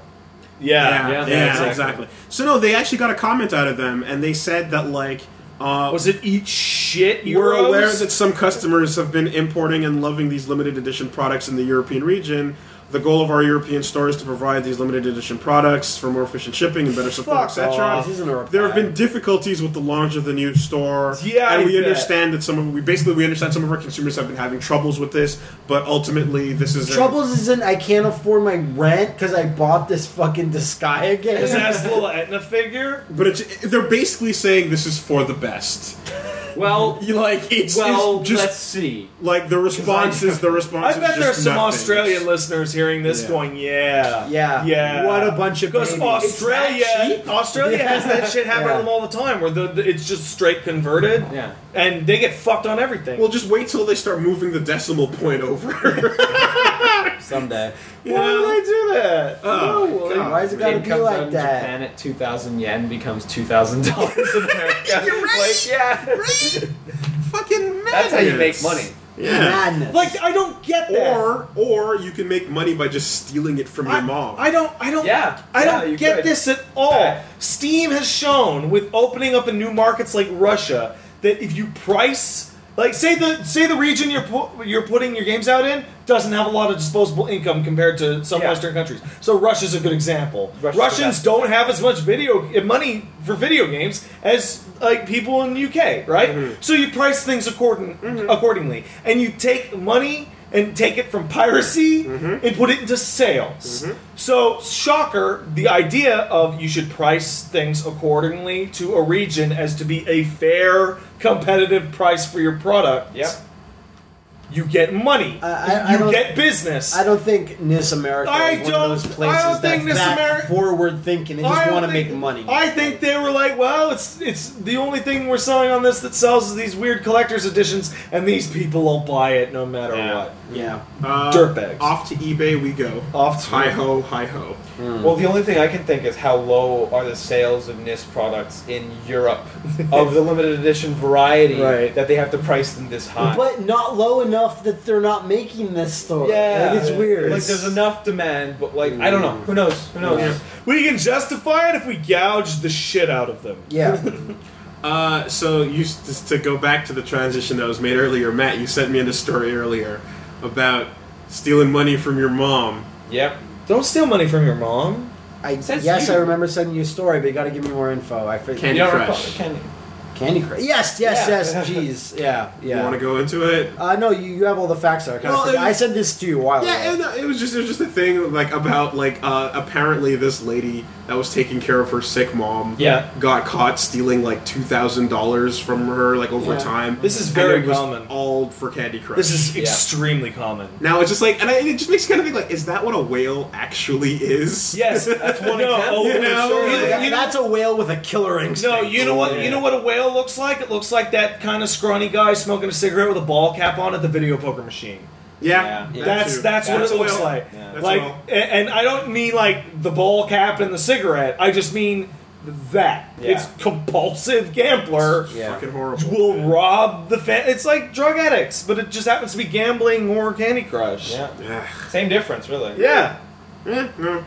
A: yeah,
B: yeah.
D: yeah,
A: yeah,
D: exactly.
A: exactly. So no, they actually got a comment out of them, and they said that like. Uh,
B: Was it eat shit? Euros?
A: We're aware that some customers have been importing and loving these limited edition products in the European region. The goal of our European store is to provide these limited edition products for more efficient shipping and better support,
B: Fuck off.
A: etc.
C: This isn't a reply.
A: There have been difficulties with the launch of the new store,
B: Yeah,
A: and
B: I
A: we
B: bet.
A: understand that some of we basically we understand some of our consumers have been having troubles with this, but ultimately this is a-
C: Troubles isn't I can't afford my rent because I bought this fucking
B: <laughs>
C: Disgaea again.
B: His ass little Etna figure.
A: But it's, they're basically saying this is for the best. <laughs>
D: Well,
A: You like it's,
D: well,
A: it's just
D: let's see.
A: like the response is the
B: <laughs> I
A: response.
B: bet
A: is
B: there's
A: just
B: some
A: nothing.
B: Australian listeners hearing this
A: Yeah.
B: going, yeah.
C: Yeah.
B: Yeah.
C: What a bunch of
B: Because
C: babies.
B: Australia, Australia has that <laughs> shit happen
C: Yeah.
B: to them all the time, where the, the- it's just straight converted,
D: Yeah.
B: and they get fucked on everything.
A: Well, just wait till they start moving the decimal point over.
E: Someday.
B: Why
A: Yeah.
B: would they do that? <laughs>
A: Oh,
B: No,
A: God.
C: Why is it gotta
D: It
C: be
D: comes out
C: like
D: in
C: that?
D: Japan at 2,000 yen
E: <laughs>
D: becomes $2,000 in America.
A: You're right.
D: Like, yeah.
A: Fucking madness.
E: That's how you make money.
A: Yeah.
C: Madness.
B: Like I don't get that.
A: Or or you can make money by just stealing it from
B: I,
A: your mom.
B: I don't. I don't.
D: Yeah,
B: I
D: yeah,
B: don't
D: you
B: get
D: could.
B: this at all.
D: Fact.
B: Steam has shown with opening up in new markets like Russia that if you price, like say the say the region you're pu- you're putting your games out in doesn't have a lot of disposable income compared to some
D: Yeah.
B: Western countries. So Russia's a good example.
D: Russia's
B: Russians
D: the best.
B: don't have as much video eh, money for video games as like people in the UK, right? So you price things according accordingly, and you take money and take it from piracy and put it into sales. So shocker, the idea of you should price things accordingly to a region as to be a fair, competitive price for your product.
D: Yep.
B: You get money.
C: I- I- I
B: you
C: don't-
B: get business.
C: I don't think Nis America
B: I
C: is one of those
B: don't- I
C: places
B: don't think Nis
C: that's that
B: Ameri-
C: forward thinking. They just
B: I
C: want to
B: think-
C: make money.
B: I think they were like, well, it's it's the only thing we're selling on this that sells is these weird collector's editions, and these people will buy it no matter
D: Yeah.
B: what.
C: yeah.
A: Uh,
B: Dirtbags.
A: Off to eBay we go.
B: Off to-
A: hi ho, hi ho.
D: Hmm.
E: Well, the only thing I can think is how low are the sales of NIS products in Europe of the limited edition variety
B: Right.
E: that they have to price them this high.
C: But not low enough that they're not making this store.
E: yeah,
C: Like, it's weird.
E: Like there's enough demand, but like I don't know. Who knows? Who knows?
A: Yeah.
B: We can justify it if we gouge the shit out of them.
C: yeah.
A: Uh, so you just to go back to the transition that was made earlier, Matt. You sent me in a story earlier about stealing money from your mom.
E: Yep.
B: Don't steal money from your mom.
C: I,
E: Says
C: yes,
E: you.
C: I remember sending you a story, but you got to give me more info. I forget.
A: Candy
E: You don't
A: Crush.
E: recall- Candy.
C: Candy Crush. Yes, yes,
E: Yeah.
B: <laughs>
C: yes. Jeez. Yeah,
A: You
C: yeah.
A: want to go into it?
C: uh, no, you, you have all the facts. There. I, kinda
A: Well,
C: forgot.
A: it-
C: I said this to you a while
A: Yeah,
C: ago.
A: and uh, it was just it was just a thing like about like uh, apparently this lady that was taking care of her sick mom
B: Yeah.
A: got caught stealing like two thousand dollars from her like over
C: Yeah.
A: time.
B: This is
A: And
B: very
A: it was
B: common.
A: All for Candy Crush.
B: This is
E: Yeah.
B: extremely common.
A: now it's just like and I, it just makes you kind of think like is that what a whale actually is? <laughs>
B: Yes, that's one no,
E: example.
B: oh,
A: You know,
B: sure.
A: yeah,
B: You-
C: That-
B: you know-
C: that's a whale with a killer instinct.
B: No, you know what? You know what a whale looks like? It looks like that kind of scrawny guy smoking a cigarette with a ball cap on at the video poker machine.
A: Yeah,
E: Yeah.
A: that
B: That's
A: too.
B: that's what it
A: That's a
B: looks
A: whale.
B: like.
A: That's
B: Like,
A: a whale.
B: a- and I don't mean like the ball cap and the cigarette. I just mean that.
E: Yeah.
B: It's compulsive gambler
E: Yeah.
A: Fucking horrible.
B: will rob the fan. It's like drug addicts, but it just happens to be gambling or Candy Crush.
E: Yeah.
A: Yeah.
E: Same difference, really.
B: Yeah.
A: Eh, no.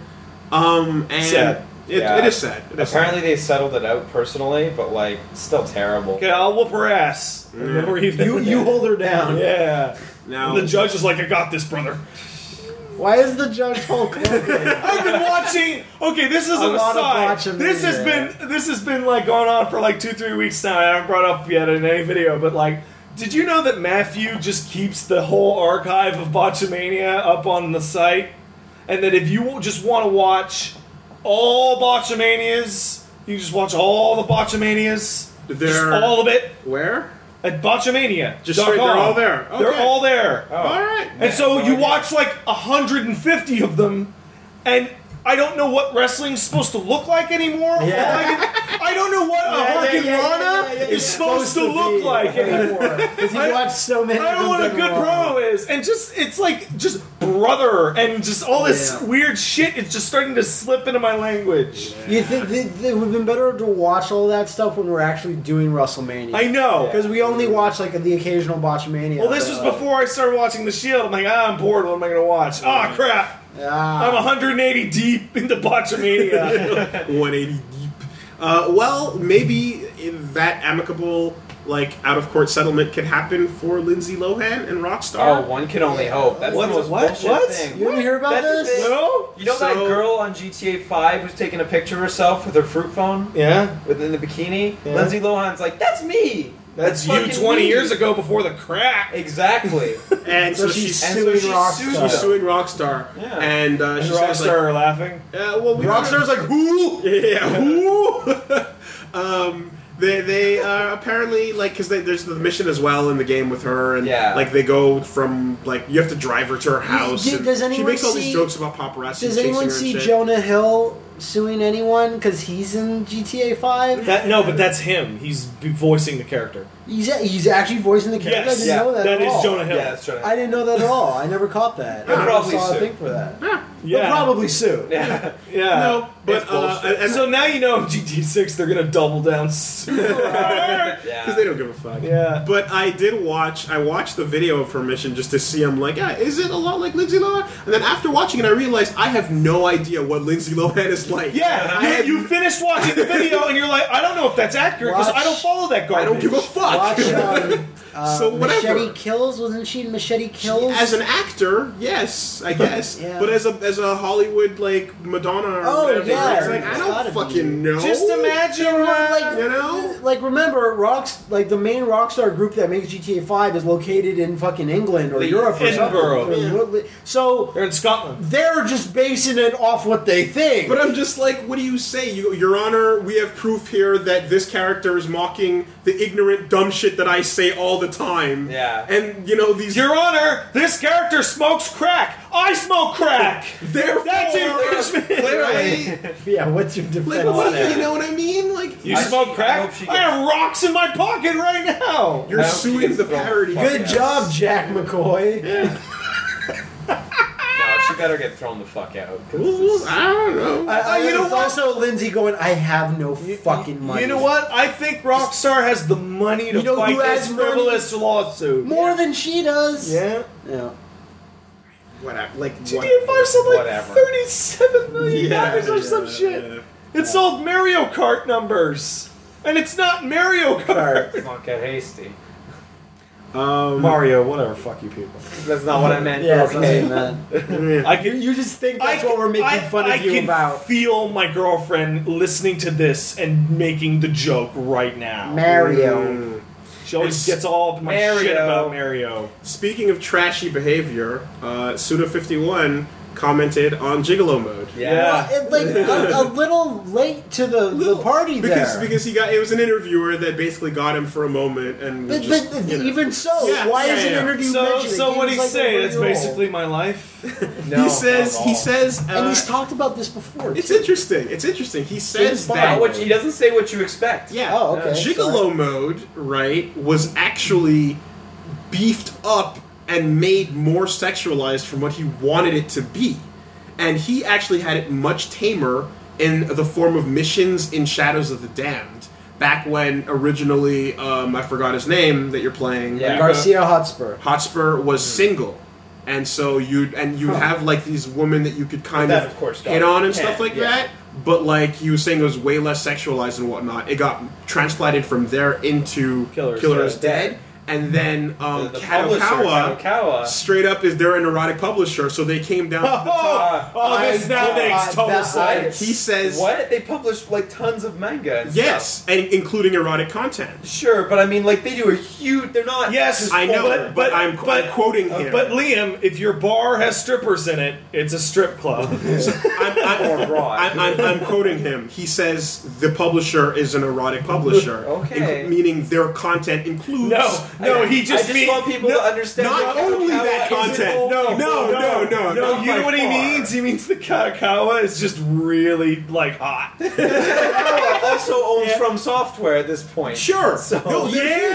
A: Um, and
B: Sad.
A: It,
E: Yeah.
A: it is sad. It is sad.
E: Apparently they settled it out personally, but like still terrible.
B: Okay, I'll whoop her ass. And then we're even.
C: You you hold her down.
B: Yeah.
A: Now,
B: The judge is like, I got this, brother.
C: Why is the judge
B: <laughs>
C: Hulk Hogan?
B: I've been watching. Okay, this is
C: A
B: an
C: lot of
B: aside.
C: watching
B: This has
C: media.
B: been this has been like going on for like two three weeks now. I haven't brought up yet in any video, but like, did you know that Matthew just keeps the whole archive of Botchamania up on the site, and that if you just want to watch all Botchamanias, you just watch all the Botchamanias, just
A: They're-
B: all of it
A: where?
B: at Botchamania.
A: Just straight, they're all there.
B: They're
A: Okay.
B: all there.
E: Oh.
A: All right.
B: And so you watch like 150 of them, and I don't know what wrestling's supposed to look like anymore. All
C: Yeah.
B: I, <laughs> can- I don't know what a Hurricane is supposed to look
C: <laughs>
B: like anymore.
C: Because
B: <laughs>
C: you
B: I-
C: watch so many.
B: I don't know what
C: of
B: a
C: them
B: good
C: in row.
B: promo is. And just, it's like, just brother, and just all this
C: Yeah.
B: weird shit is just starting to slip into my language.
C: You think that it would have been better to watch all that stuff when we're actually doing WrestleMania?
B: I know.
C: Because we only watch like the occasional Botchmania.
B: Well, this was
C: but, uh,
B: before I started watching The Shield. I'm like, ah, I'm bored. What am I going to watch? Ah, crap.
C: Ah.
B: I'm 180 deep into Botchamania.
A: <laughs> 180 deep. Uh, well, maybe that amicable, like out of court settlement can happen for Lindsay Lohan and
E: Oh,
A: Rockstar.
E: one can only hope. That's
B: What-
E: the most
B: what-
E: bullshit
B: what?
E: thing.
C: You didn't hear about
E: That's the
C: this?
E: thing.
B: No?
E: You know that
A: So-
E: girl on GTA 5 who's taking a picture of herself with her fruit phone
B: Yeah.
E: within the bikini?
B: Yeah.
E: Lindsay Lohan's like, that's me!
B: That's,
E: fucking
B: you 20
E: me."
B: years ago before the crack. <laughs>
E: Exactly.
A: and so,
C: So
A: she's,
C: she's
A: and
C: suing
A: so she's
C: Rockstar.
A: She's suing Rockstar.
E: Yeah.
A: And, uh,
B: And
A: she
B: Rockstar
A: says, like,
B: are laughing.
A: Uh, well, we
C: Rockstar's
A: like who? <laughs> Yeah, who? <laughs> um, they they uh, apparently like because there's the mission as well in the game with her and
E: Yeah.
A: like they go from like you have to drive her to her house.
C: Did-
A: and
C: does
A: she
C: anyone
A: makes all
C: see-
A: these jokes about paparazzi.
C: Does
A: chasing
C: anyone
A: her and
C: see
A: shit.
C: Jonah Hill suing anyone because he's in GTA Five?
B: That, no, but that's him. He's b- voicing the character.
C: He's, he's actually voicing the character. I
B: Yes,
C: didn't
E: yeah,
C: know that.
B: that
C: at
B: is
C: all.
B: Jonah
E: yeah,
B: Hill.
E: that's true.
C: I didn't know that at all. I never caught that.
E: He'll
C: I never
E: probably
C: saw
E: sue.
C: a thing for that.
B: yeah.
C: He'll probably sue.
E: <laughs>
B: <laughs>
E: yeah.
B: yeah.
A: No, but
E: It's
A: uh,
E: bullshit.
B: And
A: and
B: so now you know in GT6 they're going to double down <laughs> super hard.
A: because
E: yeah.
A: they don't give a fuck.
B: Yeah.
A: But I did watch. I watched the video of her mission just to see. I'm like, yeah, is it a lot like Lindsay Lohan? And then after watching it, I realized I have no idea what Lindsay Lohan is like. I
B: Yeah,
A: had-
B: you, you finished watching the video and you're like, I don't know if that's accurate because I
C: Watch-
B: don't follow that
A: I
B: garbage.
A: don't give a fuck.
C: Watch um, uh,
A: So whatever.
C: Machete Kills. Wasn't she in Machete Kills?
A: <laughs> As an actor, yes, I guess.
C: Yeah.
A: But as a as a Hollywood like Madonna or
C: Oh,
A: whatever,
C: yeah,
A: it's like I
C: it's gotta
A: don't
C: be.
A: fucking know.
B: Just imagine
C: They were,
B: uh,
C: like,
A: you know?
C: like remember, rocks like the main Rockstar group that makes GTA Five is located in fucking England or
E: Leeds.
C: Europe or
B: Edinburgh.
C: something. Or- So
B: They're in Scotland.
C: they're just basing it off what they think.
A: But I'm just like, what do you say, you, Your Honor? We have proof here that this character is mocking the ignorant, dumb shit that I say all the time.
E: Yeah.
A: And you know these.
B: Your Honor, this character smokes crack. I smoke <laughs> crack.
A: Therefore-
B: That's infringement.
A: Clearly,
C: yeah, what's your
A: <laughs>
C: defense?
A: like, what,
C: there?
A: you know what I mean? Like,
B: You
E: I-
B: smoke
E: I
B: crack?
E: hope she
B: I have rocks in my pocket right now.
A: you're
E: I hope she
A: suing
E: gets
A: the
E: thrown
A: parody.
E: the fuck
C: Good
E: Yeah.
C: job, Jack McCoy.
E: <laughs>
B: <laughs>
E: No, she better get thrown the fuck out. 'cause
A: Ooh,
E: this-
A: <laughs> I don't know.
C: I, I,
B: Oh, you know
C: it's
B: what?
C: also Lindsay going. I have no fucking money.
B: You know what? I think Rockstar has the money to
C: You know
B: fight
C: who
B: this
C: has money?
B: frivolous lawsuit.
C: More than she does.
B: yeah.
C: Yeah.
A: Whatever. Like,
B: GTA 5 sold like
E: Whatever.
B: $37 million or some
A: yeah,
B: shit.
A: yeah.
B: It sold Mario Kart numbers. And it's not Mario <laughs> Kart.
E: Don't get hasty.
A: Um, <laughs>
B: Mario, whatever, fuck you people.
E: That's not what I meant.
C: Yeah. it's
E: okay.
C: <laughs> nothing, man.
B: I can
C: You just think that's
B: I
C: what
B: c-
C: we're making
B: I-
C: fun of
B: I
C: you
B: can
C: about.
B: Feel my girlfriend listening to this and making the joke right now.
C: Mario.
A: Mm.
B: she always
A: It's-
B: gets all up in my shit
E: Mario.
B: about Mario.
A: Speaking of trashy behavior, uh, Suda51 commented on Gigolo mode.
E: Yeah.
C: Well, it, like a, a little late to the, the party
A: because
C: there.
A: because he got it was an interviewer that basically got him for a moment and
C: but,
A: just,
C: but
A: you know.
C: even so,
A: Yeah,
C: why
A: yeah,
C: is an
A: yeah.
C: interview
B: So,
C: mentioned?
B: so
C: He
B: what
C: was,
B: he's
C: like,
B: saying is
C: over your
B: basically my
C: <laughs>
B: life.
E: No,
A: he says
E: not at
A: he
E: all.
A: says
C: old. and
A: uh,
C: he's talked about this before.
A: it's
C: too.
A: interesting. It's interesting. He says
C: fine.
A: that
E: Not what you- he doesn't say what you expect.
A: yeah,
C: Oh, okay.
A: Gigolo mode right was actually beefed up and made more sexualized from what he wanted it to be, and he actually had it much tamer in the form of missions in Shadows of the Damned. Back when originally, um, I forgot his name that you're playing.
E: Yeah.
C: Garcia Hotspur.
A: Hotspur was
E: Hmm.
A: single, and so you and you have like these women that you could kind
E: That,
A: of,
E: of course, got
A: hit on and
E: ten,
A: stuff like
E: yeah.
A: that. But like you were saying, it was way less sexualized and whatnot. It got transplanted from there into
B: Killer's
A: Dead, and then um,
E: The- the publisher,
A: Kadokawa
E: Kadokawa.
A: straight up is they're an erotic publisher, so they came down. to the top.
C: Uh,
B: Oh, oh, this
A: I-
B: now makes
C: God,
B: total
E: <laughs>
C: that-
B: sense.
A: He says
E: What? They published like tons of manga. And
A: yes, and including erotic content.
E: stuff. Sure, but I mean, like they do a huge. They're not.
B: Yes,
A: I know,
B: but,
A: but,
B: but
A: I'm,
B: but, uh,
A: I'm quoting him.
B: But Liam, if your bar has strippers in it, it's a strip
A: <laughs>
B: club.
A: I'm, I'm,
E: Or broad.
A: I'm, I'm, I'm quoting him. He says the publisher is an erotic publisher,
E: <laughs> Okay.
A: inc- meaning their content includes
B: No, no, he
E: I
B: just,
E: just
B: mean-
E: want people
B: no,
E: to understand.
A: not
E: that
A: only
E: Kadokawa
A: that
E: isn't
A: content.
E: all-
B: <laughs> No,
A: No, no, no,
B: no.
A: not
B: You know
E: by
B: what he
E: far.
B: means? He means the Katakawa is just really like
C: <laughs>
B: hot.
E: Kadokawa
A: <laughs>
E: also owns From Software at this point.
A: Sure.
E: So-
A: No, they're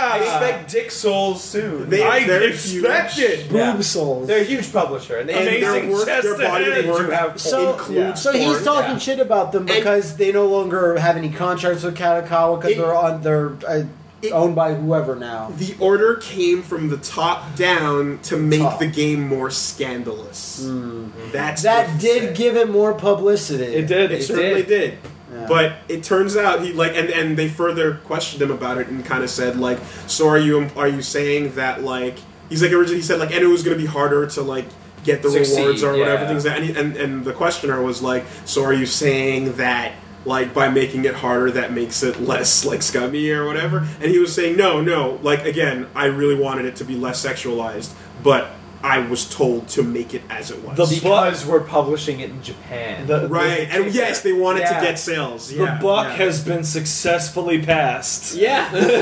E: I
B: yeah,
E: expect Dick Souls soon.
A: They-
B: I
A: they're
B: expected.
A: huge.
E: Yeah.
C: Boob souls.
E: They're a huge publisher, and they
A: And
E: they
A: their
B: Amazing
A: work,
B: chest
A: their body
B: ahead.
A: of work
E: do have.
C: So-
E: porn.
A: includes.
C: So he's
A: porn.
C: talking
E: yeah.
C: shit about them because they no longer have any contracts with Katakawa because
A: It-
C: they're on they're uh,
A: It-
C: owned by whoever now.
A: The order came from the top down to make
C: Top.
A: the game more scandalous.
E: Mm-hmm.
A: That's what
C: That
A: he
C: did
A: said.
C: give it more publicity.
B: It did.
A: It, certainly did.
C: Yeah.
A: But it turns out he like, and, and they further questioned him about it and kind of said like, so are you are you saying that like he's like originally he said like, and it was going to be harder to like get the
D: Succeed,
A: rewards or whatever
D: yeah.
A: things that and, he- and and the questioner was like, so are you saying that like by making it harder that makes it less like scummy or whatever? And he was saying no, no, like again, I really wanted it to be less sexualized, but I was told to make it as it was.
B: The
E: because we're publishing it in Japan.
B: The-
A: Right, and yes, they wanted
E: Yeah.
A: to get sales.
B: The
A: Yeah,
B: buck
A: yeah.
B: has been successfully passed.
A: Yeah,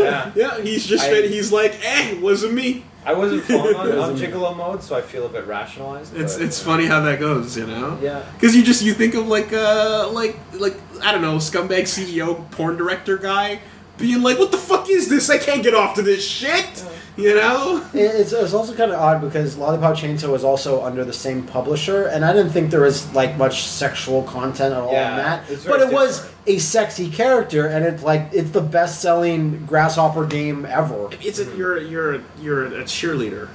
E: yeah.
A: yeah. He's just
E: I-
A: been, he's like, eh, wasn't me.
E: I
A: <laughs>
E: wasn't fond on, on Gigolo mode, so I feel a bit rationalized.
A: It's
E: but,
A: it's
E: uh,
A: funny how that goes, you know.
E: Yeah.
A: Because you just you think of like uh like like I don't know scumbag CEO porn director guy being like, what the fuck is this? I can't get off to this shit, you know.
C: It- It's, it's also kind of odd because Lollipop Chainsaw was also under the same publisher, and I didn't think there was like much sexual content at all in
E: Yeah,
C: that.
E: it's very
C: But it was
E: different.
C: a sexy character, and it's like it's the best-selling grasshopper game ever.
A: It's a, you're you're you're a cheerleader.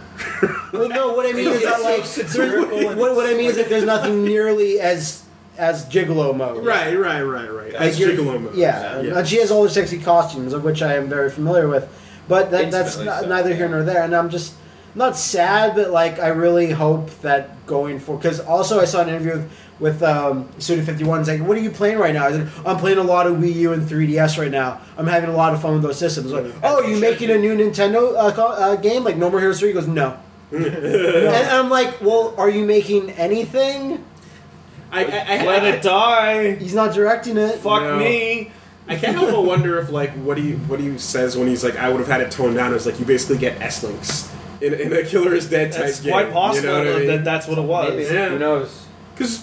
C: Well, no, what I mean is
E: It's
C: that
E: so
C: like
E: satirical
C: there-
E: and
C: <laughs> what, what I mean is that there's nothing nearly as as gigolo mode.
A: Right, right, right, right.
E: Like
A: As
C: you're-
A: gigolo mode.
C: Yeah,
A: Yeah.
C: and she has all her sexy costumes, of which I am very familiar with. But that, that's
E: Intimately
C: not,
E: so,
C: neither here
E: yeah.
C: nor there. And I'm just not sad, but like I really hope that going for because also I saw an interview with with um, Suda Fifty One. It's like, what are you playing right now? I said, I'm playing a lot of Wii U and 3DS right now. I'm having a lot of fun with those systems. Like, oh, you making a new Nintendo uh, co- uh, game like No More Heroes Three? He goes, no. and, and I'm like, well, are you making anything?
A: I, I, I,
B: Let
A: I,
B: it die.
C: He's not directing it.
B: Fuck
A: No.
B: me.
A: I can't help but wonder if like what he what he says when he's like I would have had it toned down is like you basically get S links in, in a killer is dead type
B: It's
A: game.
B: quite possible
A: you know what I
B: that
A: mean?
B: that's what it was.
E: Maybe.
A: Yeah.
E: Who knows?
A: Because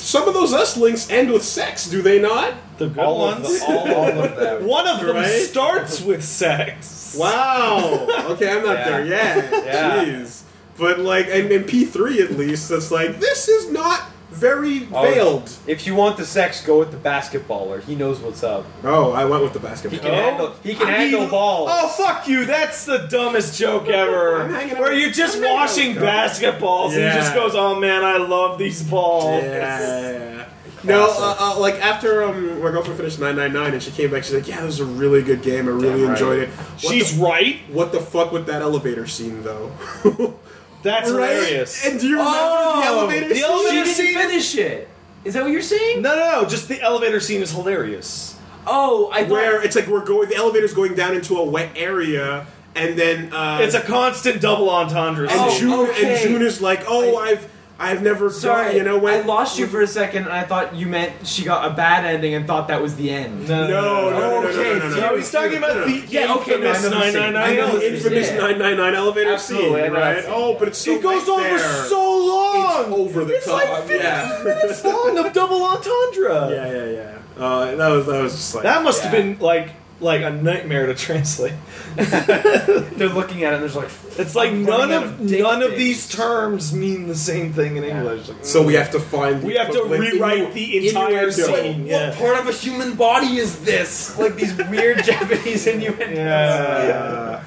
A: some of those S links end with sex, do they not?
B: The good
E: All of,
B: ones.
E: the, all, all of them.
B: <laughs> One of them
A: Right?
B: starts with sex.
A: Wow. <laughs> Okay, I'm not
E: Yeah.
A: there yet.
E: Yeah.
A: Jeez. But like in, in P3 at least, it's like this is not very
E: Oh,
A: veiled.
E: If you want the sex, go with the basketballer. He knows what's up.
A: Oh, I went with the
E: He
A: basketball.
E: can
B: Oh.
E: handle. He can
B: I mean-
E: handle balls.
B: Oh fuck you! That's the dumbest joke ever.
A: I'm hanging out
B: Where
A: with-
B: you're just
A: I'm hanging out
B: washing
A: with Joker.
B: basketballs and
A: Yeah.
B: he just goes, "Oh man, I love these balls."
A: Yeah. No, uh, uh, like after um, my girlfriend finished 999 and she came back, she's like, yeah, this was a really good game. I really
E: Damn right.
A: enjoyed it. What
B: She's
A: the,
B: right.
A: what the fuck with that elevator scene, though? <laughs>
B: That's
A: Right?
B: hilarious.
A: And do you remember the
D: Oh.
A: elevator
B: the
A: scene?
B: elevator
D: She
B: I've
D: didn't
B: seen it.
D: finish it. Is that what you're saying?
B: no, no, no. Just the elevator scene is hilarious.
D: Oh, I thought-
A: Where it's like we're going, the elevator's going down into a wet area, and then uh,
B: It's a constant double entendre.
A: and
D: Oh,
B: scene.
A: June
D: okay.
A: and June is like, oh, I, have I've never
D: Sorry,
A: done, you know
D: I
A: when
D: lost you for a second, and I thought you meant she got a bad ending, and thought that was the end.
A: No, no, no, no,
D: Okay,
A: no, no, no,
D: so
A: no.
B: he's talking about the
D: Yeah, okay, no, I
B: infamous
D: know the scene. I know
B: 999.
A: the infamous
D: Yeah.
A: 999 elevator
D: Absolutely, I
A: scene,
D: know that
A: right?
D: scene,
A: Oh,
D: yeah.
A: but it's so
B: It goes
A: right
B: on for
A: there.
B: so
A: It's
B: long.
A: over the
B: It's
A: top.
B: like 15
A: yeah.
B: minutes long of double entendre.
A: yeah, yeah, yeah. Uh, that was that was just like
B: That must have
E: Yeah.
B: been like like a nightmare to translate.
E: They're looking at it and there's like,
B: It's like
E: I'm
B: none
E: running out
B: of
E: of dick
B: none of
E: pics.
B: these terms mean the same thing in English. Like,
A: So we have to find.
B: we have to
A: equivalent-
B: rewrite the entire
A: innuendo.
B: scene.
E: what
B: Yeah.
E: part of a human body is this? Like these
D: <laughs>
E: weird Japanese innuendos.
A: Yeah.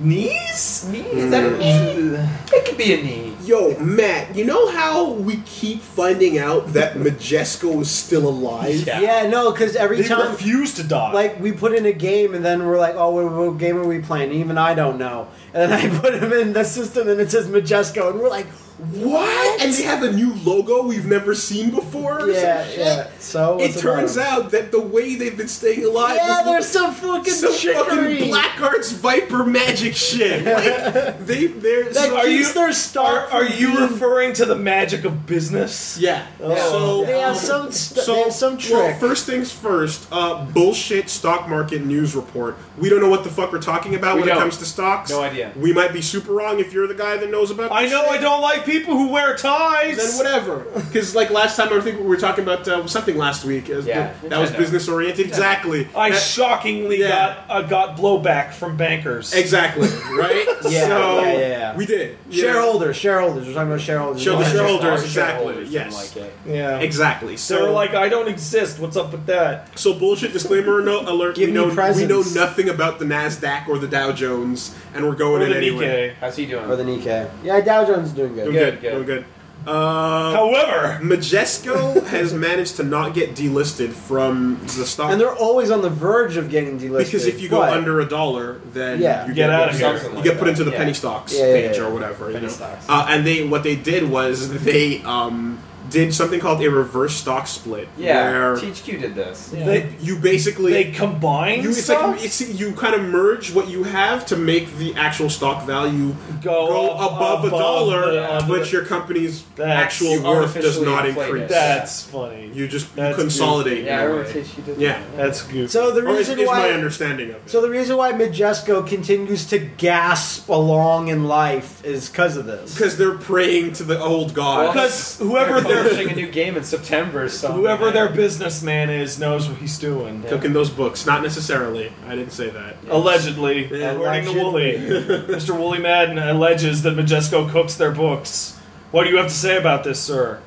B: Knees?
E: Knee? Is that a knee? It could be a knee.
A: Yo, Matt, you know how we keep finding out that Majesco is still alive?
E: Yeah.
C: Yeah, no, because every
B: They
C: time
B: refuse to die.
C: like we put in a game and then we're like, oh, what, what game are we playing? Even I don't know. And then I put him in the system and it says Majesco, and we're like,
A: What? And they have a new logo we've never seen before? or
C: yeah,
A: some shit?
C: yeah. So
A: It turns out that the way they've been staying alive
C: yeah,
A: is
C: there's some fucking
A: some
C: trickery.
A: fucking black arts viper magic <laughs> shit. Like they, they're
C: that
A: so,
B: Are
C: keeps
B: you-
C: their
B: are,
C: star.
B: are
C: from
B: you
C: being-
B: referring to the magic of business?
C: Yeah.
A: so
C: They have some. St- they have some trick.
A: Well, first things first. Uh, bullshit stock market news report. We don't know what the fuck we're talking about
E: We
A: when
E: don't.
A: it comes to stocks.
E: No idea.
A: We might be super wrong if you're the guy that knows about.
B: I
A: this
B: know
A: shit.
B: I don't like people who wear ties.
A: Then whatever, because like last time I think we were talking about uh, something last week. uh,
E: Yeah,
A: that was
E: Nintendo.
A: business oriented. Exactly.
B: I
A: That-
B: shockingly
A: Yeah.
B: got uh, got blowback from bankers.
A: exactly right.
C: Yeah,
A: so
C: yeah, yeah, yeah.
A: we did <laughs> Yeah.
C: shareholders, shareholders. We're talking about shareholders.
A: Show the
C: Yeah.
A: shareholders,
E: Our
A: exactly.
E: shareholders
A: yes.
E: didn't like it.
B: Yeah.
A: Exactly. So
B: They were like, I don't exist. What's up with that?
A: so bullshit disclaimer no, alert.
C: Give
A: we
C: me
A: know we know
C: presents.
A: nothing about the Nasdaq or the Dow Jones, and we're going
B: Or
A: in
B: the
A: anyway.
B: Nikkei.
E: How's he doing?
C: Or the Nikkei. Yeah, Dow Jones is doing
A: Doing
C: good.
A: good.
E: Good,
A: Doing
E: good.
A: good. Uh,
B: However,
A: Majesco has managed to not get delisted from the stock
C: And they're always on the verge of getting delisted.
A: because if you go
C: but-
A: under a dollar, then
C: Yeah.
A: you
B: Get out of
A: you
B: here.
A: You
E: Something
A: get
E: like
A: put
E: that.
A: into the
E: Yeah.
A: penny stocks
C: Yeah, yeah, yeah,
A: page
C: yeah.
A: or whatever. you
C: Penny
A: know.
C: stocks.
A: Uh, and they what they did was they um, did something called a reverse stock split.
E: Yeah,
A: where
E: Teach Q did this.
B: they
A: you basically
B: they combine
A: You, it's
B: stuff.
A: like it's, you kind of merge what you have to make the actual stock value
B: go,
A: go
B: up-
A: above, a dollar,
B: the- above
A: but
B: the-
A: your company's
B: That's-
A: actual
E: You
A: worth does
E: artificially
A: not
E: inflate
A: increase.
E: it.
B: that's funny.
A: You just you
B: That's
A: consolidate.
E: Yeah, I
A: in a
E: remember
A: way.
E: Teach Q did
A: Yeah.
E: that.
B: That's goofy.
C: so the
A: Or is,
C: reason
A: is my
C: why
A: understanding of it.
C: so the reason why Majesco continues to gasp along in life is because of this.
A: because they're praying to the old god.
B: because whoever
E: They're publishing a
B: their
E: new game in September, so
B: whoever their businessman is knows what he's doing.
A: cooking those books, not necessarily. I didn't say that.
B: Allegedly,
A: Yeah.
B: according to Wooly,
C: Allegedly.
B: Mr. Wooly Madden alleges that Majesco cooks their books. What do you have to say about this, sir?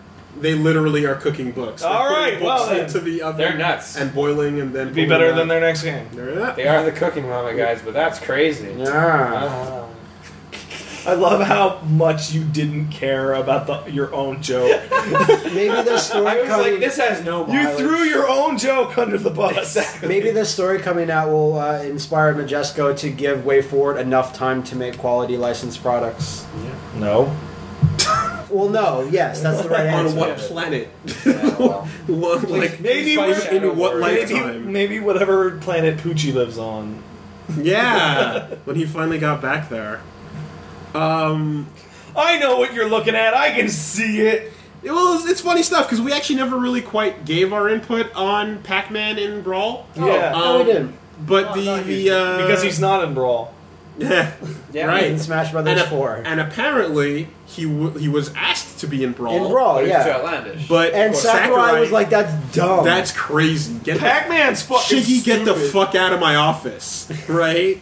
A: They literally are cooking books. They're
B: All
A: putting
B: right,
A: books
B: well then.
A: into the oven
E: They're nuts.
A: and boiling and then
B: It'd be
A: pulling
B: better
A: out.
B: than their next game.
A: They're not.
E: they are the cooking mama guys, but that's crazy.
C: Yeah.
E: Wow.
B: I love how much you didn't care about the, your own <laughs> joke.
C: Maybe the
E: I was
C: story
E: like,
C: coming.
E: this has no.
B: you
E: mileage.
B: threw your own joke under the bus.
C: Maybe the story coming out will uh, inspire Majesco to give Way Forward enough time to make quality licensed products.
B: No.
C: Well, no, yes, that's the
A: <laughs>
C: right
A: On
C: answer.
A: what planet? <laughs>
E: Yeah, well.
A: What- like
B: Maybe
E: By
B: we're-
E: Shadow
A: in what
E: Warrior.
A: life-
B: <laughs> Maybe,
A: Lifetime.
B: maybe whatever planet Poochie lives on.
C: <laughs>
A: Yeah, when he finally got back there. Um,
B: I know what you're looking at. I can see it.
A: it- well, it's, it's funny stuff because we actually never really quite gave our input on Pac-Man in Brawl.
B: Yeah.
C: No, we
A: Um,
C: didn't. Oh,
A: But the, the uh,
B: Because he's not in Brawl.
A: <laughs> yeah,
E: Yeah,
A: right.
C: In Smash
A: and,
C: Brothers
A: ap-
C: 4.
A: and apparently he w- he was asked to be in Brawl.
C: In Brawl,
E: But it's too
C: yeah.
E: outlandish.
A: but
C: And Sakurai, was like, "Oh." that's dumb.
A: "That's crazy. Get the-
B: Pac-Man's fucking
A: Shiggy, get the
B: stupid.
A: fuck out of my office,
C: <laughs>
A: right?"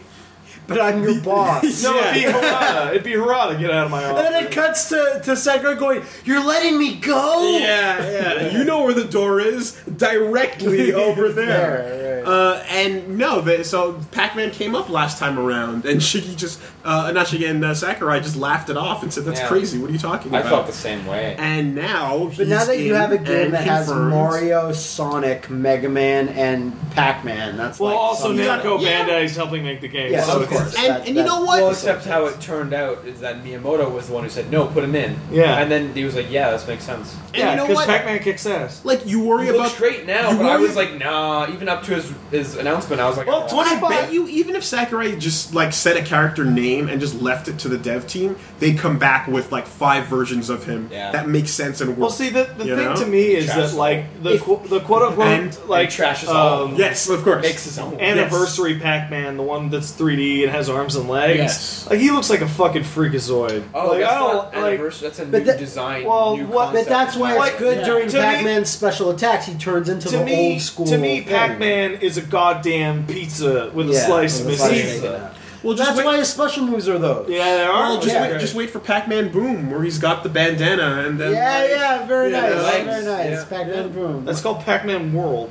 C: but I'm your boss.
B: No,
A: Yeah.
B: it'd be Harada. It'd be Harada. Get out <laughs> of my
C: And
B: office.
C: then it cuts to, to Sakurai going, You're letting me go? <laughs>
A: Yeah, yeah. You know where the door is
C: <laughs>
A: directly over there.
C: There, right.
A: Uh, and no, they, so Pac-Man came up last time around, and Shiggy just, uh, not Shiggy and uh, Sakurai just laughed it off and said, "That's
E: Yeah.
A: crazy. What are you talking
E: I
A: about?"
E: felt the same way.
A: and now,
C: But now
A: he's
C: that you
A: in
C: have a game
A: and
C: that has
A: confirmed-
C: Mario, Sonic, Mega Man, and Pac Man, that's
B: well,
C: like
B: also
C: something-
B: Namco
A: Yeah.
B: Bandai's helping make the game.
C: Yes,
B: so
C: of
B: it's-
C: course.
A: and,
C: That-
A: and you know
C: that-
A: what?
E: Well, except how it turned out is that Miyamoto was the one who said no, put him in.
B: Yeah.
E: and then he was like, yeah, this makes sense.
A: and
B: Yeah,
A: you know
B: because
A: what?
B: Pac-Man kicks ass.
A: like you worry
E: He
A: about
E: looks great now,
A: you
E: but I
A: worry-
E: was like, nah. Even up to his his announcement, I was like,
B: Well,
E: oh.
B: 20
A: I bet you, even if Sakurai just like set a character name and just left it to the dev team, they come back with like five versions of him
E: Yeah.
A: that make sense and work.
B: Well, see, the, the
A: You
B: thing
A: know?
B: to me is that,
E: Trash.
B: like, the, qu- the quote-unquote,
A: And-
B: like,
E: and trashes
B: um,
E: all of them.
A: yes, of course.
E: makes his own.
B: Anniversary Pac-Man, the one that's 3D and and has arms and legs.
C: Yes.
B: Like he looks like a fucking freakazoid.
E: Oh,
B: like,
E: that's
B: I don't-
E: not
B: like,
E: anniversary. That's a new
C: But that-
E: design.
B: well,
E: new
B: what-
C: But
E: concept
C: that's why
E: entirely.
C: it's good
B: Yeah.
C: during
B: To me-
C: Pac-Man's special attacks. He turns into
B: to
C: the
B: me,
C: old school.
B: to me,
C: thing.
B: Pac-Man is a goddamn pizza with a
C: Yeah,
B: slice
C: with a
B: missing.
C: slice
B: He's-
C: taken out.
A: Well,
C: That's why his special moves are those.
B: Yeah, they are.
A: Well, just,
C: Oh, Yeah.
A: wait, just wait for Pac-Man Boom, where he's got the bandana and then.
C: Yeah,
A: like-
C: yeah, very
A: Yeah,
C: nice,
A: legs,
C: very nice.
A: yeah.
C: Pac-Man boom.
B: That's called Pac-Man World.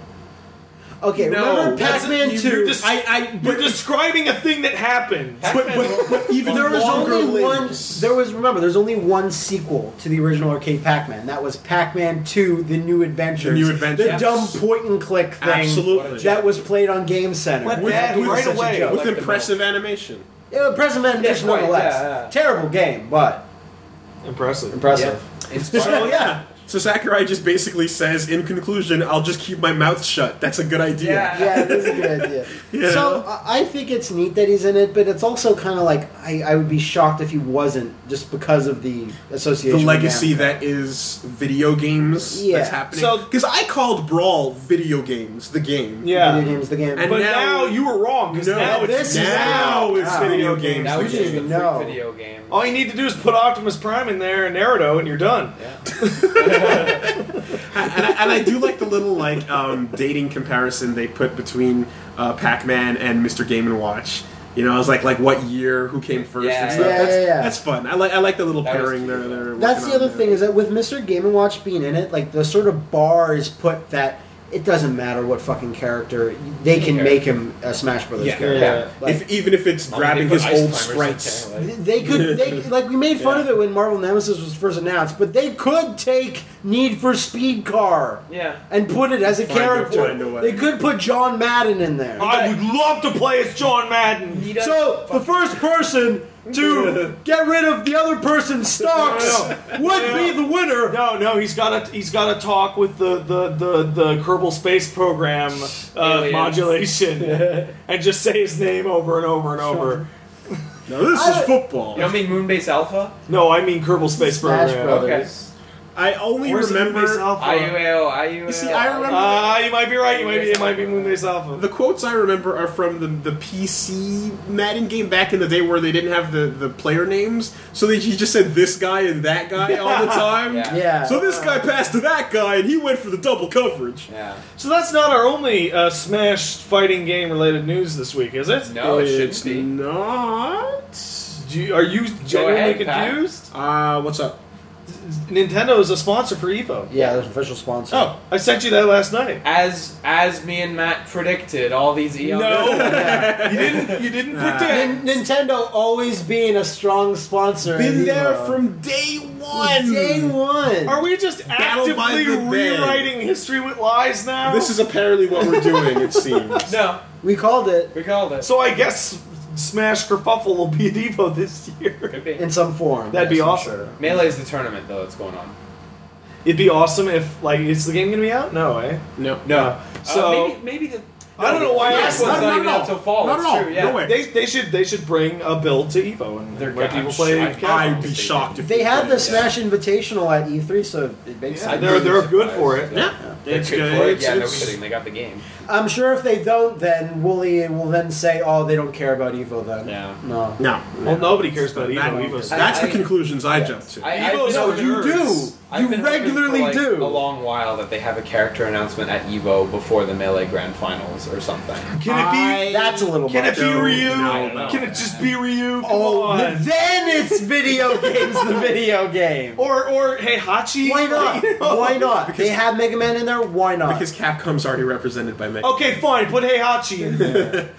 C: okay,
A: No,
C: remember
A: that's-
C: Pac-Man
A: you-
C: Two?
A: you're just- I, I,
B: You're
A: but,
B: describing a thing that happened.
A: but, but, but even
C: there was
A: longer
C: only one.
A: limbs.
C: There was remember. There's only one sequel to the original arcade Pac-Man. That was Pac-Man Two: The New
A: The
C: Adventures.
A: New Adventures.
C: The dumb point and click thing.
A: Absolutely.
C: That was played on Game Center.
B: What
C: With-
B: that
C: with
B: right
C: such a
B: away.
C: joke.
A: with impressive animation.
C: Yeah, impressive animation,
E: quite,
C: nonetheless.
E: yeah, yeah.
C: Terrible game, but
B: Impressive.
C: impressive.
A: So,
E: Inspired.
A: Oh, yeah. So Sakurai just basically says, in conclusion, I'll just keep my mouth shut. That's a good idea.
E: Yeah.
C: Yeah, it is a good idea.
A: Yeah.
C: <laughs> So I I think it's neat that he's in it, but it's also kind of like I, I would be shocked if he wasn't, just because of the association.
A: The legacy
C: with Namco.
A: that is video games
C: Yeah.
A: that's happening.
B: So-
A: Because I called Brawl video games the game.
B: Yeah.
C: video games, the game.
A: And
B: But
A: now-
B: now, you were wrong because
A: No,
B: now it's
C: this is
A: now
C: now.
A: it's
C: Wow.
A: video games.
E: Now
A: the
E: it's
C: You
E: just
A: game.
E: the
C: didn't
E: free
C: know.
E: video game.
B: All you need to do is put Optimus Prime in there and Naruto, and you're done.
A: and, I, and I do like the little like um, dating comparison they put between uh, Pac-Man and Mr. Game and Watch. You know, I was like, like what year, who came first,
E: Yeah,
A: and stuff.
E: yeah,
A: that's,
C: yeah, yeah.
A: that's fun. I like I like the little
E: That was
A: pairing there.
E: cute.
A: they're
C: That's
A: working
C: the other
A: on
C: thing
A: there.
C: is that with Mr. Game and Watch being in it, like the sort of bar is put that it doesn't matter what fucking character they can
E: Yeah.
C: make him a Smash Brothers
A: Yeah.
C: character.
E: Yeah.
C: Like,
A: if, even if it's
E: Well,
A: grabbing
E: they put
A: his
E: ice
A: old
E: climbers in
A: sprites.
E: there, like-
C: They
A: <laughs>
C: could, they like we made fun
A: Yeah.
C: of it when Marvel Nemesis was first announced, but they could take Need for Speed Car
E: Yeah.
C: and put it as a
A: Find a-
C: character.
A: find a way.
C: they could put John Madden in there.
B: I would love to play as John Madden.
E: He does-
C: so the first person to get rid of the other person's stocks
B: No,
C: would be the winner.
B: No, no, he's got to he's got to talk with the the the, the Kerbal Space Program uh,
E: Aliens.
B: modulation and just say his name over and over and over.
A: No, this
C: I-
A: is football.
E: You know what I mean? Moonbase Alpha?
B: No, I mean Kerbal Space
C: Smash
B: Program.
A: Oh,
C: Brothers.
E: Okay.
A: I only
B: Where's the
A: remember
B: Moonbase Alpha?
E: IUAO, IUAO.
A: You see, I remember-
E: Uh,
B: Ah, you might be right. You might be. It might be Moonbase Alpha.
A: The quotes I remember are from the, the PC Madden game back in the day where they didn't have the, the player names, so they, he just said this guy and that guy all the time.
E: Yeah.
C: Yeah.
A: So this guy passed to that guy and he went for the double coverage.
E: Yeah.
B: So that's not our only uh, Smash fighting game related news this week, is it?
E: No, it
A: it's
E: shouldn't be.
A: not.
B: Do you, are you genuinely
E: ahead, Pat.
B: confused?
A: Uh, what's up?
B: Nintendo is a sponsor for Evo.
C: yeah, there's an official sponsor.
B: Oh, I sent you that last night.
E: As as me and Matt predicted, all these E eons.
A: <laughs>
C: Yeah.
B: you didn't. You didn't
A: Nah.
B: predict.
C: Nin- Nintendo always being a strong sponsor.
A: Been
C: in
A: there
C: Evo.
A: from day one.
C: day one.
B: Are we just
A: Battle by
B: actively
A: the Bay.
B: rewriting history with lies now?
A: This is apparently what we're doing, it
E: <laughs>
A: seems.
E: No,
C: We called it
E: we called it.
B: so. I guess Smash Kerfuffle will be at Evo this year.
E: Could be.
C: in some form.
B: That'd be
C: Yes, I'm
B: awesome.
C: sure.
E: Melee is the tournament though that's going on.
B: It'd be awesome if like is the game gonna be out? No, eh?
A: No.
B: No. So
E: uh, maybe, maybe the
B: I don't know why
E: the
B: I
E: next
B: asked
E: one's
A: not-
E: not,
A: not
E: even
A: at
E: out
A: all.
E: till fall.
A: Not
E: it's
A: at all.
E: true. Yeah.
A: No way.
B: They, they should they should bring a build to Evo and
E: They're
B: let
E: gonna-
B: people
E: I'm
B: play.
E: shocked.
A: I'd be shocked if
C: They
A: you
C: had
A: played
C: the
A: it.
C: Smash Invitational at E3, so it makes
B: Yeah,
C: sense.
B: they're they're good
E: surprised.
B: for it.
A: Yeah,
E: They're
A: it's
E: good
A: good.
E: for it.
A: It's-
E: yeah, no
A: it's-
E: kidding. They got the game.
C: I'm sure if they don't, then Wooly will then say, "Oh, they don't care about Evo then."
E: Yeah.
C: No.
A: No.
B: Well, nobody cares about
A: That-
B: Evo. Evo's
A: that's the
E: I-
A: conclusions I
C: Yes.
A: jumped to.
E: I,
B: Evo
E: I've
B: is
E: known
B: what you
E: nerds.
C: do.
E: I've
C: You
E: been hoping for,
C: regularly
E: like, A
C: do.
E: long while that they have a character announcement at Evo before the Melee Grand Finals or something.
B: Can it be?
C: That's a little
B: Can it
C: much.
B: be
A: don't
B: Ryu?
A: know about
B: Can it just be Ryu? Come
C: Oh,
B: on.
C: then it's video games. The video game.
B: Or E or hey Hachi.
C: Why
B: <laughs>
C: not?
B: You know?
C: Why not? they have Mega Man in there. Why not?
A: Because Capcom's already represented by Mega.
B: Okay, fine. Put hey Hachi in there.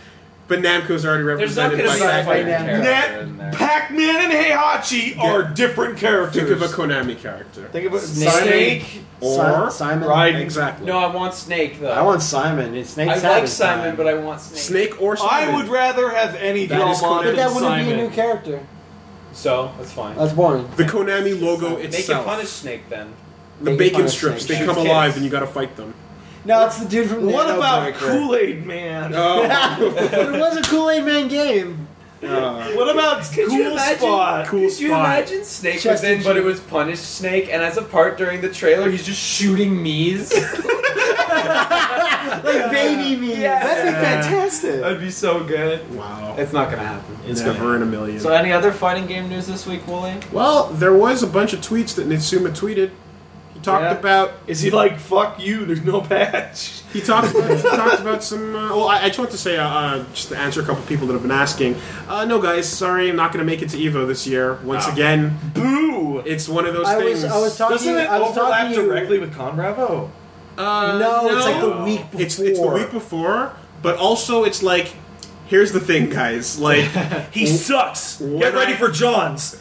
A: But Namco's already
E: There's not going to
A: represented
E: be
A: by
E: a
C: Sorry,
E: fighting
C: right now.
E: character in
B: That
E: there.
B: Pac-Man and Heihachi are different characters.
A: Think of a Konami character.
B: Think of a
C: Snake.
B: Snake.
A: Or
C: Si- Simon.
B: Right.
A: exactly.
E: No, I want Snake though.
C: I want Simon. It's Snake.
E: I
C: Savage
E: like Simon,
C: time.
E: but I want Snake.
A: Snake or Simon.
B: I would rather have any
A: That is
B: Belmont
A: Konami.
C: But
B: than
C: that wouldn't
B: Simon.
C: be a new character.
E: So that's fine.
C: That's boring.
A: the Konami logo
E: They can
A: itself.
E: punish Snake then.
A: the
C: They can
A: bacon
C: punish
A: strips. They
C: Snake.
E: Shoot
A: come alive
E: kids.
A: and you got to fight them.
C: No, it's the dude from.
B: What
C: Nano
B: about
C: Breaker.
B: Kool-Aid Man?
C: <laughs> but it was a Kool Aid Man game.
A: Uh,
B: what about Cool Spot?
A: Cool
E: could you
A: spot.
E: imagine Snake
C: Chest
E: was in,
C: and
E: but it
C: chin.
E: was Punish Snake, and as a part during the trailer, he's just shooting Mii's.
C: like baby me.
E: That'd be
A: Yeah.
E: fantastic.
D: <laughs> That'd be so good.
A: Wow.
D: It's not gonna happen.
A: It's never in a million.
D: So, any other fighting game news this week, Wooly?
A: well, there was a bunch of tweets that Nitsuma tweeted. He talked
B: Yeah.
A: about
B: Is he like fuck you? There's no patch.
A: He talked about, he talked about some. Uh, well, I, I just want to say, uh, uh, just to answer a couple people that have been asking. Uh, no, guys, sorry, I'm not going to make it to Evo this year. Once
B: Ah.
A: again,
B: Boo!
A: it's one of those
C: I
A: things.
C: was I was talking.
B: Doesn't it
C: I was
B: overlap
C: talking to you-
B: directly with Con Bravo?
A: uh,
C: No, it's like the week before.
A: It's, it's the week before, but also it's like, here's the thing, guys. Like,
B: He sucks.
A: when
B: Get ready
A: I-
B: for
C: <laughs>
B: John's.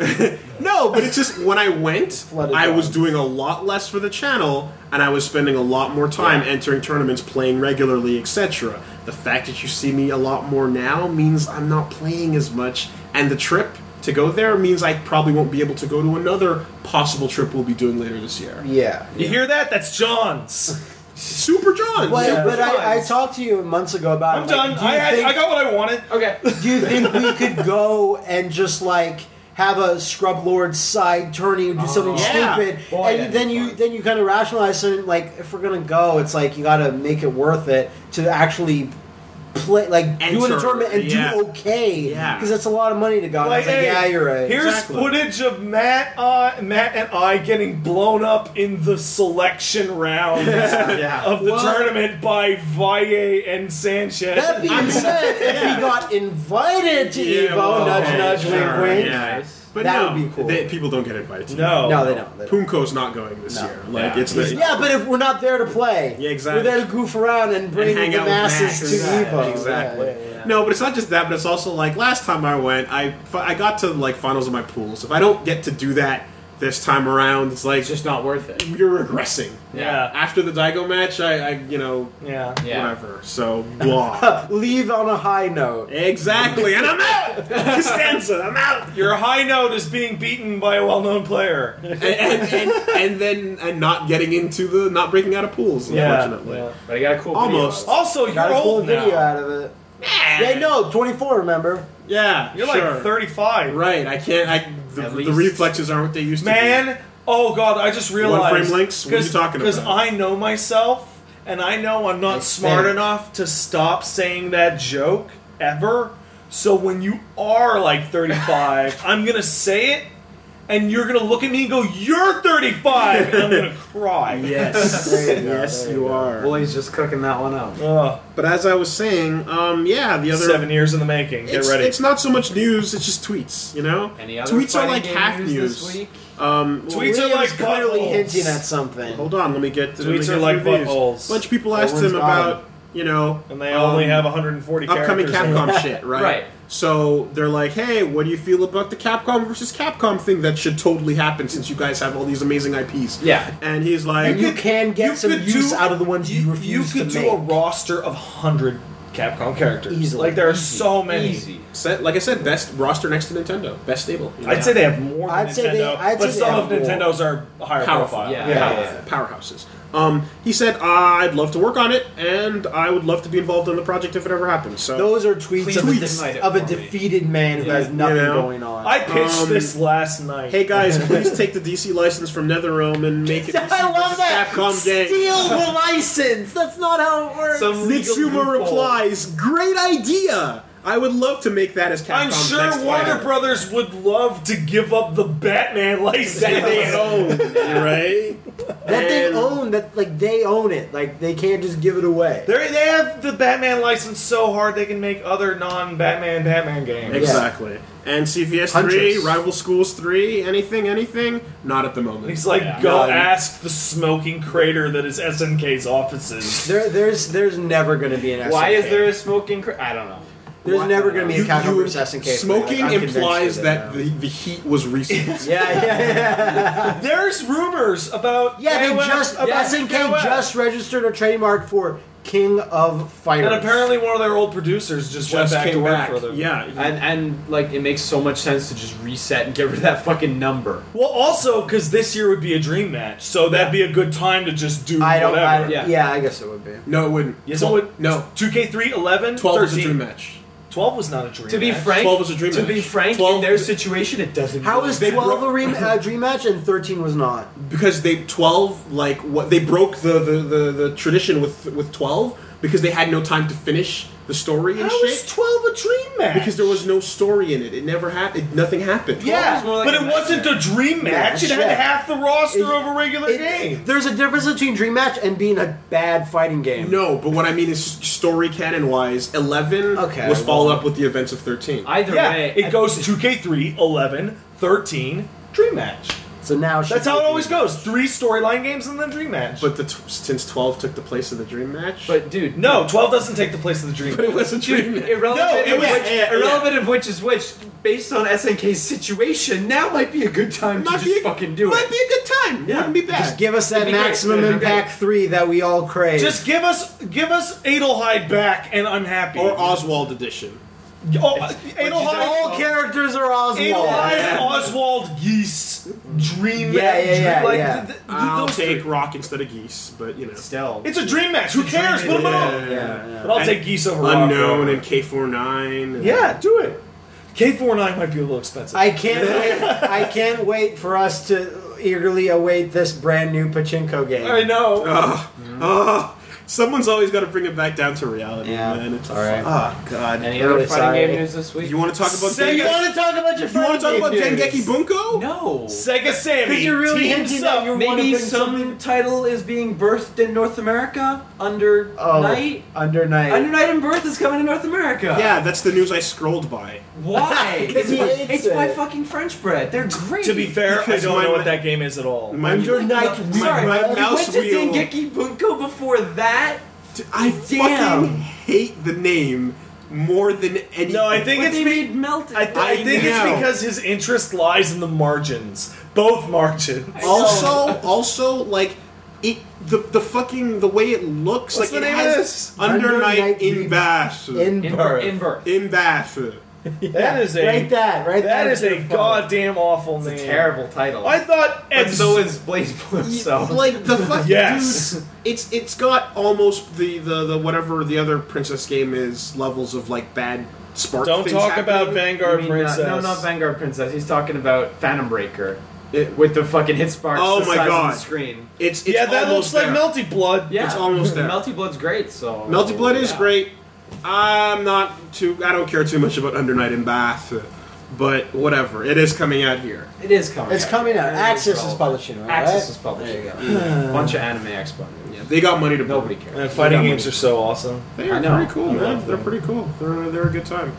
A: no, but it's just when I went,
C: flooded
A: I was
C: down.
A: doing a lot less for the channel, and I was spending a lot more time entering tournaments, playing regularly, etc. The fact that you see me a lot more now means I'm not playing as much, and the trip to go there means I probably won't be able to go to another possible trip we'll be doing later this year.
C: Yeah.
B: You hear that? That's John's.
A: Super John.
C: But, <laughs>
A: Super
C: but
A: John.
C: I, I talked to you months ago about.
B: I'm
C: it,
B: done.
C: like, do you
B: I, had,
C: think-
B: I got what I wanted.
D: Okay.
C: Do you think we could go and just like have a scrub lord side tourney and do something
A: Oh. yeah.
C: stupid?
D: Boy,
C: and
D: that'd
C: then
D: be
C: you
D: fun.
C: then you kind of rationalize and like if we're gonna go, it's like you gotta make it worth it to actually play like do
A: Enter.
C: a tournament and
A: Yeah.
C: do okay.
A: Yeah.
C: Because that's a lot of money to go. And I was like,
B: hey,
C: yeah, you're right.
B: Here's
A: Exactly.
B: footage of Matt, uh, Matt and I getting blown up in the selection
C: <laughs>
B: round of the
C: What?
B: tournament by Valle and Sanchez.
C: that being said, if we got invited to
A: Yeah,
C: Evo,
A: well, okay,
C: E, nudge, nudge,
A: sure,
C: wink, wink.
A: yeah. But
C: That
A: no,
C: would be cool.
A: they- people don't get invited. To
B: no,
C: No, they don't. They don't.
A: Punko's not going this
C: No.
A: year. Like
D: Yeah.
A: it's the,
C: Yeah, but if we're not there to play,
A: Yeah, exactly.
C: We're there to goof around and bring
A: hang
C: the
A: out with
C: masses
A: Max.
C: to
A: Exactly.
C: Evo.
A: Exactly.
C: Yeah, yeah, yeah.
A: No, but it's not just that. But it's also like last time I went, I I got to like finals of my pools. If I don't get to do that this time around, it's like
D: It's just not worth it.
A: you're regressing.
B: Yeah.
A: After the Daigo match, I, I you know
B: Yeah.
D: Yeah.
A: whatever. So blah.
C: Uh, Leave on a high note.
A: exactly, and I'm out. Costanza, I'm out.
B: Your high note is being beaten by a well-known player.
A: And, and, and, and then and not getting into the not breaking out of pools. Unfortunately,
B: Yeah.
D: But I got a cool.
A: Almost.
D: Video.
B: Also, you're
C: Got a cool
B: old now.
C: video out of it. Yeah, no, 24. Remember?
A: yeah,
B: You're
A: sure.
B: like 35.
A: Right, I can't. I the,
D: At
A: the
D: least.
A: reflexes aren't what they used to be.
B: Man, oh god, I just realized.
A: frame links? What are you talking
B: Because
A: about?
B: I know myself, and I know I'm not
C: I
B: smart
C: think.
B: enough to stop saying that joke ever. So when you are like
A: <laughs>
B: 35, I'm gonna say it, and you're gonna look at me and go, "You're 35," and
A: <laughs>
B: I'm gonna cry.
A: Yes,
C: There you go,
A: yes,
C: there
A: you,
C: you go.
A: are.
D: Wooly's just cooking that one up.
B: Ugh,
A: But as I was saying, um, yeah, the other
B: seven years in the making. Get
A: it's,
B: ready.
A: it's not so much news; it's just tweets. You know,
D: Any other
A: tweets are
D: fighting
A: like
D: game
A: half
D: news, this week?
A: Um, well,
B: Tweets are
C: Liam's
B: like
C: clearly
B: buttholes.
C: hinting at something.
A: hold on, let me get. let me
B: Tweets
A: get
B: are like
A: through these.
B: buttholes.
A: Bunch of people asked
C: Everyone's
A: him
C: got 'em.
A: about, you know,
B: and they
A: um,
B: only have 140
A: upcoming
B: characters. <laughs>
A: Capcom shit, right?
D: Right.
A: So they're like, "Hey, what do you feel about the Capcom versus Capcom thing that should totally happen since you guys have all these amazing IPs?"
D: Yeah.
A: And he's like,
C: And you can get
B: you
C: some
B: could
C: use
B: do-
C: out of the ones you,
B: You, you
C: refuse
B: could
C: to
B: do a
C: make.
B: roster of 100 Capcom characters.
C: Easily.
B: Like, there are
C: Easy.
B: so many.
D: Easy.
A: Set, like I said, best roster next to Nintendo, best stable. you know?
B: I'd say they have more. Than
C: I'd
B: Nintendo,
C: say they- I'd
B: but
C: say they
B: some of
C: have more.
B: Nintendo's are higher
A: Powerful,
B: profile.
D: yeah.
A: yeah. powerhouses. Um, he said, "I'd love to work on it, and I would love to be involved in the project if it ever happens." So
C: Those are tweets
D: Please
C: of a, de-
D: tweets.
C: of a
D: Ignite it for me.
C: defeated man who has nothing
A: You know?
C: going on.
B: I pitched
A: Um,
B: this last night.
A: Hey
C: <laughs>
A: guys, please take the DC license from NetherRealm and make it DC
C: I love
A: versus
C: that.
A: Capcom game.
C: Steal the license. That's not how it works.
D: Some legal
A: Mitsuma
D: loophole.
A: replies, "Great idea. I would love to make that as Capcom."
B: I'm sure Warner
A: <laughs>
B: Brothers would love to give up the Batman license.
A: that
B: <laughs>
A: they own, right?
C: that they
A: And-
C: own. That like they own it. Like they can't just give it away.
B: They're- they have the Batman license so hard they can make other non-Batman Batman games.
A: Exactly. And CVS three,
C: Huntress.
A: Rival Schools three, anything, anything, not at the moment.
B: He's like,
D: Yeah.
B: go
C: None.
B: ask the smoking crater that is SNK's offices.
C: There, there's, there's never going to be an.
D: Why
C: SNK.
D: is there a smoking? Cra- I don't know.
C: There's
A: Why-
C: never going to be a
A: You-
C: Capcom
A: you-
C: versus SNK. play.
A: Smoking
C: Like, I'm convinced
A: implies
C: of it
A: that
C: now.
A: the, the heat was
B: <laughs>
A: recent.
C: <laughs> Yeah, yeah, yeah.
B: There's rumors about
C: yeah, they
B: KOF
C: just
B: about
C: SNK
B: KOF.
C: just registered a trademark for King of Fighters.
B: and apparently one of their old producers just, went
A: Just
B: back to
A: came
B: work
A: back.
B: for them.
A: Yeah,
D: And and like it makes so much sense to just reset and get rid of that fucking number.
B: Well, also because this year would be a dream match, so that'd be a good time to just do
C: I don't.
B: whatever.
C: I,
D: Yeah.
C: yeah. I guess it would be.
A: No, it wouldn't.
B: Yes,
A: Twel-
B: it would.
A: No,
B: 2K3, 11,
A: twelve
B: 13.
A: was a dream match.
B: 12 was not a dream
D: To be
B: match.
D: frank,
A: Twelve is a dream
D: To
A: match.
D: be frank,
A: Twelve-
D: in their situation, it doesn't.
C: How
D: really
C: is
A: They
C: twelve
A: broke-
C: a re- uh, dream match and thirteen was not?
A: Because they twelve like what they broke the the, the, the tradition with with twelve because they had no time to finish the story and
B: How is
A: shit.
B: twelve a dream match?
A: Because there was no story in it. It never happened. Nothing happened.
B: yeah,
D: was more like
B: but
D: a
B: it wasn't a dream match. it had
C: yeah.
B: half the roster
C: It-
B: of a regular
C: It-
B: game.
C: There's a difference between dream match and being a bad fighting game.
A: No, but what I mean is story canon wise, eleven
C: Okay,
A: was followed
C: well-
A: up with the events of thirteen.
D: Either
B: yeah,
D: way,
B: it
D: at-
B: goes 2K3, 11, 13, dream match.
C: So now she-
B: That's how it always goes. Three storyline games and then dream match.
A: but the t- since twelve took the place of the dream match,
D: But dude,
B: no, twelve doesn't take the place of the dream.
A: But <laughs> it
B: match.
A: was a dream match.
D: irrelevant,
B: No, it
D: of
B: was-
D: which,
A: yeah, yeah.
D: irrelevant of which is which. Based on SNK's situation, now might be a good time to
A: Might
D: just
A: be a-
D: fucking do
A: might
D: it.
A: be a good time.
D: Yeah.
A: Wouldn't be bad.
C: Just give us
D: It'd
C: that
D: be great.
C: maximum
D: It'd be great.
C: impact three that we all crave.
B: Just give us give us Adelheid back, and I'm happy.
A: or Oswald edition.
B: Oh,
C: all
B: Adelheid,
C: characters are Oswald.
B: Adelheid, Oswald, Geese, Dream
C: Yeah,
B: match.
C: yeah, yeah,
B: like,
C: yeah.
B: th- th- th-
A: I'll
B: those
A: take
B: three.
A: Rock instead of Geese, but you know.
D: Still,
B: It's a dream match. Who cares? Put them on.
A: Yeah,
B: But I'll
A: And
B: take Geese over Rock
A: Unknown
B: forever.
A: and K49. and-
B: yeah, do it. K49 might be a little expensive.
C: I can't wait. I can't wait for us to eagerly await this brand new pachinko game.
B: I know.
A: Ugh. Ugh. someone's always got to bring it back down to reality.
C: Yeah.
A: Man. It's,
C: All right.
A: Oh, God.
D: Any
C: Really
D: other fighting
C: sorry.
D: game news this week?
A: you want to talk about
B: Sega-
C: You
A: Denga-
C: want to talk about your
A: You want to talk about
C: friends?
A: Dengeki Bunko?
D: no.
B: Sega Sammy.
C: Because you're really
B: teams
C: hinting
B: up.
C: that you're
D: Maybe
C: bring
D: some title is being birthed in North America under
C: Oh,
D: night.
C: under night.
D: Under Night and Birth is coming to North America.
A: Yeah, that's the news I scrolled by.
D: Why?
C: 'Cause
D: it's
C: he
D: my,
C: hates
D: it's my
C: it.
D: fucking French bread. They're great.
B: To be fair, I
A: Because
B: don't
A: my-
B: know what that game is at all.
A: My,
C: Under
A: my-
C: Night
D: I'm
C: Rewind.
D: sorry,
A: my
D: we
A: mouse
D: went to
A: wheel-
D: Dengeki Bunko before that.
A: I
D: Damn.
A: fucking hate the name more than anything.
B: No, I think
D: But
B: it's
D: they
B: be-
D: made melted.
B: I, I think
A: know.
B: it's because his interest lies in the margins, both
C: <laughs>
B: margins.
A: Also, also like it the the fucking the way it looks
B: What's
A: like
B: the
A: it
B: name of
A: has
B: this?
A: Under
C: Under
A: Night
C: Night
A: in
C: Re-
A: Bath.
C: in,
D: in,
C: birth.
D: in birth.
A: in Bath.
B: that is a
C: right that right.
B: that
C: there
B: is
C: to
B: a
C: the front.
B: goddamn awful name.
E: It's a terrible title.
B: I thought
E: but
B: Ed
E: so is Blaze Blue. So
A: Like the fuck
B: Yes.
A: dude, it's it's got almost the, the the whatever the other princess game is levels of like bad spark.
B: Don't
A: things
B: talk
A: happening.
B: about Vanguard
E: You mean not-
B: Princess.
E: no, not Vanguard Princess. He's talking about Phantom Breaker
A: It-
E: with the fucking hit sparks.
A: Oh
E: the
A: my
E: size
A: God.
E: Of the screen.
A: It's, it's
B: yeah, that
A: almost
B: looks like
A: there.
B: Melty Blood.
E: Yeah,
A: It's almost there.
E: Melty Blood's great. So
A: Melty Blood is
E: Yeah.
A: great. I'm not too. I don't care too much about Under Night in Bath, but whatever. It is coming out here.
E: It is coming.
C: It's coming out.
E: It
C: Axis is
E: relevant.
C: publishing. it, Right?
E: Axis is publishing.
C: There
E: it. A bunch of anime expo.
A: Yeah, they got money to burn.
E: Nobody cares.
B: And fighting games are so awesome.
A: They're
E: I know.
A: pretty cool,
E: I
A: man.
E: love
A: They're
E: them.
A: pretty cool. They're they're a good time.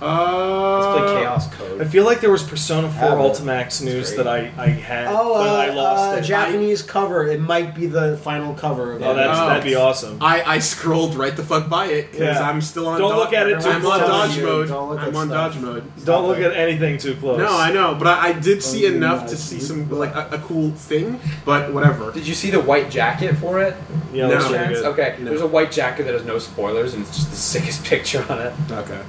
A: Uh,
E: Let's
D: Uh,
E: play Chaos
B: I
E: Code.
B: feel like there was Persona 4
E: Have it.
B: Ultimax news
E: great.
B: that I, I had,
C: Oh, uh,
B: but I lost
C: uh,
B: it.
C: Japanese cover. It might be the final cover. Of
B: oh,
C: that.
B: that's,
A: Oh.
B: that'd be awesome.
A: I, I scrolled right the fuck by it because
B: Yeah.
A: I'm still on.
B: Don't
A: dod-
B: look at it too
A: I'm on
B: close.
A: dodge
C: You
A: mode.
C: don't look at
A: I'm on
C: stuff.
A: dodge mode.
B: Don't look at anything too close.
A: No, I know, but I, I did see
C: Don't do
A: enough
C: that.
A: to see some like a, a cool thing, but whatever.
E: Did you see the white jacket for it?
B: Yeah,
A: No.
B: that's pretty
E: Chance?
B: good.
E: Okay,
A: No.
E: there's a white jacket that has no spoilers, and it's just the sickest <laughs> picture on it.
A: Okay.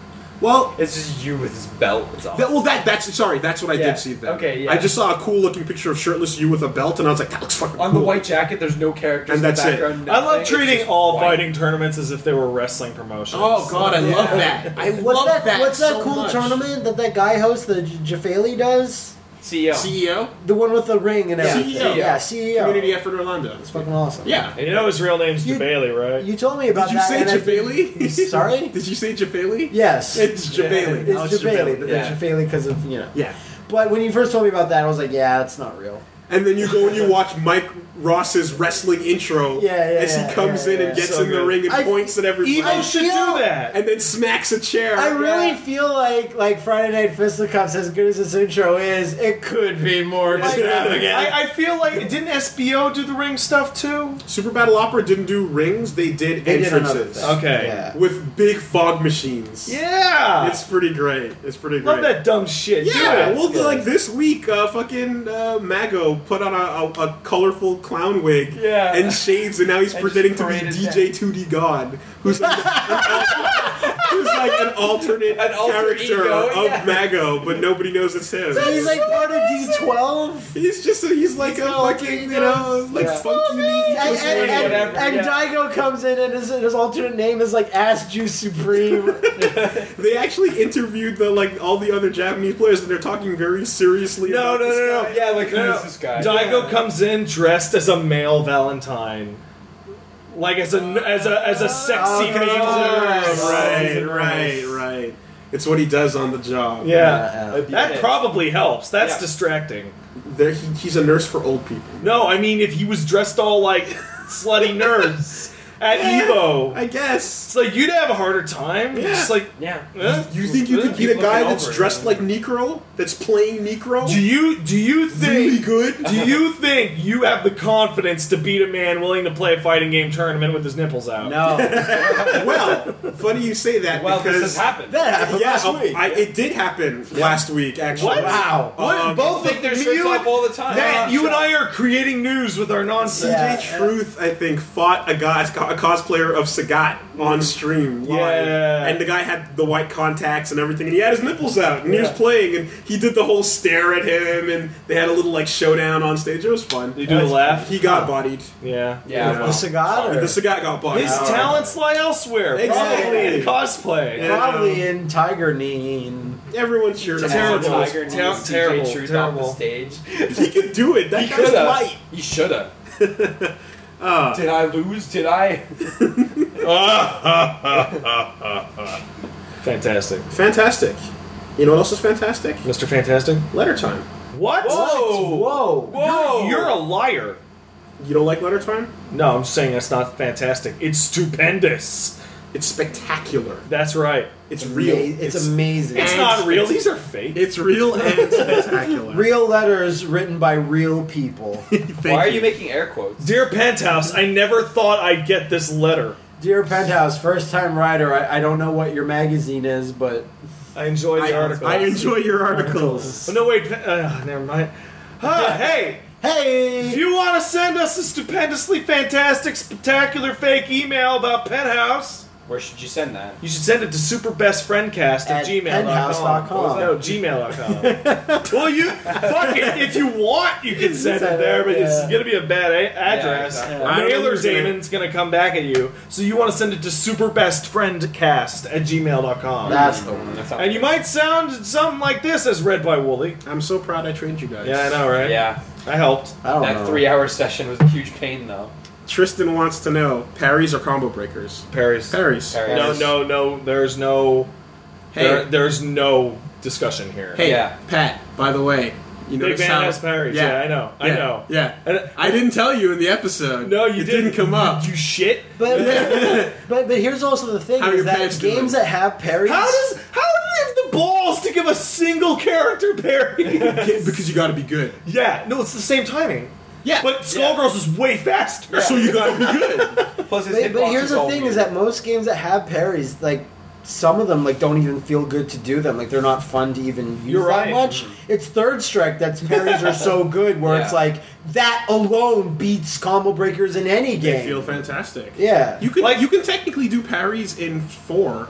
A: Well,
E: It's just you with his belt. It's awesome.
A: That, well, that that's sorry. That's what I
E: Yeah.
A: did see. Then.
E: Okay, yeah.
A: I just saw a cool looking picture of shirtless you with a belt, and I was like, that looks fucking.
E: on
A: cool.
E: the white jacket, there's no characters
A: And
E: in
A: that's
E: the
A: it.
E: background.
B: I love
E: nothing. It's
B: treating
E: just
B: all
E: white.
B: fighting tournaments as if they were wrestling promotions.
A: <laughs> Oh god, I love that. I
C: What's
A: love
C: that,
A: that.
C: What's that
A: so
C: cool
A: much.
C: tournament that that guy hosts? The J- Jafali does
E: CEO.
A: CEO
C: the one with the ring and
A: Yeah.
C: everything.
A: CEO.
C: Yeah, CEO.
A: community effort Orlando. It's
C: It's
A: fucking-
C: fucking awesome.
A: Yeah.
B: And you know his real name's
C: You-
B: Jabali, right?
C: You told me about
A: Did you
C: that.
A: say
C: and I think-
A: Jabali?
C: <laughs> Sorry?
A: <laughs> Did you say Jabali?
C: Yes.
A: It's
B: Yeah.
A: Jabali.
C: It's
A: Oh,
C: Jafali, but
E: Yeah.
C: then Jafali because of you know.
A: Yeah.
C: But when you first told me about that, I was like, yeah, it's not real.
A: And then you go and you watch Mike Ross's wrestling intro.
C: Yeah, yeah,
A: As
C: yeah,
A: he comes
C: yeah,
A: in
C: yeah.
A: and gets
B: So
A: in the
B: good.
A: ring and
C: I-
A: points at everybody,
B: Evo
C: I
B: should
C: feel-
B: do that.
A: and then smacks a chair.
C: I really
B: Yeah.
C: feel like like Friday Night Fisticuffs, as good as this intro is, it could be
A: <laughs>
C: more extravagant.
B: I, I feel like didn't SBO do the ring stuff too?
A: Super Battle Opera didn't do rings; they did
C: They did another
A: entrances.
C: thing.
B: Okay.
C: Yeah.
A: with big fog machines.
B: Yeah,
A: It's pretty great. It's pretty
B: love
A: great.
B: that dumb shit.
A: Yeah,
B: do it.
A: well, like this week, uh, fucking uh, Mago put on a, a, a colorful clown wig
E: Yeah.
A: and shades, and now he's
E: And
A: pretending to be
E: paraded
A: DJ 2D God, who's like, who's like an alternate
E: An alter
A: character
E: ego,
A: of
E: yeah.
A: Mago, but nobody knows it's him.
C: he's like part of D twelve.
A: He's just a, he's like a fucking you know like
E: Yeah.
A: funky
C: And,
A: meat.
C: and, and,
E: whatever,
C: and
E: yeah.
C: Daigo comes in and his, his alternate name is like Ass Juice Supreme.
A: They actually interviewed the like all the other Japanese players, and they're talking very seriously.
B: No,
A: about
B: no,
A: this
B: no, no.
A: guy.
E: Yeah, like who
B: No,
E: is this guy?
B: Daigo comes in dressed as a male Valentine. like as a as a as a sexy
C: Oh,
A: Right,
B: major.
A: right, right. It's what he does on the job.
B: Yeah, that
F: Yeah.
B: probably helps. That's
E: Yeah.
B: distracting.
A: There, he, he's a nurse for old people.
B: No, I mean if he was dressed all like <laughs> slutty nerds at Evo,
A: I guess.
B: it's like you'd have a harder time.
A: Yeah.
B: Just like
E: Yeah.
B: eh?
A: You think you could beat a
B: People
A: guy
B: get
A: that's
B: over it,
A: dressed
B: man.
A: like Necro? That's playing Necro?
B: Do you do you think
A: really good? <laughs>
B: Do you think you have the confidence to beat a man willing to play a fighting game tournament with his nipples out?
C: No.
A: well, funny you say that
E: Well,
A: because
E: this has happened.
C: that happened
A: yeah,
C: last
A: um,
C: week.
A: I, it did happen last week. Actually,
B: What?
C: wow.
A: What? Um,
E: Both think their shirts
B: you
E: off all the time.
B: Matt, you and I are creating news with our nonsense.
C: Yeah.
A: CJ Truth, I think, fought a guy, a cosplayer of Sagat on stream live,
B: Yeah.
A: and the guy had the white contacts and everything, and he had his nipples out, and he was playing, and he did the whole stare at him, and they had a little like showdown on stage. It was fun.
B: You do a laugh?
A: He got bodied.
B: Yeah.
E: Yeah.
A: Yeah.
C: the cigar.
A: The Sagat got bodied.
B: His talents lie elsewhere,
A: Exactly.
B: probably in cosplay.
A: Yeah.
C: Probably in Tiger Neen.
A: Everyone cheered him.
B: Terrible.
A: on.
E: Tiger needs
B: Ter-
E: CJ
B: terrible,
E: Truth
B: terrible.
E: off the stage.
B: <laughs>
A: He could do it. That
E: He
A: guy's
E: coulda.
A: light.
E: You shoulda.
A: <laughs> Uh,
E: Did I lose? Did I?
B: Fantastic.
A: Fantastic. You know what else is fantastic?
B: Mr. Fantastic?
A: Letter time.
B: What?
E: Whoa!
C: Whoa.
E: Whoa!
B: You're a liar.
A: You don't like letter time?
B: No, I'm saying that's not fantastic. It's stupendous.
A: It's spectacular.
B: That's right.
A: It's real.
C: It's, amazing.
B: It's not real. These are fake.
A: It's real
B: <laughs>
A: and spectacular.
C: real letters written by real
A: <laughs>
C: people.
A: Thank
E: Why are you making air quotes?
B: Dear Penthouse, I never thought I'd get this letter.
C: Dear Penthouse, first time writer, I, I don't know what your magazine is, but
B: I enjoy the
A: I,
B: article.
A: I enjoy your articles.
B: Oh, no, wait. Uh, never mind. Huh, hey, if
C: hey!
B: you want to send us a stupendously fantastic, spectacular fake email about Penthouse,
E: Where should you send that?
B: you should send it to superbestfriendcast at,
C: At penthouse.com.
B: gmail.com. No, gmail.com. well, you, fuck it. If you want, you can send it there, but it's
C: Yeah.
B: going to be a bad a- address.
E: exactly.
B: The Mailer Damon's going to come back at you. So you want to send it to superbestfriendcast at gmail.com.
C: That's the one.
E: Mm, That's not-
B: and you might sound something like this as read by Wooly.
A: I'm so proud I trained you guys.
B: Yeah, I know, right?
E: Yeah.
B: I helped.
C: I don't
E: That
C: know.
E: three-hour session was a huge pain, though.
A: Tristan wants to know parries or combo breakers.
B: Paris.
A: Parries.
E: Parries.
B: No, no, no. There's no.
A: Hey.
B: there- there's no discussion here.
A: Hey,
E: Yeah.
A: Pat. By the way, you
B: Big
A: notice
B: man
A: how
B: has parries. Yeah, I know. I
A: yeah,
B: know.
A: Yeah.
B: And-
A: I didn't tell you in the episode.
B: no, you
A: it didn't, come up.
B: You shit.
A: <laughs>
C: But, but but here's also the thing
A: How are
C: is
A: your
C: that
A: pants doing?
C: games that have
B: <laughs>
C: parries.
B: How does how do they have the balls to give a single character parry? <laughs>
A: Yeah, because you got to be good.
B: yeah. No, it's the same timing.
A: Yeah.
B: But Skullgirls is way faster.
A: so you got to be <laughs> good.
E: Plus, his
C: but, but
E: hitbox
C: here's
E: is
C: the
E: all
C: thing is
E: weird.
C: that most games that have parries, like some of them, like don't even feel good to do them. Like they're not fun to even use
B: You're
C: that
B: right.
C: much. It's Third Strike that's parries are so good where it's
E: Yeah.
C: like that alone beats combo breakers in any game.
A: They feel fantastic.
C: yeah.
A: You can like you can technically do parries in four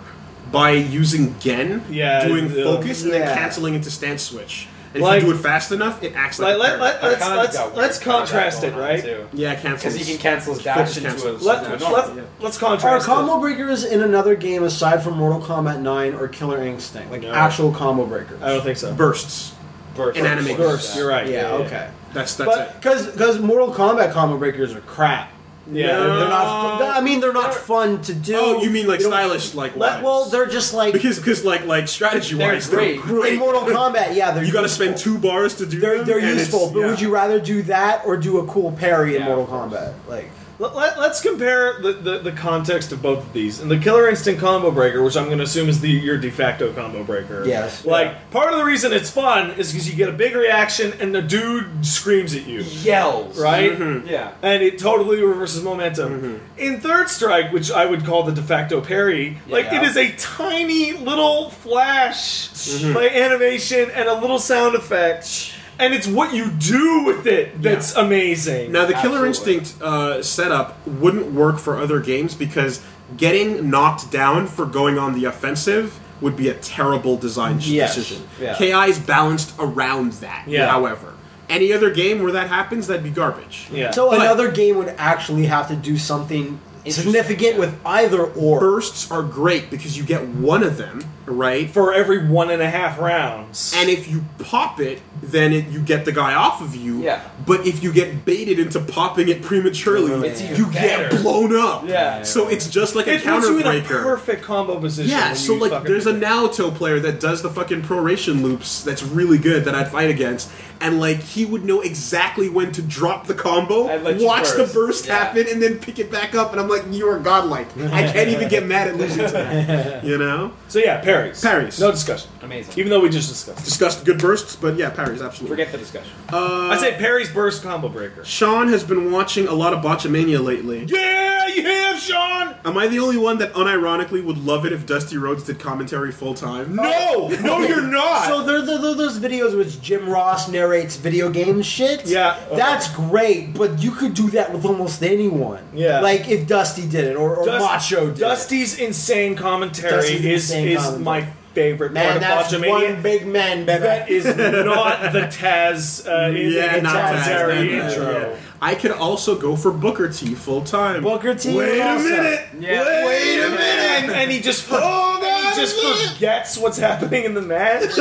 A: by using Gen,
B: Yeah,
A: doing
B: yeah.
A: focus, and then
C: Yeah.
A: canceling into stance switch. And
B: Like-
A: if you do it fast enough, it acts like,
B: Like
A: a
B: let,
A: parry.
B: let,
E: I
B: let's
E: kinda
B: let's
E: got weird
B: let's
E: kinda got
B: contrast it,
E: going on,
B: right?
E: too.
A: yeah, cancels.
E: Because he can cancel his
A: Focus
E: dash into a.
A: cancels.
B: <laughs> Let,
A: Smash.
B: let's
A: Yeah.
B: let's
C: Are
B: contrast. it.
C: combo breakers in another game aside from Mortal Kombat 9 or Killer Instinct? Like
B: No.
C: actual combo breakers?
B: I don't think so.
A: bursts.
E: burst.
A: Inanimate
B: Burst. You're right.
C: Yeah, okay.
A: That's that's
C: But because because Mortal Kombat combo breakers are crap.
B: Yeah.
C: They're,
A: No.
C: they're not. Fun. I mean, they're not fun to do.
A: it. Oh, you mean like
C: They don't-
A: stylish, like
C: Let,
A: wise.
C: well, they're just like
A: because because like like strategy wise,
E: They're
A: they're
E: great.
A: great.
C: in Mortal Kombat. Yeah, they're
A: You got to
C: useful.
A: spend two bars to do.
C: They're
A: them,
C: they're
A: and it's-
C: useful, but
A: yeah.
C: would you rather do that or do a cool parry in
E: Yeah,
C: Mortal
E: of course.
C: Kombat? Like,
B: Let, let, us compare the, the, the context of both of these. And the Killer Instinct combo breaker, which I'm going to assume is the your de facto combo breaker.
C: Yes.
B: Like, part of the reason it's fun is because you get a big reaction and the dude screams at you.
E: Yells.
B: Right?
E: Yeah.
B: And it totally reverses momentum.
A: Mm-hmm.
B: In Third Strike, which I would call the de facto parry, like
E: Yeah.
B: it is a tiny little flash
A: Mm-hmm.
B: like animation and a little sound effect. And it's what you do with it that's amazing.
A: Now, the Killer
E: Absolutely.
A: Instinct uh, setup wouldn't work for other games because getting knocked down for going on the offensive would be a terrible design sh-
C: Yes.
A: decision.
E: Yeah.
A: KI is balanced around that,
B: Yeah.
A: however. Any other game where that happens, that'd be garbage.
B: yeah.
C: so
A: But-
C: another game would actually have to do something significant with either or.
A: bursts are great because you get one of them, right?
B: for every one and a half rounds.
A: And if you pop it, then it, you get the guy off of you.
D: Yeah.
A: But if you get baited into popping it prematurely,
D: It's even
A: you
E: better.
A: get blown up.
E: Yeah.
A: So it's just like
B: it
A: a
B: puts you in a
A: counterbreaker.
B: perfect combo position.
A: Yeah,
B: when
A: so
B: you
A: like
B: fucking
A: there's a
B: do that.
A: Naoto player that does the fucking proration loops that's really good that I'd fight against, and like he would know exactly when to drop the combo,
E: And let you
A: watch
E: burst.
A: the burst
E: Yeah.
A: happen, and then pick it back up, and I'm like, you are godlike. I can't even get mad at losing to that. You know?
B: So yeah, parries.
A: Parries.
B: No discussion.
E: Amazing.
B: Even though we just discussed.
A: discussed good bursts, but yeah, parries, absolutely.
E: Forget the discussion.
A: Uh,
B: I'd say parries burst combo breaker.
A: Sean has been watching a lot of Botchamania lately.
B: Yeah, you have, Sean!
A: Am I the only one that unironically would love it if Dusty Rhodes did commentary full time? <laughs>
B: No! No, you're not!
C: So there, there, there are those videos which Jim Ross narrates video game shit.
B: Yeah.
C: that's great, but you could do that with almost anyone.
B: Yeah.
C: like if Dusty did it or, or
B: Dust-
C: Macho did. it.
B: Dusty's insane commentary
C: Dusty's
B: is
C: insane
B: is
C: commentary.
B: my favorite
C: man,
B: part
C: that's
B: of
C: one
B: Botchamania.
C: big man, baby.
B: That is not the Taz
C: <laughs>
B: uh, in-
A: Yeah,
B: in-
A: not Taz,
B: commentary
A: not Taz,
B: intro.
A: yeah. I could also go for Booker T full time.
C: Booker T.
A: Wait a
C: also.
A: minute!
D: Yeah.
A: Wait a minute!
B: And, and he just for-
C: Oh,
B: and he just forgets what's happening in the
C: <laughs>
B: match.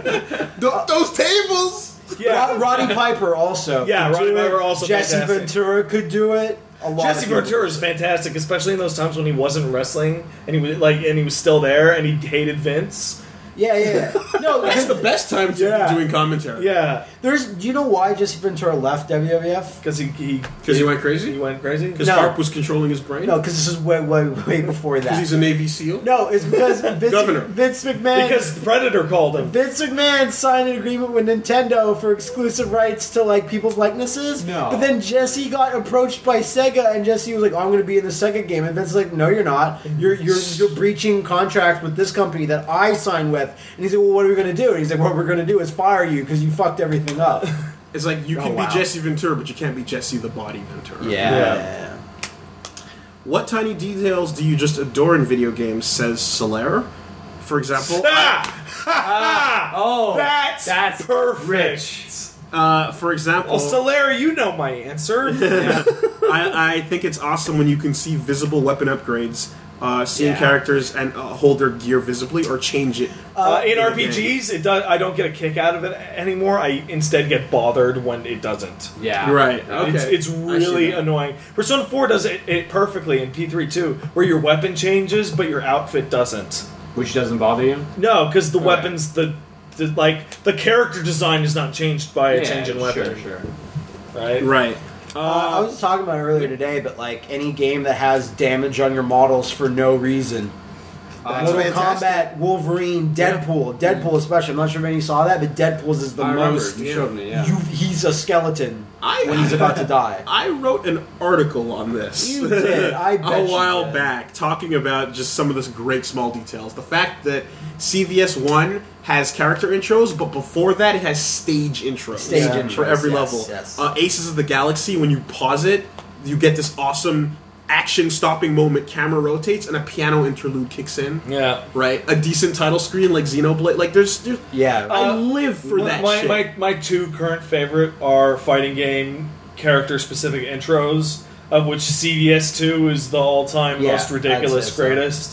A: Th- those tables!
C: Ro- Roddy Piper also.
B: Yeah,
C: could
B: Roddy
C: do it.
B: Piper also
C: Jesse
B: fantastic.
C: Ventura could do it. A lot of
B: Jesse
C: people.
B: Ventura is fantastic, especially in those times when he wasn't wrestling and he was like and he was still there and he hated Vince.
C: Yeah, yeah.
B: <laughs>
C: yeah. No,
A: That's the best time to
B: Yeah.
A: be doing commentary.
B: Yeah,
C: <laughs> There's. Do you know why Jesse Ventura left WWF?
B: because he he
A: Because he went
B: he
A: crazy?
B: went crazy.
A: Because
C: No.
A: Harp was controlling his brain?
C: No, because this is way, way, way
B: <laughs>
C: before
A: Because
C: that.
A: he's a Navy SEAL?
C: No, it's because Vince,
A: Governor.
C: Vince McMahon.
B: Because the Predator called him.
C: Vince McMahon signed an agreement with Nintendo for exclusive rights to like people's likenesses.
D: No.
C: But then Jesse got approached by Sega, and Jesse was like, oh, "I'm going to be in the Sega game," and Vince was like, "No, you're not. You're you're you're breaching contract with this company that I signed with." And he's like, "Well, what are we going to do?" And he's like, "What we're going to do is fire you because you fucked everything <laughs> up."
A: It's like you
C: Oh,
A: can
C: wow.
A: be Jesse Ventura, but you can't be Jesse the Body Ventura.
B: Yeah.
A: What tiny details do you just adore in video games? Says Solaire. For
B: <laughs>
C: <laughs>
A: example,
B: Ah! <laughs>
D: Oh,
B: That's,
D: that's
B: perfect.
A: uh, for example,
B: Well, Solera, you know
A: <laughs>
B: my answer.
A: <coughs> I, I think it's awesome when you can see visible weapon upgrades, uh, seeing
D: Yeah.
A: characters and uh, hold their gear visibly or change it.
B: uh, in
A: Yeah.
B: RPGs, it does. I don't get a kick out of it anymore. I instead get bothered when it doesn't.
D: yeah.
A: Right.
B: It's,
A: Okay.
B: it's
A: I see
B: really
A: that.
B: annoying. Persona 4 does it, it perfectly in P3 too, where your weapon changes but your outfit doesn't.
D: Which doesn't bother you?
B: No, because the
D: Right.
B: weapons, the, the like the character design is not changed by a change in weapon,
D: Sure, sure.
B: right?
A: right.
C: Uh, I was talking about it earlier today, but like any game that has damage on your models for no reason.
D: Uh,
C: Mortal
A: fantastic.
C: Kombat, Wolverine, Deadpool, Deadpool especially. I'm not sure if any saw that, but Deadpool's is the
D: I remember,
C: most.
D: you showed me, yeah.
C: You, he's a skeleton
A: I-
C: when he's about to
A: <laughs>
C: die.
A: I wrote an article on this
C: You did. I
A: <laughs>
C: bet
A: a
C: you
A: while
C: did.
A: back talking about just some of this great small details. The fact that CVS One has character intros, but before that, it has stage intros.
C: Stage
A: for
C: intros,
A: every
C: yes,
A: level.
C: yes.
A: Uh, Aces of the Galaxy. When you pause it, you get this awesome action-stopping moment. Camera rotates and a piano interlude kicks in.
B: Yeah.
A: Right, a decent title screen like Xenoblade. Like there's, there's
C: Yeah.
A: I
B: Uh,
A: live for
B: my,
A: that
B: my,
A: shit.
B: my my two current favorite are fighting game character specific intros, of which CVS two is the all time
C: Yeah,
B: most ridiculous
C: I'd say so.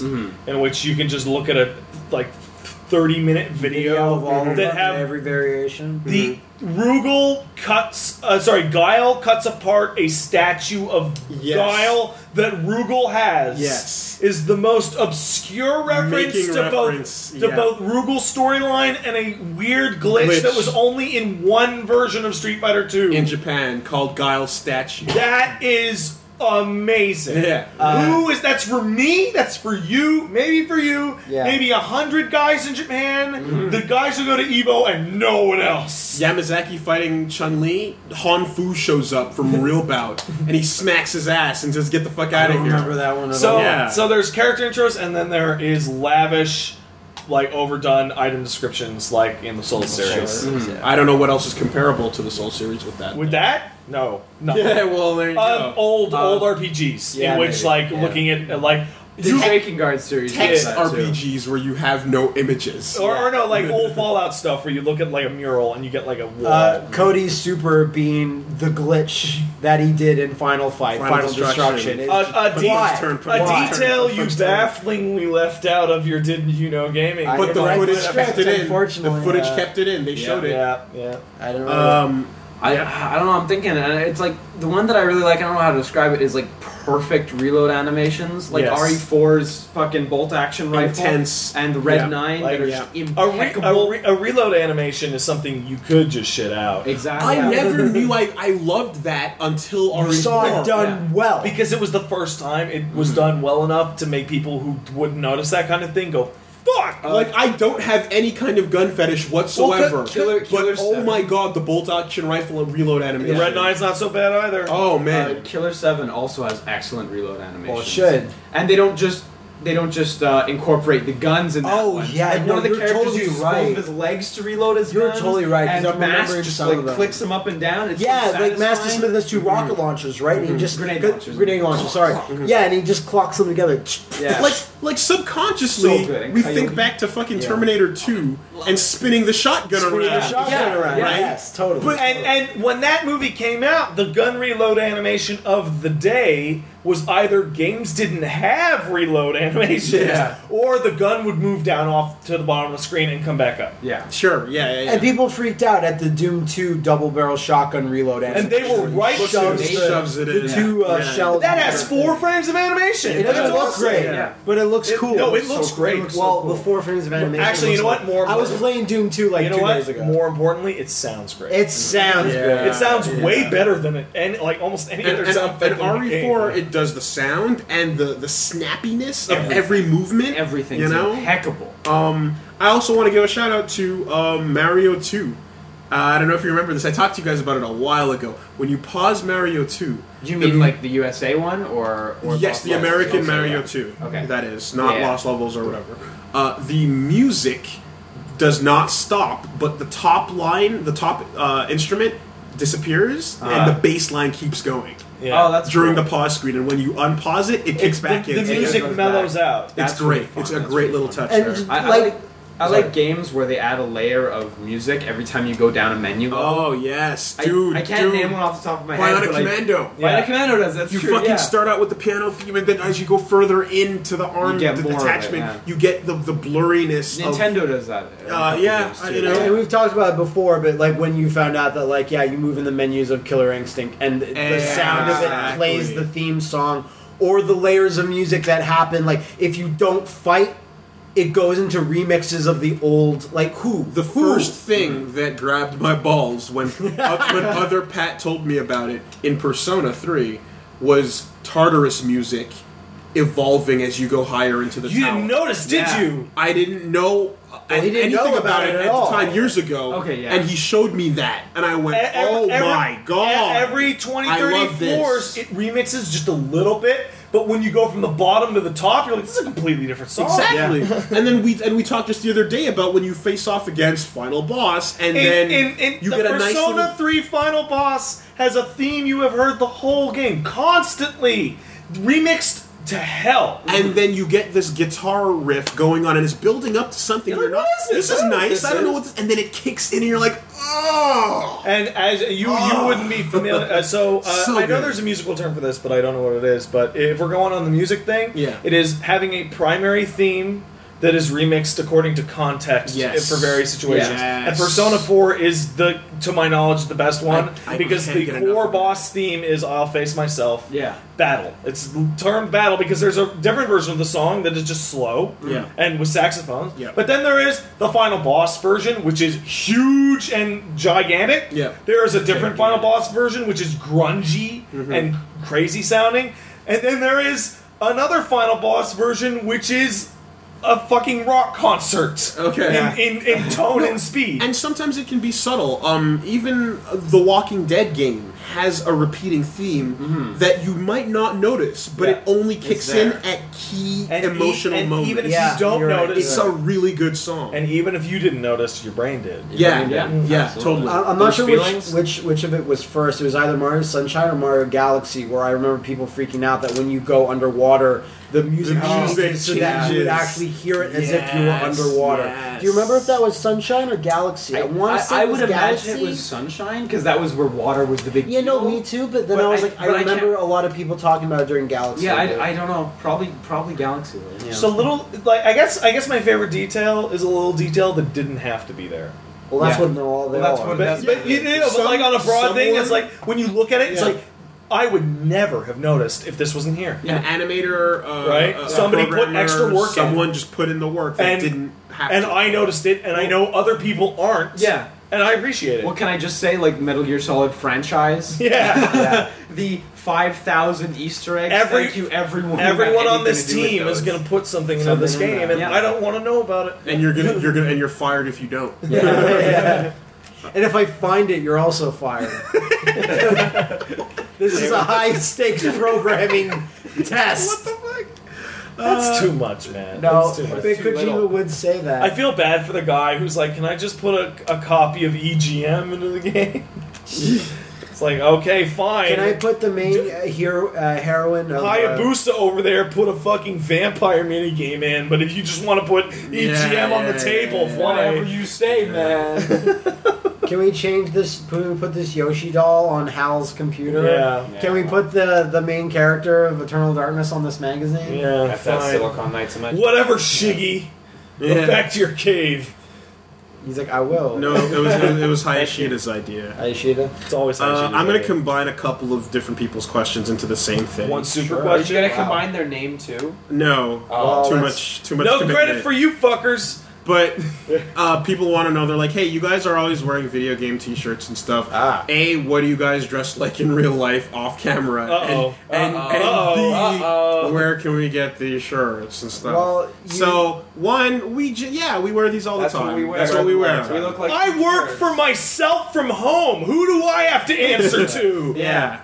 C: Mm-hmm.
B: greatest, in which you can just look at a like thirty minute video,
C: Video of all of
B: that
C: them,
B: have
C: every variation.
B: the
A: Mm-hmm.
B: Rugal cuts, uh, sorry, Guile cuts apart a statue of
A: Yes.
B: Guile that Rugal has.
A: Yes.
B: is the most obscure reference
A: Making
B: to
A: reference,
B: both to
A: yeah.
B: both Rugal's storyline and a weird glitch,
A: Glitch.
B: that was only in one version of Street Fighter Two.
A: in Japan called Guile Statue.
B: that is amazing.
A: Yeah. Uh,
B: Who is that's for me? That's for you. Maybe for you.
C: Yeah.
B: Maybe a hundred guys in Japan.
A: Mm-hmm.
B: The guys who go to Evo and no one else.
A: Yamazaki fighting Chun Li, Han Fu shows up
C: <laughs>
A: from Real Bout and he smacks his ass and says, Get the fuck
C: I
A: out of
C: don't
A: here.
C: remember that one at
B: So
C: all.
A: Yeah.
B: so there's character intros, and then there is lavish, like overdone item descriptions, like in the Soul series.
C: Sure.
A: I don't know what else is comparable to the Soul series with <laughs> that.
B: With that, no, no.
A: yeah, well, there you
B: Um,
A: go.
C: oh,
B: old old RPGs
C: yeah,
B: in which
C: maybe,
B: like
C: yeah.
B: looking at uh, like
D: The
F: You-
D: Shaking Guard series. did
F: Text
D: that too.
F: RPGs where you have no images.
C: Oh,
B: Or, or no, like
C: <laughs>
B: old Fallout stuff where you look at like a mural and you get like a wall.
C: Uh, Cody's super being the glitch that he did in Final Fight, Final,
A: Final
C: Destruction.
A: Destruction.
C: It's-
B: a, a,
A: Put
B: de-
A: on
C: why?
A: his turn, put
B: a
A: on his turn,
B: detail
A: put
B: you
A: on his turn.
B: bafflingly left out of your didn't you know gaming.
C: I
A: But
C: didn't
A: the
C: like
A: footage
C: that
A: kept
C: effect,
A: it in.
C: unfortunately,
A: The footage
C: uh,
A: kept it in. They showed it.
B: yeah, yeah.
C: I don't know.
A: Um,
D: I, I don't know. I'm thinking, and it's like the one that I really like. I don't know how to describe it. Is like perfect reload animations, like
B: Yes.
D: RE4's fucking bolt action rifle,
A: Intense.
D: and the Red
A: Yeah.
D: Nine
B: Like,
D: that are
A: yeah.
D: just
B: A, re-
D: impeccable.
B: a, re- a reload animation is something you could just shit out.
D: exactly.
F: I never knew I, I loved that until
C: you
F: RE4.
C: saw it done well. Mm-hmm.
B: Because it was the first time it was done well enough to make people who wouldn't notice that kind of thing go, fuck!
C: Uh,
A: like I don't have any kind of gun fetish whatsoever.
D: Uh, Well, killer- killer
A: but oh
D: seven.
A: my god, the bolt action rifle and reload
B: the
A: animation.
B: Red Nine's not so bad either.
A: Oh
D: Uh,
A: man.
D: Killer Seven also has excellent reload animations.
C: Well, it should.
D: And they don't just they don't just uh, incorporate the guns in that
C: Oh,
D: one.
C: yeah,
D: like,
C: no,
D: one of the
C: you're
D: characters
C: totally
D: uses both
C: right.
D: of his legs to reload his
C: You're
D: guns,
C: totally right, 'cause
D: And
C: I'm
D: Mass
C: remembering
D: just
C: some
D: like
C: of them.
D: clicks him up and down. It's so
C: yeah, like Master
D: satisfying.
C: Smith has 2 rocket launchers, right? And he just
D: Grenade
C: good-
D: launchers.
C: Grenade launchers. Sorry. Yeah, and he just clocks them together.
D: Yeah.
A: Like like subconsciously
D: So good, and
A: we
D: Coyote.
A: think back to fucking
C: Yeah.
A: Terminator 2 and spinning the shotgun
C: Spinning
A: around.
C: the shotgun
D: Yeah,
C: around.
D: yeah.
C: Yes, totally.
B: But, and, and when that movie came out, the gun reload animation of the day was either games didn't have reload <laughs> animations,
A: Yeah.
B: or the gun would move down off to the bottom of the screen and come back up.
D: Yeah.
A: Sure, yeah, yeah, yeah.
C: And people freaked out at the Doom 2 double barrel shotgun reload
B: And they were right
A: Puts
B: to
A: it,
C: shoves
A: in,
C: the-
A: shoves it in.
C: two uh,
A: Yeah.
C: shells.
B: That has four frames of animation.
C: It doesn't
B: That's
C: look
B: awesome.
C: great,
D: yeah.
C: but it looks
B: It-
C: cool.
B: no, it looks great.
C: Well,
B: It looks so
C: the four frames of animation.
B: Actually, you know
C: looks
B: what? More-
C: I was playing Doom 2 like
B: you know
C: two
B: what?
C: days ago.
B: More importantly, it sounds great.
C: it sounds
A: Yeah.
C: good.
B: it sounds
A: yeah.
B: way better than it, any, like almost any
A: and,
B: other
A: and-
B: sound
A: and
B: effect in the game.
A: RE4, it does the sound and the, the snappiness of
D: Everything.
A: every movement.
D: Everything's
A: you know.
D: impeccable.
A: Um, I also want to give a shout out to um, Mario 2. Uh, I don't know if you remember this. I talked to you guys about it a while ago. When you pause Mario 2,
D: Do you
A: the-
D: mean like the USA one or, or
A: yes,
D: Lost
A: the
D: Levels?
A: American
D: Okay,
A: Mario
D: yeah.
A: 2.
D: Okay.
A: That is, not
D: Yeah.
A: Lost Levels or whatever. Uh, the music does not stop, but the top line, the top uh, instrument disappears, and the bass line keeps going.
B: Yeah.
D: Oh, Uh-huh. that's
A: During
D: cool.
A: the pause screen, and when you unpause it, it kicks
B: the,
A: back in.
B: the
A: It goes
B: music
A: back.
B: mellows out.
A: It's
D: That's
A: great.
D: really fun.
A: It's a
D: That's
A: great
D: really
A: little
D: fun.
A: touch
C: And
A: there.
C: just-
D: I, I
C: Like-
D: like I
A: Sorry.
D: like games where they add a layer of music every time you go down a menu. level.
A: Oh yes,
D: I-
A: dude.
D: I, can't
A: dude.
D: name one off the top of my
A: Bionic
D: head. but, like,
A: Commando.
D: Bionic
B: Yeah.
D: Commando does. That's
A: You
D: true.
A: fucking
D: yeah.
A: start out with the piano theme, and then as you go further into the arm,
D: get
A: the
D: more of it,
A: detachment,
D: yeah.
A: you get the the blurriness.
D: Nintendo does that.
A: Uh, yeah, I- you know.
C: And we've talked about it before, but like when you found out that like yeah, you move in the menus of Killer Instinct, and the the sound of it
A: Exactly.
C: plays the theme song, or the layers of music that happen. Like if you don't fight, it goes into remixes of the old like who
A: Of the
C: Who?
A: first thing that grabbed my balls
B: <laughs>
A: when uh, when other Pat told me about it in Persona Three was Tartarus music evolving as you go higher into the
B: You
A: tower.
B: didn't notice, did
D: Yeah.
B: you?
A: I didn't know uh,
C: Well, he didn't
A: anything
C: know
A: about, it, at,
C: all.
A: the time years ago.
D: Okay, yeah.
A: And he showed me that, and I went,
B: E- ev-
A: "Oh
B: every-
A: my god!"
B: e- Every 20,
A: I
B: 30
A: love this.
B: floors, it remixes just a little bit, but when you go from the bottom to the top, you're like, this is a completely different song.
A: Exactly. and then we and we talked just the other day about when you face off against final boss, and
B: In,
A: then
B: in, in
A: you
B: the
A: get a nice
B: Persona
A: little,
B: 3 final boss has a theme you have heard the whole game constantly remixed to hell.
A: and then you get this guitar riff going on, and it's building up to something.
B: You're
A: You're
B: like,
A: not.
B: what is this?
A: This is
B: I don't know
A: nice.
B: what this
A: I don't know
B: is."
A: what this. And then it kicks in, and you're like, oh.
B: And as you you
A: Oh.
B: wouldn't be familiar, uh, so, uh,
A: <laughs> So
B: I know
A: good.
B: there's a musical term for this, but I don't know what it is. But if we're going on the music thing,
A: Yeah.
B: it is having a primary theme that is remixed according to context
A: Yes.
B: for various situations.
A: Yes.
B: And Persona Four is the, to my knowledge, the best one
A: I
B: because
A: can't
B: the
A: get enough
B: core
A: of it.
B: boss theme is "I'll face myself."
D: Yeah.
B: battle. It's termed battle because there's a different version of the song that is just slow
A: Yeah.
B: and with saxophones.
A: Yeah.
B: But then there is the final boss version, which is huge and gigantic.
A: Yeah.
B: There is a different final boss version, which is grungy
A: Mm-hmm.
B: and crazy sounding. And then there is another final boss version, which is a fucking rock concert.
A: Okay. Yeah.
B: In, in,
A: <laughs>
B: in tone and speed.
A: And sometimes it can be subtle. Um, even uh, the Walking Dead game has a repeating theme that you might not notice, but it
B: Mm-hmm. Yeah.
A: only kicks in
D: there.
A: at key
B: And e-
A: emotional
B: and
A: moments.
B: Even if
C: Yeah,
B: you don't
C: you're right.
B: notice,
A: it's a really good song.
B: and mm-hmm. even if you didn't notice, your brain did.
A: yeah,
D: Yeah,
A: yeah, yeah,
D: absolutely.
A: totally.
B: Uh,
C: I- I'm not
D: Those
C: sure
D: feelings?
C: which, which which of it was first. It was either Mario Sunshine or Mario Galaxy, where I remember people freaking out that when you go underwater, the music,
A: music
C: changes so that you would
A: changes.
C: actually hear it as if you were
A: Yes,
C: underwater. Do you remember if that was Sunshine or Galaxy? I,
D: I,
C: want to say
D: I- I
C: it was
D: would
C: Galaxy.
D: imagine it was sunshine because that was where water was the big.
C: yeah, no,
D: deal.
C: me too. But then
D: But
C: I was
D: I-
C: like, I
D: but I can't-
C: remember a lot of people talking about it during Galaxy.
D: Yeah, I, I don't know. Probably probably galaxy. was.
C: Yeah.
B: Just a little, like I guess. I guess my favorite detail is a little detail that didn't have to be there.
C: well, that's
D: yeah.
C: what they're all. They
G: Well, that's
C: all
G: what-
C: are.
B: But,
G: that's-
B: but you know, but
A: Some-
B: like on a broad thing, it's
A: someone-
B: like when you look at it, it's
A: Yeah.
B: like I would never have noticed if this wasn't here.
D: Yeah.
A: an animator, uh,
B: Right?
A: a- a
B: Somebody put
A: programmer,
B: extra work in.
A: Someone just put in the work that
B: And-
A: didn't have
B: And
A: to.
B: I noticed it, and I know other people aren't.
D: Yeah.
B: and I appreciate it.
D: What can I just say? Like Metal Gear Solid
B: <laughs>
D: franchise. <laughs>
B: yeah.
C: yeah.
D: The five thousand Easter eggs.
B: Every-
D: Thank you, everyone. who had
B: Everyone on
D: anything
B: this
D: to do with
B: team is
D: those. <laughs>
B: going to put something, into
C: Something
B: this
C: in
B: game,
C: there.
B: and
D: Yeah.
B: I don't want to know about it.
A: and you're gonna, you're gonna, and you're fired if you
B: <laughs>
A: don't.
C: Yeah, yeah. <laughs> And if I find it, you're also fired. this is a high stakes programming test.
B: That's too much, man.
C: No,
B: That's too much.
C: but
G: too little.
C: Kojima would say that.
B: I feel bad for the guy who's like, "Can I just put a, a copy of EGM into the
A: <laughs>
B: game?" it's like, okay, fine.
C: Can I put the main uh, hero, uh, heroine of uh,
B: Hayabusa over there put a fucking vampire minigame in, but if you just want to put EGM on the
A: yeah,
B: table,
A: yeah,
B: fine.
G: Whatever you say,
B: <laughs>
G: man.
C: Can we change this? Can we put this Yoshi doll on Hal's computer?
B: Yeah.
C: Can we put the the main character of Eternal Darkness on this magazine?
B: Yeah,
G: If that's
B: fine.
G: Silicon Knights, I'm not-
B: Whatever, Shiggy. Go back to your cave.
C: He's like, I will.
A: No, it was it was, it was Hayashida's idea.
C: Aishida.
B: It's always.
A: Uh, I'm gonna combine a couple of different people's questions into the same thing.
B: one super
C: Sure.
G: Are you
B: question.
G: gonna
C: Wow.
G: combine their name too?
A: No,
G: Oh,
A: too
C: that's-
A: much, too much.
B: No
A: commitment.
B: credit for you fuckers.
A: But uh, people want to know. They're like, "Hey, you guys are always wearing video game T-shirts and stuff.
C: Ah.
A: A, what do you guys dress like in real life, off camera?
B: Uh-oh.
A: And and, and
B: Uh-oh.
A: B,
G: Uh-oh.
A: where can we get these shirts and stuff?
C: Well, you-
A: so one, we j- yeah, we wear these all
G: That's
A: the time.
G: what we wear.
A: That's what we wear.
G: We look like
B: I work for myself from home. Who do I have to answer to?
A: <laughs> yeah.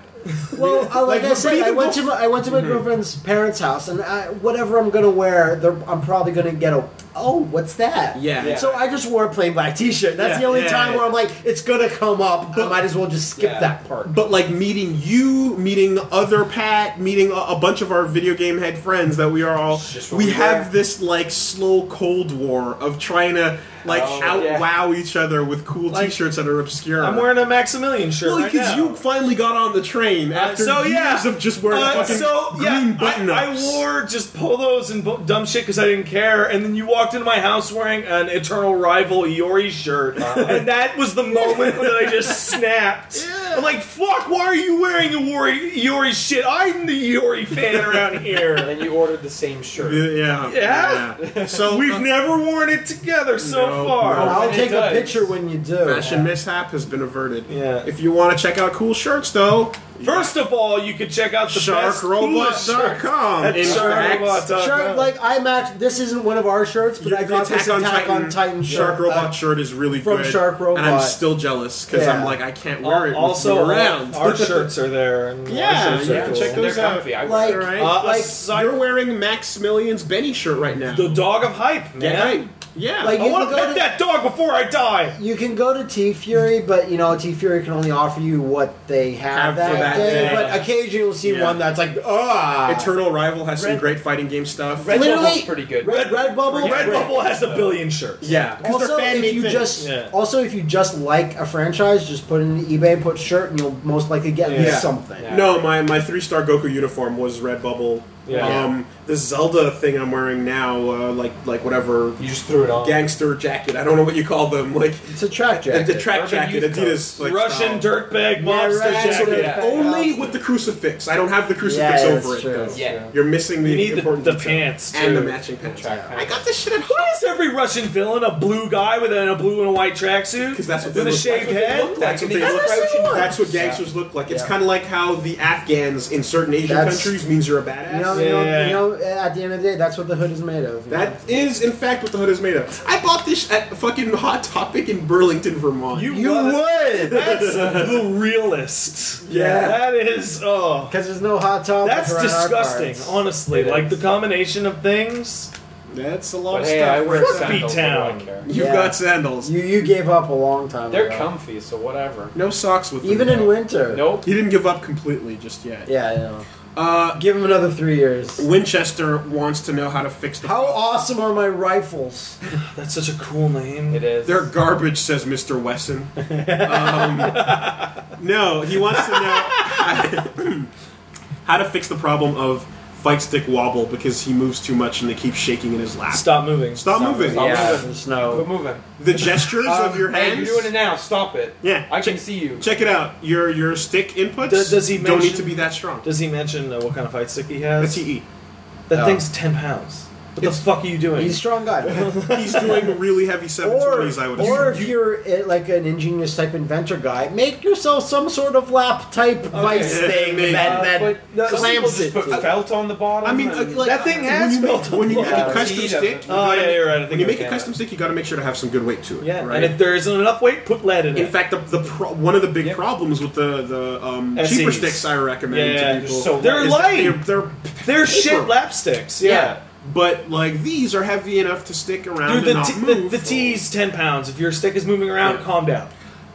C: Well, uh, like,
A: Like,
C: I
A: but
C: said,
A: even
C: I went to
A: bef-
C: my, I went to my girlfriend's parents' house, and I, whatever I'm gonna wear, they're- I'm probably gonna get a. Oh, what's that?
A: Yeah.
G: Yeah.
C: So I just wore a plain black T-shirt. That's
A: Yeah,
C: the only
A: yeah,
C: time
A: yeah.
C: where I'm like, it's gonna come up. I might as well just skip
G: Yeah.
C: that part.
A: But like meeting you, meeting other Pat, meeting a, a bunch of our video game head friends that we are all.
G: Just what
A: We
G: we
A: have
G: wear.
A: this like slow cold war of trying to like
G: Oh,
A: out
G: yeah.
A: wow each other with cool T-shirts that are obscure.
B: I'm wearing a Maximilian shirt
A: Well,
B: right
A: because
B: now. Uh,
A: you finally got on the train after
B: so,
A: years
B: yeah.
A: of just wearing
B: Uh,
A: fucking
B: so
A: green
B: yeah,
A: button
B: I, I
A: ups.
B: wore just polos and bu- dumb shit because I didn't care. And then you walked into my house wearing an Eternal Rival
A: <laughs>
B: Iori shirt,
A: Uh-huh.
B: and that was the moment that I just snapped. I'm like, "Fuck! Why are you wearing Iori, Iori shit? I'm the Iori fan around
A: <laughs>
B: here.
G: And you ordered the same shirt.
A: Yeah,
B: Yeah?
A: So
B: <laughs>
A: uh,
B: We've never worn it together so
A: No,
B: far."
A: no.
C: I'll
G: when it
C: take a
G: does.
C: picture when you do.
A: Fashion mishap has been averted.
B: Yeah.
A: If you want to check out cool shirts, though,
B: First of all, you can check out the best coolest shirts
A: sharkrobot.com.
B: at
A: In fact,
B: sharkrobot.com.
C: Shark, like I'm actually. This isn't one of our shirts, but
A: your-
C: I
A: the
C: got this
A: Attack on
C: Attack
A: Titan,
C: on Titan
A: Shark
C: shirt.
A: Robot
C: Uh,
A: shirt is really
C: from
A: good.
C: Shark
A: and I'm
C: Robot.
A: still jealous because
C: Yeah.
A: I'm like, I can't wear it. with
B: also,
A: you
B: our-
A: around.
B: our shirts are
A: <laughs>
B: there. and our
A: yeah,
B: shirts are
A: yeah.
B: cool.
A: Check
G: And they're
A: those out.
G: comfy. I
C: Like-
G: wear
A: All
G: them.
A: right.
B: Uh,
C: Like,
B: aside-
A: You're wearing Max Million's Benny shirt right now.
B: the dog of hype, man.
A: yeah, right. yeah.
C: Like,
B: I
C: you
B: want to
C: can go
B: pet
C: to-
B: that dog before I die.
C: You can go to T Fury, but you know T Fury can only offer you what they have,
A: Have for
C: that,
A: that
C: day,
A: day.
C: But occasionally you'll see
A: Yeah.
C: one that's like, ah,
A: Eternal Rival has some
C: Red-
A: great fighting game stuff.
G: Red
C: Literally-
G: Bubble's pretty good.
C: Red, Red Bubble.
B: Red Bubble has a billion shirts.
A: yeah, because
C: Also,
A: they're fan
C: if
A: made
C: you
A: things.
C: just
B: Yeah.
C: also if you just like a franchise, just put it in eBay, put shirt, and you'll most likely get at least
A: Yeah.
C: something.
G: Yeah.
A: No, my, my three star Goku uniform was Red Bubble.
B: Yeah.
A: Um, the Zelda thing I'm wearing now, uh, like like whatever
G: You just threw it on.
A: gangster jacket. I don't know what you call them, like
C: It's a track
A: the,
C: jacket.
A: the track
G: Urban
A: jacket,
G: youth
A: Adidas, like
B: Russian dirtbag mobster
C: right, so
B: jacket.
C: they-
G: Yeah.
A: Only with the crucifix. I don't have the crucifix
C: Yeah,
A: over
C: that's
A: it.
C: true.
A: Though.
G: Yeah.
A: You're missing the
B: You need the,
A: important
B: the
A: detail.
B: pants too.
A: and the matching pants.
G: Track
A: I got this shit at home.
B: Why is every Russian villain a blue guy with a, and a blue and a white
A: <laughs>
B: tracksuit?
A: 'Cause that's what
B: with
A: they look
B: a
A: like.
B: shaved
A: That's what
B: head.
A: That's what they
B: Every
A: look
B: single
A: like.
B: one.
A: That's what gangsters look like. It's
C: Yeah.
A: kind of like how the Afghans in certain Asian
C: That's-
A: countries means you're a badass.
C: You know, know, you know,
B: Yeah.
C: you know, at the end of the day, that's what the hood is made of. you know?
A: That is, in fact, what the hood is made of. I bought this at fucking Hot Topic in Burlington, Vermont.
C: you would,
B: That's the realist.
C: Yeah.
B: That is. Oh.
C: because there's no hot topic.
B: That's
C: around our
B: disgusting,
C: parts.
B: honestly.
D: It
B: like
D: is.
B: the combination of things.
A: That's a lot
D: But
A: of
D: hey, I
A: stuff.
D: wear
B: Fuck
D: sandals. so
B: B-Town.
D: I don't care.
A: You've
C: Yeah.
A: got sandals.
C: You you gave up a long time.
D: They're
C: ago.
D: comfy, so whatever.
A: No socks with
C: even
A: them.
C: in winter.
D: Nope.
A: He didn't give up completely just yet.
C: Yeah, I know.
A: Uh,
C: Give him another three years.
A: Winchester wants to know how to fix the.
C: How awesome are my rifles?
B: That's such a cool name.
D: It is.
A: They're garbage, says Mr. Wesson. Um, no, he wants to know how, how to fix the problem of fight stick wobble because he moves too much and they keep shaking in his lap.
B: Stop moving. Um,
A: Stop moving.
D: moving.
C: yeah,
D: moving.
C: the
D: Quit
C: snow.
D: moving. Um,
A: The gestures of your
D: Hey,
A: hands.
D: you're doing it now. Stop it.
A: Yeah,
D: I can see you.
A: Check it out. Your your stick inputs
B: Does- does he
A: don't need
B: mention-
A: to be that strong.
B: Does he mention uh, what kind of fight stick he has?
A: That's E he.
B: that
A: Oh.
D: No.
B: thing's 10 pounds. What the fuck are you doing?
C: He's a strong
A: <laughs>
C: guy.
A: He's doing really
B: <laughs>
A: heavy 720s, I would assume.
C: or if you're uh, like an ingenious type inventor guy, make yourself some sort of lap type vice
A: Yeah,
C: thing
A: maybe.
C: that,
D: Uh,
C: that
D: but no, some people
C: clamps
D: just
C: it.
D: put
C: to-
D: felt on the bottom.
A: I mean, uh,
D: and-
A: like,
B: That thing
A: when
B: has
A: you make,
B: felt on
A: when you make
C: the
A: a
C: bottom.
A: custom
D: He
A: stick.
D: doesn't.
A: you
B: oh,
A: gotta-
B: yeah, you're right. I think
A: When you
B: I
A: make a
B: can.
A: custom stick, you got to make sure to have some good weight to it.
B: Yeah,
A: right.
B: and if there isn't enough weight, put lead in it.
A: In fact, the, the pro- one of the big
D: Yep.
A: problems with the the um,
B: SEs.
A: cheaper sticks I recommend
B: Yeah,
A: to
B: they're
A: people
D: so
B: They're
A: is that
B: light.
A: They're, they're
B: They're shit
A: paper.
B: lapsticks.
D: yeah.
B: Yeah.
A: but like these are heavy enough to stick around and
B: Dude, the,
A: not
B: t- the,
A: move.
B: the tee's 10 pounds. If your stick is moving around,
A: Yeah.
B: calm down.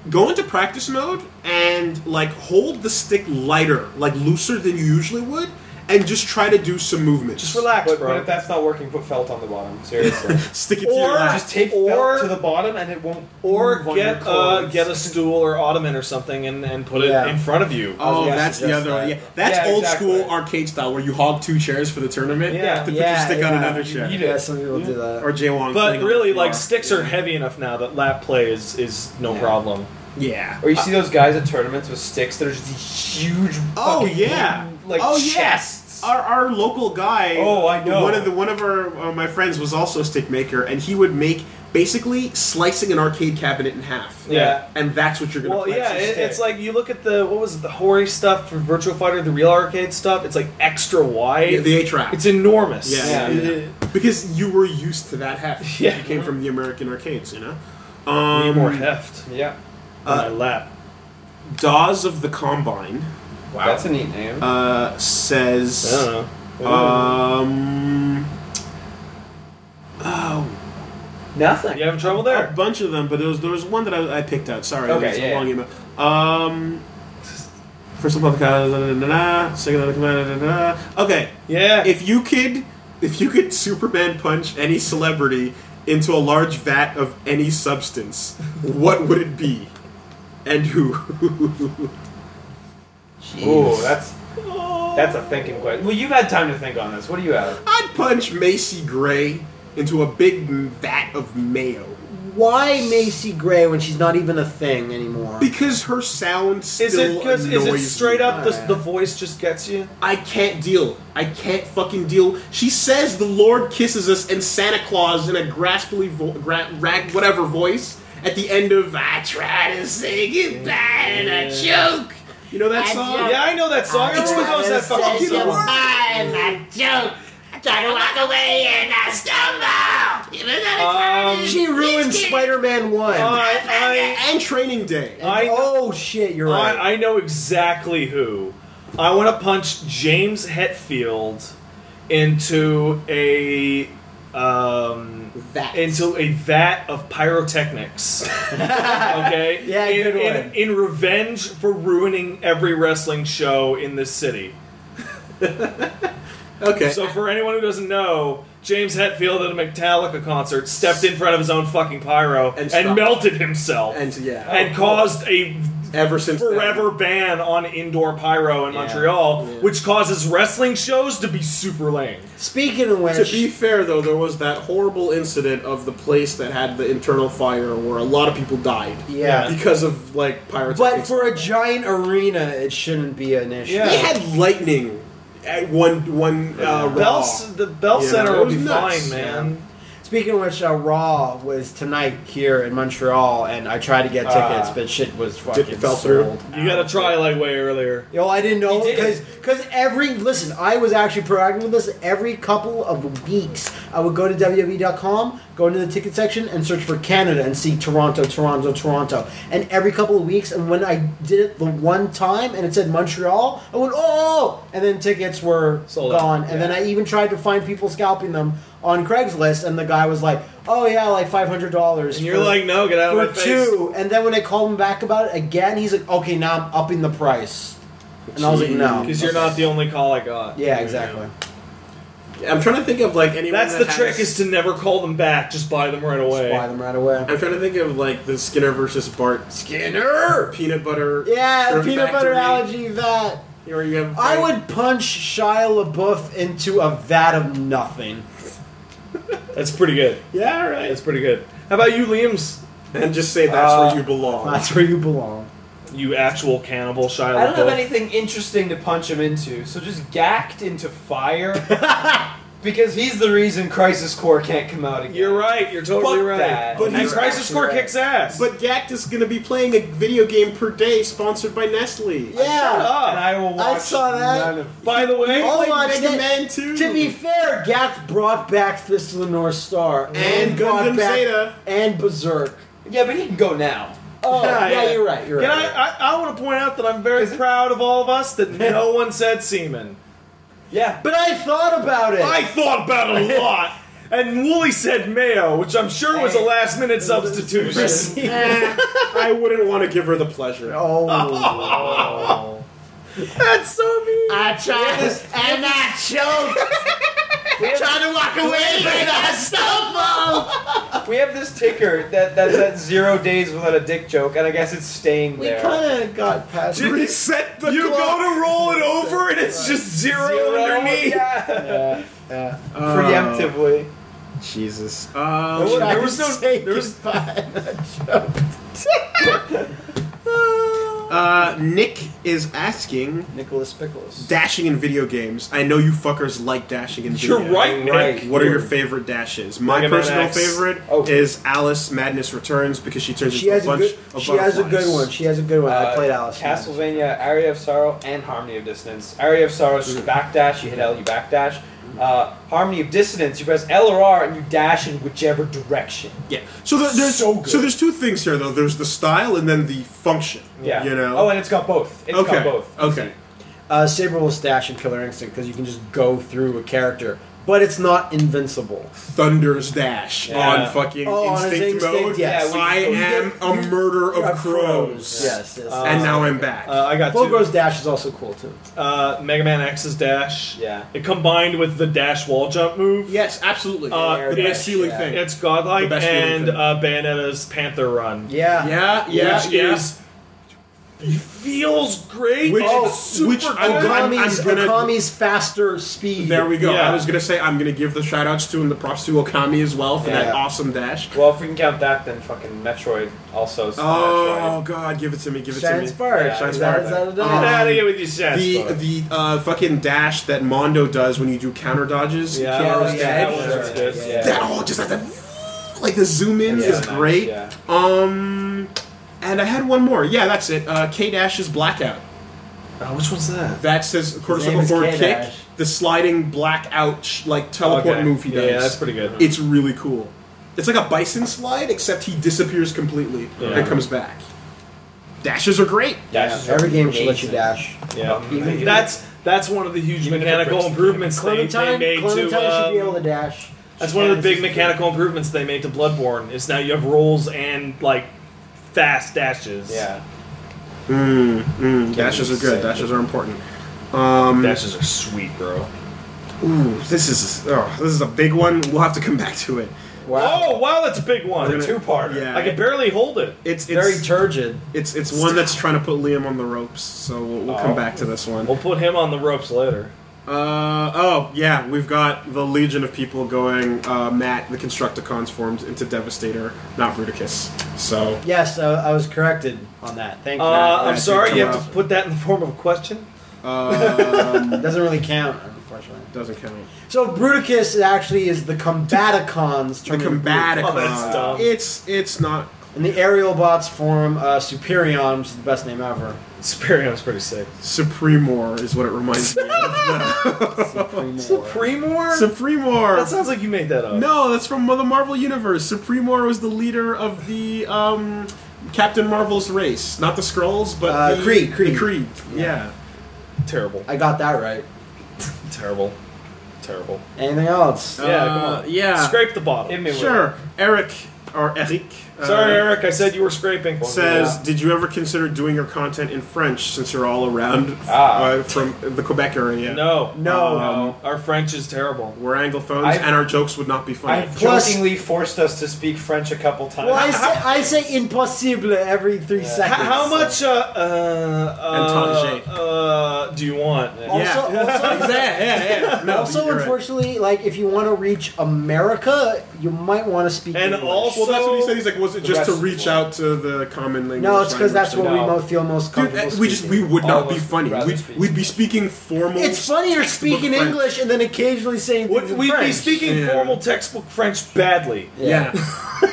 A: Go into practice mode and like hold the stick lighter, like looser than you usually would, and just try to do some movements.
B: Just relax,
D: But, but
B: bro.
D: if that's not working, put felt on the bottom. Seriously.
A: Stick it to
B: Or
A: your lap.
D: just tape
B: Or-
D: felt to the bottom and it won't.
B: or
D: move on your
B: get uh,
D: clothes.
B: get a stool or ottoman or something and, and put
C: Yeah.
B: it in front of you.
A: Oh,
C: Yeah,
A: that's the
C: suggest
A: other
C: that.
A: one. Yeah, that's
D: Yeah,
A: old
D: exactly.
A: school arcade style where you hog two chairs for the tournament
B: Yeah.
A: to put
C: Yeah,
A: your stick on
C: yeah.
A: another chair.
D: You
C: Yeah,
D: did.
C: some people do that.
A: Or J-Wong.
B: But
A: playing on
B: really,
A: the floor.
B: like sticks are heavy enough now that lap play is is no
D: Yeah.
B: problem.
A: Yeah.
D: Or you see those guys at tournaments with sticks that are just these huge.
A: Oh
D: fucking,
A: yeah.
D: Like
A: oh
D: chests.
A: yes. Our, our local guy.
D: Oh, I know.
A: One of the one of our uh, my friends was also a stick maker, and he would make basically slicing an arcade cabinet in half.
B: Yeah.
A: And that's what you're gonna.
B: Well,
A: play.
B: yeah, it,
D: stick.
B: it's like you look at the what was it, the hoary stuff for Virtual Fighter, the real arcade stuff. It's like extra wide.
A: Yeah, The A trap.
B: it's enormous.
A: Yeah,
D: yeah,
B: It-
A: yeah.
B: it-
A: because you were used to that heft.
B: Yeah.
A: You came from the American arcades, you know.
B: need
A: Um,
B: more heft.
D: Yeah.
B: on
A: uh,
B: my lap.
A: Dawes of the Combine
D: Wow. That's a neat name.
A: uh, says.
B: I
E: Uh,
B: don't know.
D: Oh.
A: Um, oh,
D: Nothing.
B: You having trouble
D: Uh,
B: there?
A: a bunch of them, but there was there was one that I, I picked out. Sorry,
D: Okay,
A: it's a
D: yeah,
A: long email. Um, first of all, da, da, da, da, second of all, da, da, da, da. okay.
B: Yeah.
A: If you could, if you could Superman punch any celebrity into a large vat of any substance, what would it be, and who? <laughs>
D: Ooh, that's
E: Oh.
D: that's a thinking question. Well, you've had time to think on this. What do you have?
A: I'd punch Macy Gray into a big vat of mayo.
C: Why Macy Gray when she's not even a thing anymore?
A: Because her sound still
B: is it because is it
A: annoys
B: straight
A: me.
B: up the,
C: Alright.
B: the voice just gets you?
A: I can't deal. I can't fucking deal. She says the Lord kisses us and Santa Claus in a graspily vo- gra- rag whatever voice at the end of I try to say goodbye and I choke. You know that
H: I
A: song?
H: choke.
B: Yeah, I know that song.
H: It's
B: Everyone knows that fucking
H: It's a
B: song.
C: Ah,
H: mind, I joke. I try to walk away and I stumble. Even though I try to-
C: she ruined
H: It's-
C: Spider-Man One.
B: I,
A: And Training Day.
B: Uh, Um, I, I,
C: oh shit, you're right.
B: I, I know exactly who. I want to punch James Hetfield into a um,
A: That.
B: into a vat of
C: <laughs>
B: pyrotechnics. okay.
C: Yeah,
B: in,
C: good
B: in-
C: one.
B: in revenge for ruining every wrestling show in this city.
A: okay.
B: So for anyone who doesn't know, James Hetfield at a Metallica concert stepped in front of his own fucking pyro
A: And
B: and,
A: stopped.
B: melted himself
A: and yeah.
B: and caused a
A: ever since then.
B: forever ban on indoor pyro in Montreal, which causes wrestling shows to be super lame.
C: Speaking of which,
A: To be fair, though, there was that horrible incident of the place that had the internal fire where a lot of people died.
C: Yeah.
A: Because of, like, pyrotechnics.
C: but for a giant arena, it shouldn't be an issue.
B: Yeah.
A: They had lightning at one one uh, Raw.
B: Belts, the Bell
A: Yeah.
B: Center
A: It
B: will
A: was
B: be
A: nuts.
B: fine, man.
C: Speaking of which, uh, Raw was tonight here in Montreal, and I tried to get
E: Ah.
C: tickets, but shit was fucking
A: Uh, it fell through?
C: sold.
B: You gotta try like way earlier.
C: Yo, I didn't know
B: He did.
C: because because every listen, I was actually proactive with this. Every couple of weeks, I would go to WWE.com, go into the ticket section, and search for Canada and see Toronto, Toronto, Toronto. And every couple of weeks, and when I did it the one time, and it said Montreal, I went oh, and then tickets were
B: Sold out.
C: gone. And then I even tried to find people scalping them on Craigslist, and the guy was like, oh yeah, like five hundred dollars.
B: And you're like, no, get out of
C: For
B: my face.
C: two, and then when I called him back about it again, he's like, "Okay, now I'm upping the price." And I was like, no.
B: Because you're not the only call I got.
C: Yeah, exactly.
A: I'm trying to think of like anyone.
B: That's
A: that
B: the
A: has-
B: trick: is to never call them back. Just buy them right
C: Just
B: away.
C: buy them right away.
A: I'm trying to think of like the Skinner versus Bart
C: Skinner!
A: peanut butter.
C: Yeah,
A: syrup
C: peanut butter
A: factory,
C: allergy vat.
A: Or you have
C: I would punch Shia LaBeouf into a vat of nothing.
B: That's pretty good.
A: Yeah, all
B: That's
A: right.
B: pretty good. How about you, Liam's?
A: And just say that's
E: Uh,
A: where you belong.
C: That's where you belong.
B: You actual cannibal, Shia
E: I don't have
B: LaBeouf.
E: anything interesting to punch him into, so just gacked into
D: <laughs>
E: fire. because he's the reason Crisis Core can't come out again.
B: You're right. You're totally
E: Fuck
B: right.
E: that.
B: But
A: But
B: and
A: he's
B: Crisis
E: actually
B: Core
E: right.
B: kicks
A: <laughs>
B: ass.
A: But Gact is going to be playing a video game per day, sponsored by Nestle.
E: Shut
C: Yeah. Oh,
E: up. And I will
C: I
E: watch
C: saw that.
E: none of-
B: by the way,
C: Oh,
A: Like
C: my
A: Mega
C: God.
A: Man 2.
C: To be fair, Gath brought back Fist of the North Star
A: and
C: brought
A: Gundam
C: back-
A: Zeta.
C: and Berserk.
E: Yeah, but he can go now.
C: Oh,
B: Yeah,
C: yeah,
B: yeah.
C: you're right. You're
B: can
C: right.
B: I, I, I want to point out that I'm very proud of all of us
A: <laughs>
B: that no one said semen.
E: Yeah.
C: but I thought about it.
B: I thought about it a
A: <laughs>
B: lot. And Wooly said mayo, which I'm sure was a last minute substitution.
A: <laughs> I wouldn't want to give her the pleasure.
C: oh.
B: <laughs> That's so mean.
H: I tried and I choked. Trying to walk away and I stumbled.
E: We have this ticker that, that's at zero days without a dick joke, and I guess it's staying
C: we
E: there.
C: kind of got past.
A: Reset the
B: You
A: clock.
B: go to roll it over and it's just zero,
E: Zero, <laughs>
B: underneath.
E: yeah.
C: Yeah, yeah.
A: Oh.
E: Preemptively.
C: Oh, Jesus.
A: Um,
B: There
C: Trying
B: was
C: to
B: no-
C: say
B: there was-
C: goodbye. <laughs>
A: uh, Nick is asking,
C: Nicholas Pickles.
A: dashing in video games. I know you fuckers like dashing in video
B: You're
A: games.
B: right, Nick.
C: Right.
A: What are your favorite dashes? My
B: Mega Man
A: personal
B: X.
A: favorite
E: Oh.
A: is Alice Madness Returns because she turns
C: She
A: into a
C: has a
A: bunch
C: good.
A: of
C: She has a
A: butterflies.
C: good one. She has a good one. I
E: Uh,
C: played Alice.
E: Castlevania, Aria of Sorrow, and Harmony of Dissonance. Aria of Sorrow, you backdash, you hit L, you backdash. Uh, Harmony of Dissonance, you press L or R and you dash in whichever direction.
A: Yeah. So the, there's
E: So
A: so,
E: good.
A: there's two things here though. There's the style and then the function.
E: Yeah.
A: You know.
E: Oh, and it's got both. It's
A: okay.
E: got both.
A: Okay.
C: Uh, Saber will stash in Killer Instinct because you can just go through a character, but it's not invincible.
A: Thunder's dash
E: Yeah.
A: on fucking
C: Oh, on his
A: instinct
C: instinct,
A: mode.
C: yes.
E: Yeah, we-
A: I
E: we
A: am
C: get-
A: a murder of
C: Of
A: crows.
C: Yes. yes,
B: Uh,
A: And
C: yes.
A: now I'm back.
B: Uh, I got
C: Full
B: two.
C: Grow's dash is also cool too.
B: Uh, Mega Man X's dash.
E: Yeah.
B: It combined with the dash wall jump move.
A: yes, absolutely.
B: Uh,
A: the
B: yeah,
A: best ceiling
E: yeah.
A: thing.
B: It's godlike
A: The best feeling
B: and
A: thing.
B: uh, Bayonetta's Panther Run.
C: Yeah.
A: yeah, yeah,
B: which
A: yeah.
B: is it feels great.
A: Which- Oh,
B: it's super
A: which
B: good.
A: I'm glad-
C: Okami's,
A: I'm gonna-
C: Okami's Oh, faster speed.
A: There we go.
B: Yeah.
A: I was gonna say I'm gonna give the shout outs to and the props to Okami as well for that
E: Yeah.
A: awesome dash.
E: Well, if we can count that, then fucking Metroid also. is
A: Oh god, give it to me, give it
C: Shine
A: to me.
C: spark.
E: Yeah,
C: Is
E: Shine
C: that-
A: Spark.
C: is that a
B: Get
A: Um,
C: dodge?
B: out of here with your shit.
A: The the uh, fucking dash that Mondo does when you do counter dodges,
B: Yeah.
A: Kiara's
C: Oh,
A: dead.
C: yeah, that
B: That's
C: Yeah,
B: good.
C: yeah,
E: yeah.
A: That all just like the like the zoom in
E: Metroid.
A: is
E: Yeah.
A: great.
E: Yeah.
A: Um, and I had one more. Yeah, that's it. Uh, K Dash is blackout.
B: Oh, which one's that?
A: That's his
C: name
A: quarter-circle
C: is
A: forward
C: K-Dash.
A: kick, the sliding blackout sh- like teleport
B: Okay.
A: move he
B: yeah,
A: does.
B: yeah, that's pretty good.
A: it's really cool. It's like a bison slide, except he disappears completely
B: Yeah.
A: and comes back. Dashes are great.
E: Dashes are
C: Every game should let you
E: amazing.
C: dash.
E: Yeah.
B: That's that's one of the huge
E: Even if it
B: mechanical
E: breaks the-
B: improvements they, they
C: Clementine,
B: made
C: Clementine
B: to.
C: should be
B: um,
C: able to dash.
B: that's one of the
C: She
B: big
C: can.
B: mechanical improvements they made to Bloodborne. Is now you have rolls and like fast dashes.
E: Yeah.
A: Mm, mm, dashes are good. Dashes are important. Um,
B: dashes are sweet, bro.
A: ooh, this is oh, this is a big one. We'll have to come <laughs> back to it.
C: Wow.
B: Oh wow, that's a big one.
A: We're gonna-
E: Two-parter.
A: Yeah,
B: I can barely hold it.
A: it's it's
C: Very turgid.
A: it's it's one that's trying to put Liam on the ropes. So we'll, we'll come back to this one.
B: We'll put him on the ropes later.
A: Uh, oh, yeah, we've got the legion of people going, uh, Matt, the Constructicons formed into Devastator, not Bruticus. So,
C: Yes, uh, I was corrected on that. Thank you.
B: Uh,
A: yeah,
B: I'm sorry,
A: come
B: you have
A: out.
B: to put that in the form of a question.
A: um,
C: Doesn't really count.
D: flashlight.
F: Doesn't count.
C: So Bruticus actually is the Combaticons.
A: The
C: turning blue.
A: Combaticons.
B: Oh, that's dumb.
A: It's it's not.
C: And the aerial bots form uh, Superion, which is the best name ever.
B: Superion's pretty sick.
A: Supremor is what it reminds me
B: Oh,
A: of.
B: Supremor?
A: Supremor.
B: that sounds like you made that up.
A: No, that's from the Marvel Universe. Supremor was the leader of the um, Captain Marvel's race, not the Skrulls, but
C: Uh,
A: the
C: Kree, Kree.
A: The Kree. Yeah.
B: Terrible.
C: I got that right.
B: Terrible. Terrible.
C: Anything else?
B: Yeah, come
A: Uh,
B: on.
A: Yeah.
B: Scrape the bottom.
E: Hit me with it.
A: Sure. Eric or Eric. uh,
B: Sorry, Eric, I said you were scraping.
A: Says, did you ever consider doing your content in French since you're all around
E: Ah.
A: uh, from the Quebec area?
B: No.
A: No.
E: Uh,
B: No. Our French is terrible.
A: We're anglophones,
E: I've-
A: and our jokes would not be funny.
E: I
C: Plus-
E: jokingly forced us to speak French a couple times.
C: Well, I say, I say impossible every three
E: Yeah.
C: seconds.
B: How, how much uh, uh,
A: And
B: uh, uh, do you want?
C: Also,
A: Yeah. <laughs>
C: also,
A: yeah, yeah. No,
C: also
A: you're right.
C: unfortunately, like if you want to reach America, you might want to speak.
B: And
C: English.
B: also-
A: Well, that's what he said. He's like, was it
E: The
A: just to
E: rest
A: reach
E: of the world.
A: out to the common language?
C: no, it's
A: language
C: because that's
A: that-
C: what we
E: No.
C: mo- feel most
A: Dude,
C: comfortable.
A: that- we just we would
E: All
A: not
E: of
A: be
E: us would
A: funny.
E: rather
A: We'd,
E: speak.
A: we'd be speaking formal.
C: It's funny you're
A: textbook
C: speaking
A: French.
C: English and then occasionally saying things
B: Would
C: in
B: we be
C: French.
B: speaking
A: Yeah.
B: formal textbook French badly?
C: <laughs>
A: Yeah,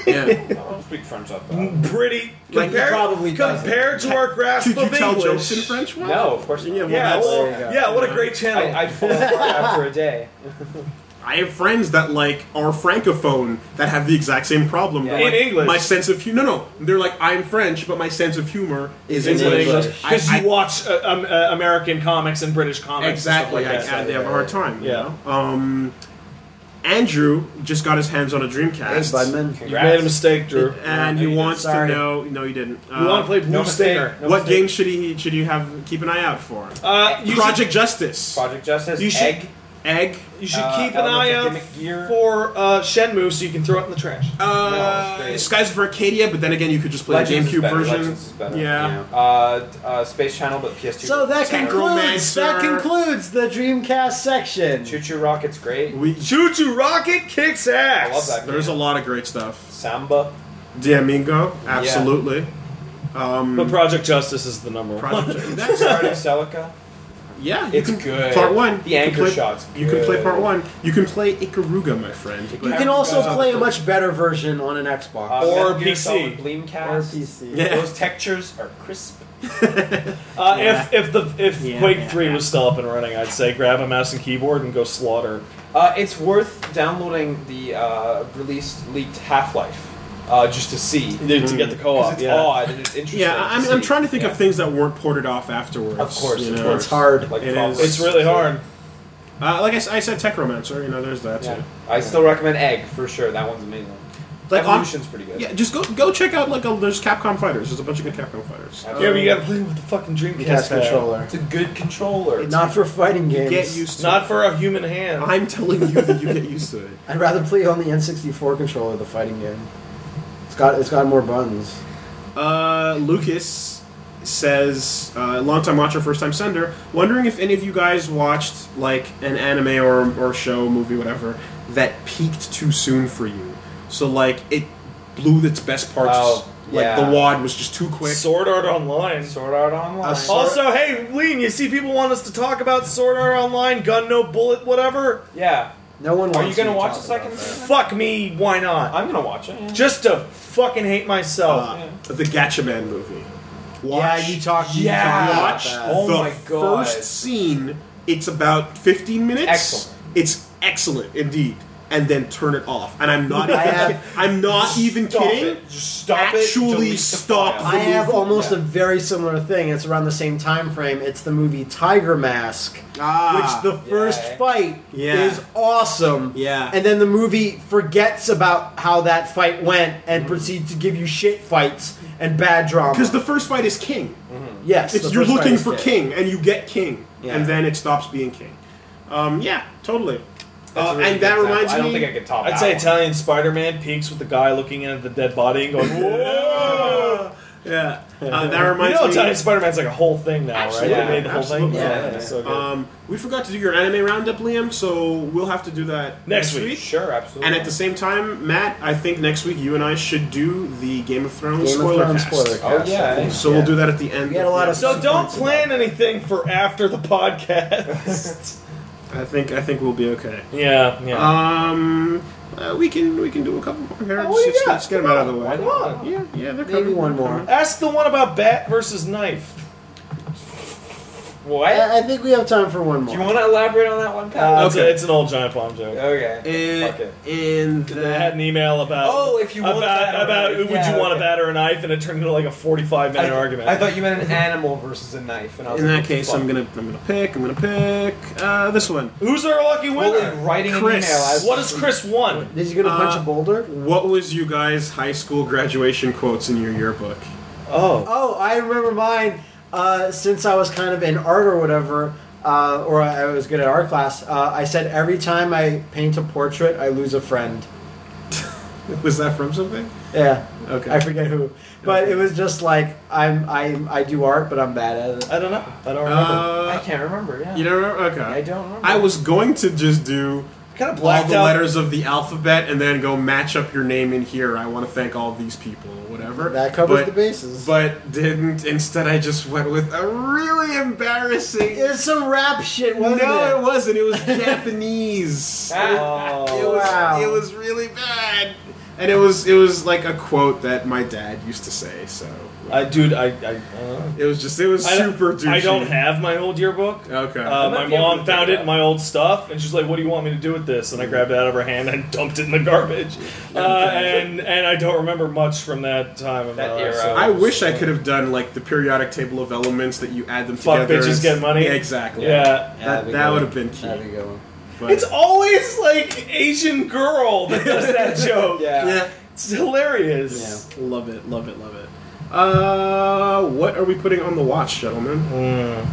A: yeah.
E: I don't speak French up there.
B: Pretty
C: Like,
B: compared,
C: probably doesn't.
B: compared to our grasp
A: Could you
B: of
A: tell
B: English.
A: jokes in French? Mark?
E: No, of course not.
A: Yeah, well,
B: Yeah,
A: that's,
B: well,
C: there you go.
B: yeah. What a great channel.
E: I, I'd fall apart after a day.
A: I have friends that like are francophone that have the exact same problem.
E: Yeah.
A: They're
B: In
A: like,
B: English.
A: my sense of humor. No, no, they're like I'm French, but my sense of humor is
C: Is
A: English.
C: English.
A: I-
B: because
A: I-
B: you watch uh, um, uh, American comics and British comics. and stuff
A: Exactly.
B: like
A: I,
B: that.
A: I- they have a hard time. you
B: Yeah.
A: know? Um, Andrew just got his hands on a
C: Hey,
A: Dreamcast.
C: Budman.
B: You made a mistake, Drew.
A: and
E: No, you
A: he
E: didn't.
A: wants to
C: Sorry.
A: know. No, you didn't. Uh,
B: you want to play Blue
E: No mistake.
B: Stinger?
E: No
A: what
E: mistake.
A: game should he should you have keep an eye out for?
B: Uh, you
A: Project Justice.
E: Project Justice.
B: You should-
E: Egg.
A: Egg.
B: should, you should
E: uh,
B: keep an eye out
E: Elements of Gimmick Gear.
B: for uh, Shenmue so you can throw it in the trash.
A: Uh,
E: No, it's great.
A: Skies of Arcadia, but then again, you could just play
E: Legends is
A: the GameCube
E: better.
A: version.
E: Legends is better.
A: Yeah.
E: Uh, uh, Space Channel, but PS2.
C: So that concludes. That
A: Techromancer.
C: concludes the Dreamcast section.
E: Choo Choo Rocket's great.
A: We,
B: Choo Choo Rocket kicks ass.
E: I love that.
A: there's a
E: game.
A: lot of great stuff.
E: Samba.
A: Diamingo, absolutely. Um,
B: But Project Justice is the number one.
E: <laughs>
A: Project. that's,
E: Stardew Celica.
A: yeah, you
E: It's
A: can-
E: good.
A: Part one.
E: The
A: You can
E: anchor
A: play-
E: shots.
A: You can play
E: good.
A: part one. You can play Ikaruga, my friend.
C: You
A: but-
C: can also
E: Yeah.
C: play a much better version on an Xbox
E: Uh,
B: Or
E: Metal Gear
B: PC.
E: Solid
D: Uh,
C: or
E: Dreamcast.
C: PC.
A: Yeah.
E: Those textures are crisp.
B: Uh,
A: Yeah.
B: If if the if
A: Yeah,
B: Quake
A: yeah,
B: Three
A: yeah.
B: was still up and running, I'd say grab a mouse and keyboard and go slaughter.
E: Uh, it's worth downloading the uh, released leaked Half Life uh, just to see.
B: to get the co-op.
E: 'Cause it's
B: yeah.
E: odd and it's interesting.
A: Yeah,
E: to
A: I'm,
E: see.
A: I'm trying to think
E: Yeah.
A: of things that weren't ported off afterwards.
E: Of course,
A: you
E: of
A: know.
E: course.
C: It's hard.
E: Like
A: It
E: proper-
A: is.
B: It's really hard.
A: Uh, like I, s- I said, Techromancer. You know, there's that
E: Yeah.
A: too.
E: I still recommend Egg for sure. That one's amazing.
A: Like, on-
E: Evolution's pretty good.
A: Yeah, just go go check out like a, there's Capcom fighters. There's a bunch of good Capcom fighters.
E: Uh, Yeah,
B: Yeah, but you gotta play with the fucking Dreamcast
C: Dreamcast
B: controller.
C: controller.
E: It's a good controller.
C: Not for fighting games.
A: Get used to.
B: Not
A: it.
B: for a human hand.
A: I'm telling you that you get used to it. <laughs>
C: I'd rather play on the N64 controller, the fighting game. It's got it's got more buttons.
A: Uh, Lucas says, uh, long time watcher, first time sender. Wondering if any of you guys watched like an anime or or show, movie, whatever that peaked too soon for you. So like it blew its best parts.
E: Oh,
A: like
E: yeah.
A: the wad was just too quick.
B: Sword Art Online.
E: Sword Art Online.
C: Uh, Sword-
B: Also, hey, Lean, you see people want us to talk about Sword Art Online, Gun No Bullet, whatever?
E: yeah.
C: No one.
E: Are
C: wants
E: you gonna
C: me
E: watch
C: talk
E: the second
C: about
E: season?
B: Fuck me, why not?
E: I'm gonna watch it. yeah.
B: Just to fucking hate myself.
A: Uh, the Gatchaman movie.
C: that.
A: Watch
C: Yeah, you talk. You
E: Yeah.
C: talk about
A: watch
C: that.
E: Oh
A: the
E: my God.
A: first scene. It's about 15 minutes.
E: Excellent.
A: It's excellent indeed. And then turn it off. And I'm not.
C: I
A: even,
C: have-
A: I'm not even
E: Stop
A: kidding.
E: it. Just stop it.
A: Actually
E: delete the
A: stop
E: file.
C: I have almost
E: Yeah.
C: a very similar thing. It's around the same time frame. It's the movie Tiger Mask,
A: Ah,
C: which the first
E: Yeah.
C: fight
A: Yeah.
C: is awesome.
A: Yeah.
C: And then the movie forgets about how that fight went and proceeds to give you shit fights and bad drama.
A: because Mm-hmm. the first fight is King.
C: yes,
A: It's,
C: the
A: you're
C: first fight
A: looking
C: is
A: for
C: shit.
A: King, and you get King,
C: Yeah.
A: and then it stops being King. Um, yeah, totally.
E: That's a
A: Uh,
E: really
A: and
E: good
A: that
E: example.
A: reminds
E: I don't
A: me.
E: think I could top.
B: I'd
E: that
B: say
E: one.
B: Italian Spider Man peaks with the guy looking at the dead body and going, whoa!
A: <laughs> yeah, uh, that
B: <laughs> You
A: reminds
B: know,
A: me.
B: Italian Spider Man's like a whole thing now, right?
E: Absolutely.
B: They made the whole thing.
A: Absolutely.
C: Yeah.
B: it's so good.
A: Um, we forgot to do your anime roundup, Liam. So we'll have to do that
B: Next week.
E: Sure, absolutely.
A: And at the same time, Matt, I think next week you and I should do the Game of Thrones
C: Game of
A: spoiler
C: Thrones
A: cast.
C: spoiler
E: Oh
C: cast.
E: yeah. eh?
A: So we'll do that at the end.
C: We had a lot of-
B: so don't plan anything for after the podcast. <laughs>
A: I think I think we'll be okay.
B: Yeah, yeah.
A: Um, uh, we can we can do a couple more here.
B: Oh, what do you
A: just,
B: got?
A: just get them out of the
B: Why
A: way.
B: not?
A: Yeah, yeah, they're
C: Maybe
A: covered.
C: one more.
B: Ask the one about bat versus knife.
D: What?
C: I, I think we have time for one more.
D: Do you want to elaborate on that one, Pat?
B: Uh, it's, a,
A: Okay.
B: it's an old giant bomb joke.
D: okay.
A: Uh,
D: Fuck it.
A: and
B: I had
A: that,
B: an email about
D: Oh, if you want a
B: about
D: bat or
B: about
D: knife.
B: would
D: Yeah,
B: you want a
D: okay.
B: bat or a knife, and it turned into like a forty-five minute argument.
D: I thought you meant an animal versus a knife, and I was
A: in
D: like,
A: that
D: what the
A: case,
D: fuck?
A: I'm gonna I'm gonna pick I'm gonna pick uh, this one.
B: Who's our lucky
D: Well,
B: winner?
D: in writing
A: Chris.
D: an email. I was-
B: What does Chris won?
C: Is he gonna punch
A: Uh,
C: a boulder?
A: What was you guys' high school graduation quotes in your yearbook? <laughs>
B: Oh,
C: Oh, I remember mine. Uh, since I was kind of in art or whatever, uh, or I was good at art class, uh, I said every time I paint a portrait, I lose a friend.
A: Was that from something?
C: Yeah,
A: Okay.
C: I forget who, but it was just like I'm I'm I do art, but I'm bad at it.
B: I don't know. I don't remember.
D: I
A: uh,
D: can't remember. Yeah.
A: you don't remember?
D: I
A: Okay.
D: don't remember.
A: I was going to just do
B: kind of
A: all
B: blacked
A: the
B: out.
A: letters of the alphabet and then go match up your name in here. I want to thank all these people or whatever.
C: That covers
A: But-
C: the bases.
A: But didn't. Instead, I just went with a really embarrassing.
C: it's some rap shit, wasn't
A: no,
C: it?
A: it wasn't. It
C: <laughs>
A: was Japanese.
D: Ah.
A: It was.
C: Wow.
A: It was really bad. And it was. It was like a quote that my dad used to say. So
B: I, dude, I, I, I don't know.
A: it was just. It was
B: I don't-
A: super douchey.
B: I don't have my old yearbook.
A: Okay.
B: Uh,
D: might
B: my
D: be able to
B: mom
D: pick
B: found
D: it
B: it
D: up.
B: in my old stuff, and she's like, "What do you want me to do with this?" And I grabbed it out of her hand and <laughs> dumped it in the garbage. Uh, and and I don't remember much from that time. Of
D: That
B: my life,
D: era.
B: so-
A: I wish I could have done like the periodic table of elements that you add them
B: Fuck
A: together.
B: bitches,
A: and-
B: get money.
A: Yeah, exactly.
B: Yeah.
A: That,
C: Yeah,
A: that
C: we
A: would
C: go.
A: have been
C: That'd
A: key.
C: be a good one.
A: But
B: It's always like Asian girl that does that joke.
A: <laughs>
D: Yeah.
A: yeah,
B: It's hilarious.
A: love it, love it, love it. Uh, what are we putting on the watch, gentlemen?
B: Mm.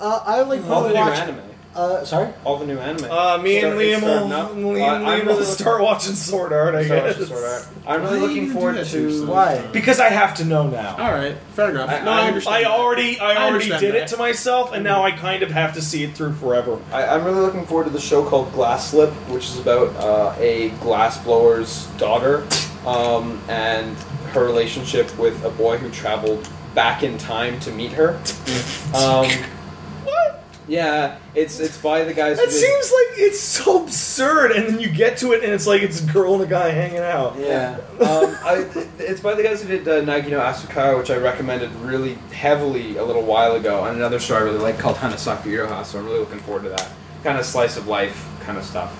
C: Uh, I would like to
D: All the new
C: watch.
D: anime.
C: Uh, sorry.
D: All the new anime.
B: Uh, me and
D: Start-
B: Liam
D: it's starting
B: will,
D: up.
B: Liam,
D: Uh, I'm
B: Liam
D: really
B: will
D: looking- <laughs>
B: start watching Sword Art, I
D: start watching
B: guess.
D: Sword Art. I'm really
A: Why do you
D: looking
A: do
D: forward
A: that
D: to.
A: to yourself?
C: Why?
B: Because I have to know now.
A: All right, fair enough.
D: I-
A: no,
D: I
A: I understand. <laughs>
B: I already I already
A: understand
B: did it
A: that.
B: to myself, and now I kind of have to see it through forever.
D: I, I'm really looking forward to the show called Glass Slip, which is about uh, a glass blower's daughter um, and her relationship with a boy who traveled back in time to meet her. Um,
B: What?
D: yeah, it's it's by the guys. who
B: That
D: did-
B: seems like it's so absurd, and then you get to it, and it's like it's a girl and a guy hanging out.
C: Yeah.
D: um, I, it's by the guys who did uh, Nagino Asukara, which I recommended really heavily a little while ago, and another show I really like called Hanasaku Iroha, so I'm really looking forward to that. Kind of slice of life kind of stuff.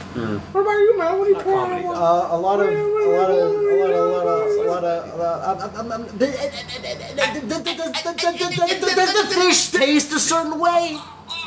B: What about you, man? What are you
D: Not
B: pouring
D: comedy.
B: on?
C: Uh, a lot of, a lot of, a lot of, a lot of, a lot of, a lot of. um, um, um, the- Does the fish taste a certain way?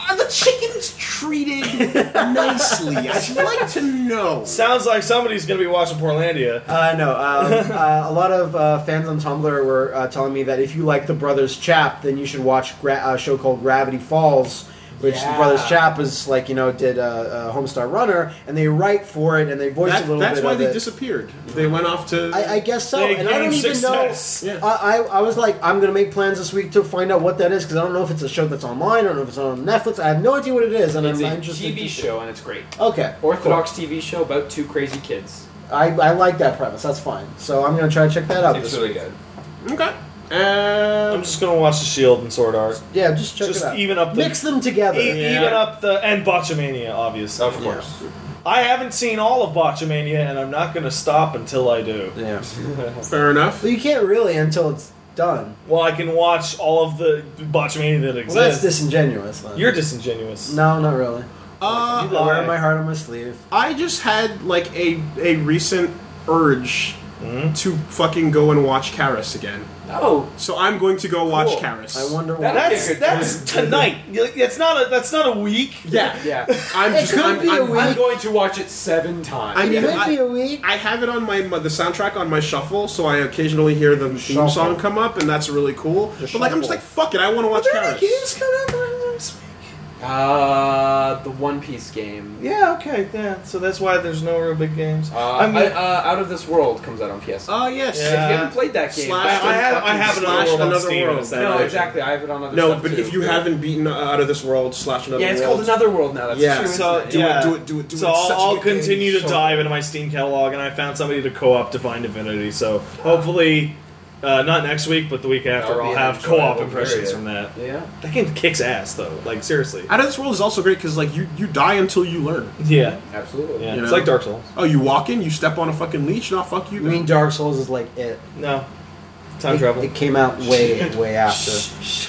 I: Are the chickens treated nicely? I'd like to know.
B: Sounds like somebody's gonna be watching Portlandia.
C: Uh, no. Um, uh, a lot of uh, fans on Tumblr were uh, telling me that if you like the Brothers Chap, then you should watch gra- uh, a show called Gravity Falls. Which the Brothers
D: Yeah.
C: Chap is like, you know, did uh, uh, Homestar Runner, and they write for it, and they voice a
A: That,
C: little
A: that's
C: bit
A: why
C: of
A: they
C: it.
A: disappeared. They went off to.
C: I, I guess so,
B: They
C: and I don't
B: gained
C: even
B: success.
C: know.
A: Yeah.
C: I, I I was like, I'm gonna make plans this week to find out what that is because I don't know if it's a show that's online, I don't know if it's on Netflix. I have no idea what it is, and
D: It's
C: I'm
D: a
C: not interested.
D: TV
C: to-
D: show, and it's great.
C: Okay,
D: Orthodox TV show about two crazy kids.
C: cool. I, I like that premise. That's fine. So I'm gonna try and check that out.
D: It's
C: this
D: really
C: week.
D: good.
A: okay. Um,
B: I'm just gonna watch the Shield and Sword Art.
C: Yeah, just check
B: Just
C: it out.
B: even up the-
C: mix them together.
B: E- Even up the and Botchamania, obviously.
D: Of course.
B: I haven't seen all of Botchamania, and I'm not gonna stop until I do.
C: Yeah.
A: fair enough.
C: So you can't really until it's done.
B: Well, I can watch all of the Botchamania that
C: Well, that's
B: exists.
C: disingenuous. Then.
B: You're disingenuous.
C: no, not really.
A: Uh,
B: You
C: I
B: All
C: wear
B: right.
C: my heart on my sleeve.
A: I just had like a a recent urge to fucking go and watch Karis again.
D: Oh,
A: So I'm going to go watch
D: Cool.
A: Karis.
C: I wonder
D: That-
C: why.
B: That's
D: Okay.
B: that's tonight. It's not a that's not a week.
A: Yeah,
D: yeah.
A: I'm
C: It
A: just.
C: could
A: I'm,
C: be a
A: I'm-
C: week.
D: I'm going to watch it seven times.
A: I'm-
C: It
A: yeah,
C: could be a week.
A: I have it on my the soundtrack on my shuffle, so I occasionally hear the theme
C: Shuffle.
A: song come up, and that's really cool. but like, I'm just
C: shuffle.
A: like, fuck it, I want to watch Karis.
D: Uh, the One Piece game.
B: Yeah, okay, yeah. So that's why there's no real big games.
D: Uh,
B: I'm
D: I-
B: gonna-
D: uh, Out of This World comes out on PS.
A: Oh yes.
B: Yeah.
D: if you haven't played that game,
A: Slash-
D: that's
B: I have-
D: fucking
B: I have it on
A: slash
B: World on
A: another
B: Steam,
A: world.
B: it's that
D: No,
B: version.
D: exactly. I have it on other.
A: No,
D: stuff
A: but
D: too.
A: if you haven't beaten uh, Out of This World slash Another
D: yeah, it's
A: World,
D: called Another World now. That's
A: Yeah.
D: true.
B: So
D: isn't it?
A: do
B: yeah.
A: it, do it, do it, do
B: so
A: it. It's
B: I'll,
A: such a
B: I'll
A: good game.
B: continue to
A: So-
B: dive into my Steam catalog, and I found somebody to co-op Divine Divinity. So hopefully, Uh, not next week, but the week after,
E: That'll be
B: I'll
E: an
B: have co-op
E: enjoyable
B: impressions
E: period.
B: from that.
E: Yeah.
B: That game kicks ass, though. Like seriously.
A: Out of this world is also great because like you you die until you learn.
B: Yeah,
E: Absolutely.
B: yeah.
A: You
B: It's
A: know?
B: like Dark Souls.
A: Oh, you walk in, you step on a fucking leech, not fuck you.
C: I mean, Dark Souls is like it.
B: No, time
C: it,
B: travel.
C: It came out way, way after.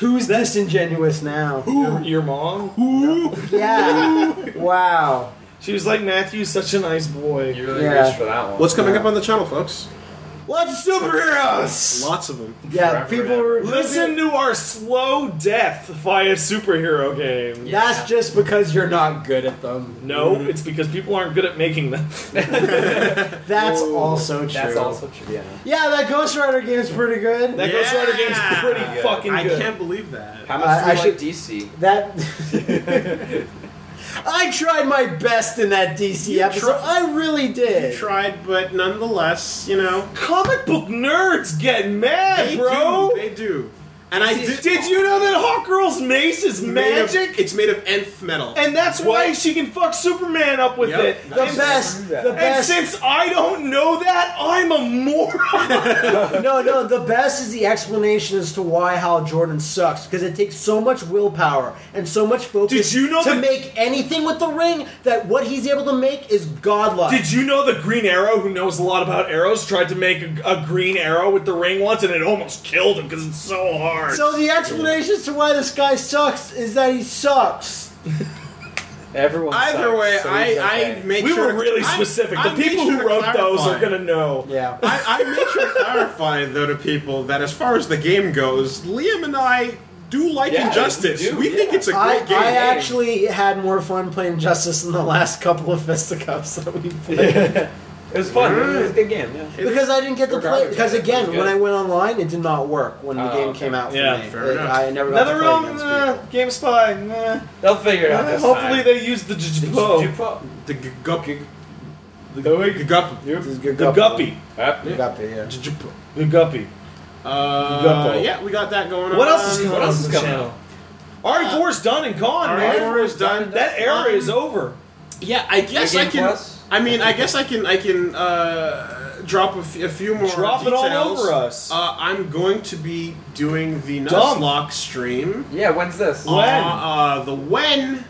C: Who's
B: That-
C: disingenuous now?
B: your, your mom?
A: Ooh.
C: Yeah. wow.
B: She was like Matthew's such a nice boy.
E: You really
C: Yeah.
E: reached for that one.
A: What's coming up on the channel, folks?
B: Let's superheroes.
A: Lots of them.
E: Forever
C: Yeah, people
E: and
C: were.
B: Listen to our slow death via superhero game.
C: That's just because you're not good at them.
B: No,
A: Mm-hmm.
B: it's because people aren't good at making them. <laughs>
C: That's also true.
E: That's also true. Yeah.
C: Yeah, that Ghost Rider game's pretty good.
B: That Ghost Rider game's
A: Yeah.
B: pretty
E: Yeah.
B: fucking
A: I
B: good.
A: can't believe that.
E: How much do
C: I-
E: you
C: I
E: like
C: should-
E: DC?
B: <laughs>
C: That. I tried my best in that DC episode.
A: tri-
C: I really did.
A: Tried, but nonetheless, you know,
B: Comic book nerds get mad, bro.
A: do, they do. And I did.
B: Did you know that Hawkgirl's mace is
A: made of-
B: magic?
A: it's made of nth metal.
B: and that's why she can fuck Superman up with
A: Yep.
B: it.
C: The
B: and,
C: best. The
B: and
C: best.
B: since I don't know that, I'm a moron.
C: no, no, the best is the explanation as to why Hal Jordan sucks because it takes so much willpower and so much focus
B: Did you know
C: to
B: that-
C: make anything with the ring that what he's able to make is godlike.
B: Did you know the Green Arrow, who knows a lot about arrows, tried to make a, a green arrow with the ring once, and it almost killed him because it's so hard.
C: so the explanation as to why this guy sucks is that he sucks.
E: Everyone.
A: Either
E: sucks,
A: way,
E: so
A: I,
E: he's okay.
A: I make
B: we
A: sure
B: were really
A: I-
B: specific.
A: I
B: the
A: made
B: people
A: sure
B: who
A: to
B: wrote those are
A: clarify.
B: gonna know.
C: Yeah.
A: I, I make sure to clarify, though, to people that as far as the game goes, Liam and I do like
E: Yeah,
A: Injustice.
E: we do,
A: we think
E: yeah.
A: it's a great
C: I,
A: game.
C: I actually had more fun playing Justice in the last couple of fisticuffs that we played.
E: It was fun. It was a good game. Yeah.
C: because I didn't get to play.
E: Regardless,
C: Because
E: yeah,
C: again,
E: it's
C: when
E: good.
C: I went online, it did not work when the
E: Oh,
C: game
E: okay.
C: came out. For
B: Yeah,
C: me.
A: fair
C: It-
A: enough.
C: I never got
B: Another
C: to play
B: realm,
C: against people.
B: uh, game spy. Nah.
E: They'll figure it out. This
B: Hopefully
E: time.
B: they use the
E: Did you-
B: Jupo.
E: did you put-
A: the g- gup, g- the
B: The
A: g- gup,
C: This is good
B: The guppy.
E: Yep.
C: Good guppy, yeah.
A: j- j-
B: The guppy.
A: uh, yeah, we got that going on.
B: What else is going
E: What
B: on
E: else
B: in
E: is
B: the
E: coming
B: channel?
E: out?
B: RE4's done and gone, man.
A: RE4 is done.
B: That era is over.
A: Yeah, I guess
E: Big
A: I
E: Game
A: can.
E: Plus?
A: I mean, I guess I can. I can uh, drop a, f- a few more.
B: Drop it all
A: details.
B: over us.
A: Uh, I'm going to be doing the
B: Dumb.
A: Nuzlocke stream.
E: Yeah. When's this?
A: Uh, uh, the when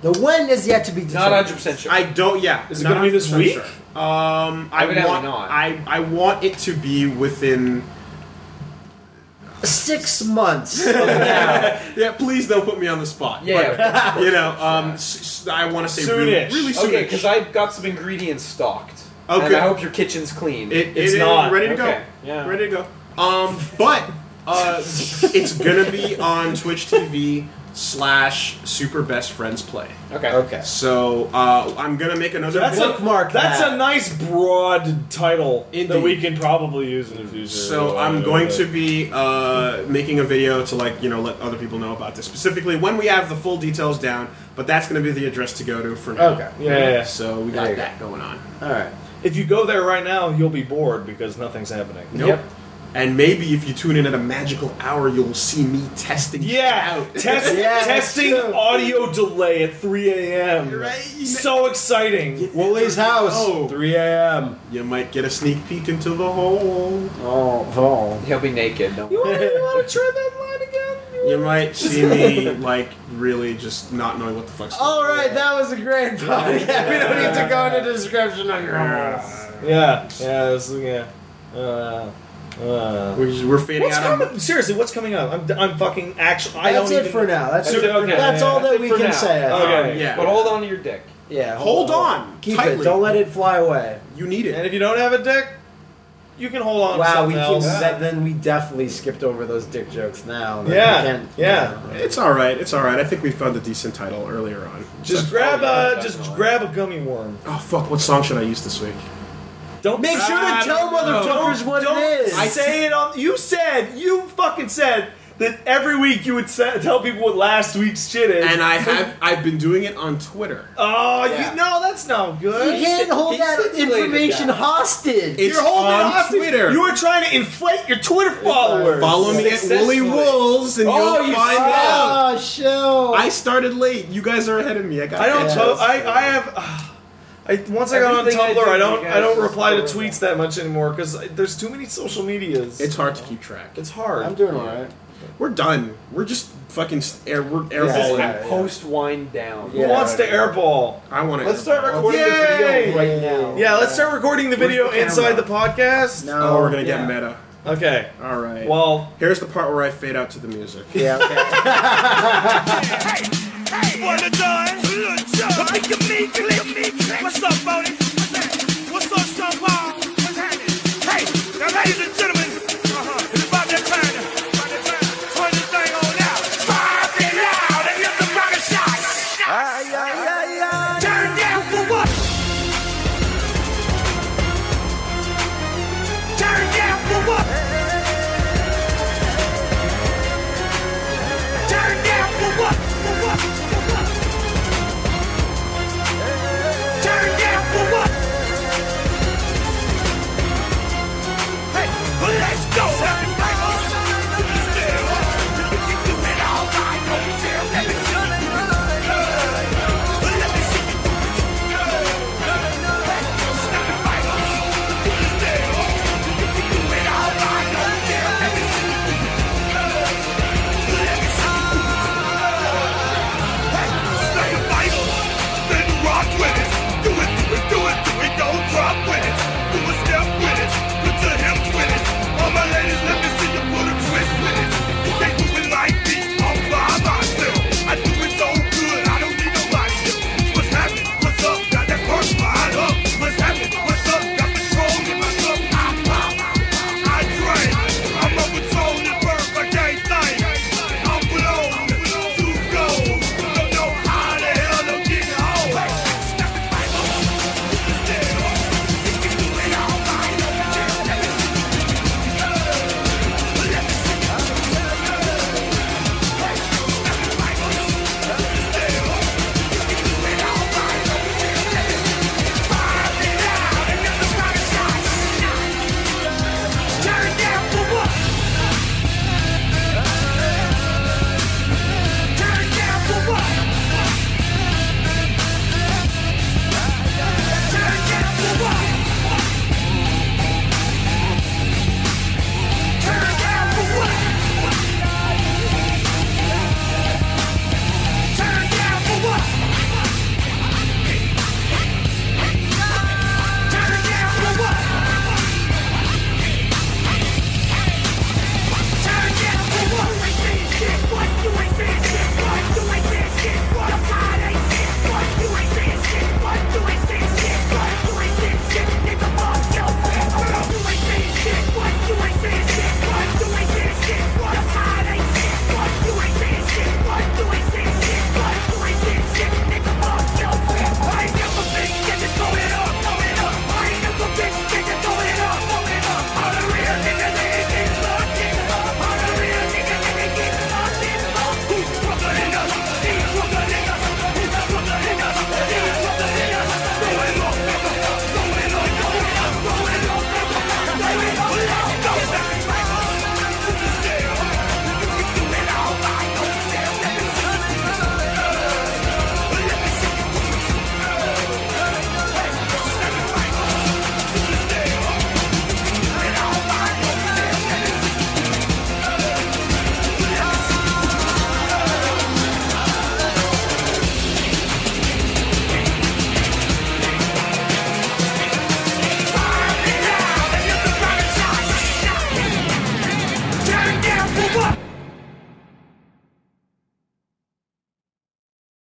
C: The when is yet to be
E: Not
C: determined.
E: 100 percent sure.
A: I don't. Yeah,
B: Is it gonna be this
A: 100%
B: week?
A: sure. Um, I
E: Evidently
A: want.
E: not.
A: I I want it to be
B: <laughs>
A: within.
C: Six months. from
E: <laughs>
C: now.
A: <laughs> Yeah, please don't put me on the spot.
E: yeah.
A: But, you know, um, s- s- I want to say
B: Soonish.
A: really, really soon.
E: okay, because I got some ingredients stocked. And
A: Okay.
E: I hope your kitchen's clean.
A: It, it
B: It's
A: is
B: not.
A: ready to
E: Okay,
A: go.
E: yeah.
A: Ready to go. Um, but uh, it's gonna be on Twitch TV slash Super Best Friends Play.
E: okay.
C: okay.
A: So uh, I'm gonna make another.
B: That's
A: video.
B: a,
C: Bookmark
B: that's
C: that.
B: a nice broad title that
A: Indeed.
B: we can probably use in the future.
A: so I'm going to be uh, making a video to like you know let other people know about this specifically when we have the full details down. But that's gonna be the address to go to for now.
C: Okay.
B: Yeah, yeah, yeah.
A: So we
C: There
A: got
C: you
A: that going on.
C: All right.
B: If you go there right now, you'll be bored because nothing's happening.
A: Nope.
E: Yep.
A: And maybe if you tune in at a magical hour, you'll see me testing.
B: Yeah,
A: out.
B: test,
C: Yeah, that's
B: testing
C: true.
B: audio delay at 3 a.m.
A: <laughs> Right?
B: So exciting.
C: Wooly's house.
A: Oh.
C: 3 <laughs> a.m.
A: You might get a sneak peek into the hole.
C: Oh, oh.
E: He'll be naked. Don't worry.
B: want to try that line again?
A: You might see me like really just not knowing what the fuck's.
C: All right, that was a great podcast. We don't need to go into description on your
B: Yeah, yeah, this is, yeah. Uh, uh.
A: We're, just, we're fading
B: What's
A: out.
B: coming?
A: on-
B: Seriously, what's coming up? I'm, I'm fucking actually. I
C: That's
B: don't
C: it
B: even-
C: for now. That's,
E: That's it, okay.
C: that's
B: yeah,
C: all
B: yeah.
C: that we
E: For
C: can
E: now.
C: say. I think.
B: Okay.
A: Yeah.
E: But hold on to your dick.
C: Yeah.
A: Hold on.
C: Keep
A: tightly.
C: it. Don't let it fly away.
A: You need
B: And
A: it.
B: if you don't have a dick, you can hold on. to
C: Wow, we
B: something
C: can,
B: else.
C: that, then we definitely skipped over those dick jokes now. Like,
B: Yeah,
C: we can't-
B: yeah.
A: It's all right. It's all right. I think we found a decent title earlier on.
B: <laughs> Just
A: So-
B: grab
E: Oh, yeah,
B: a just
E: definitely.
B: grab a gummy worm.
A: oh fuck! What song should I use this week?
B: Don't Ah,
C: Make sure
A: I
C: to tell
A: don't know.
C: motherfuckers what
B: don't
C: it is.
B: say it on. You said you fucking said that every week you would sa tell people what last week's shit is.
A: And I have I've been doing it on Twitter.
B: oh,
E: Yeah.
B: you no, that's not good.
C: you can't hold
E: he
C: that
E: stipulated
C: information
E: that.
C: hostage.
A: It's
B: You're holding
A: on
B: it hostage.
A: Twitter.
B: You are trying to inflate your Twitter followers.
A: Follow me at Wooly
E: Successfully.
A: Wolves, and
E: Oh,
A: you'll
E: you
A: find
E: suck.
A: out.
C: oh, show.
A: I started late. You guys are ahead of me. I got.
B: I don't.
C: Yeah.
B: To- I I have. I I, once I got on
J: Everything I
B: Tumblr,
J: do,
B: I don't
J: you
B: I don't
J: guys
B: reply to
J: just throw it
B: tweets that much anymore because there's too many social medias.
A: It's hard to keep track.
B: it's hard.
C: I'm doing all right.
A: We're done. We're just fucking s- air. We're airballing.
C: Yeah, yeah.
D: Post wind down.
B: Who wants to airball?
A: I Oh, want to.
D: Let's start recording
B: Yay!
D: the video right now.
B: Yeah, let's start recording the video
J: the camera?
B: inside the podcast.
A: Oh, we're gonna
J: Yeah.
A: get meta.
B: Okay.
A: All right.
B: Well,
A: here's the part where I fade out to the music.
C: Yeah. Okay.
K: Wanna done? Look, Look at me, click me. What's up, Bodie? uh-huh,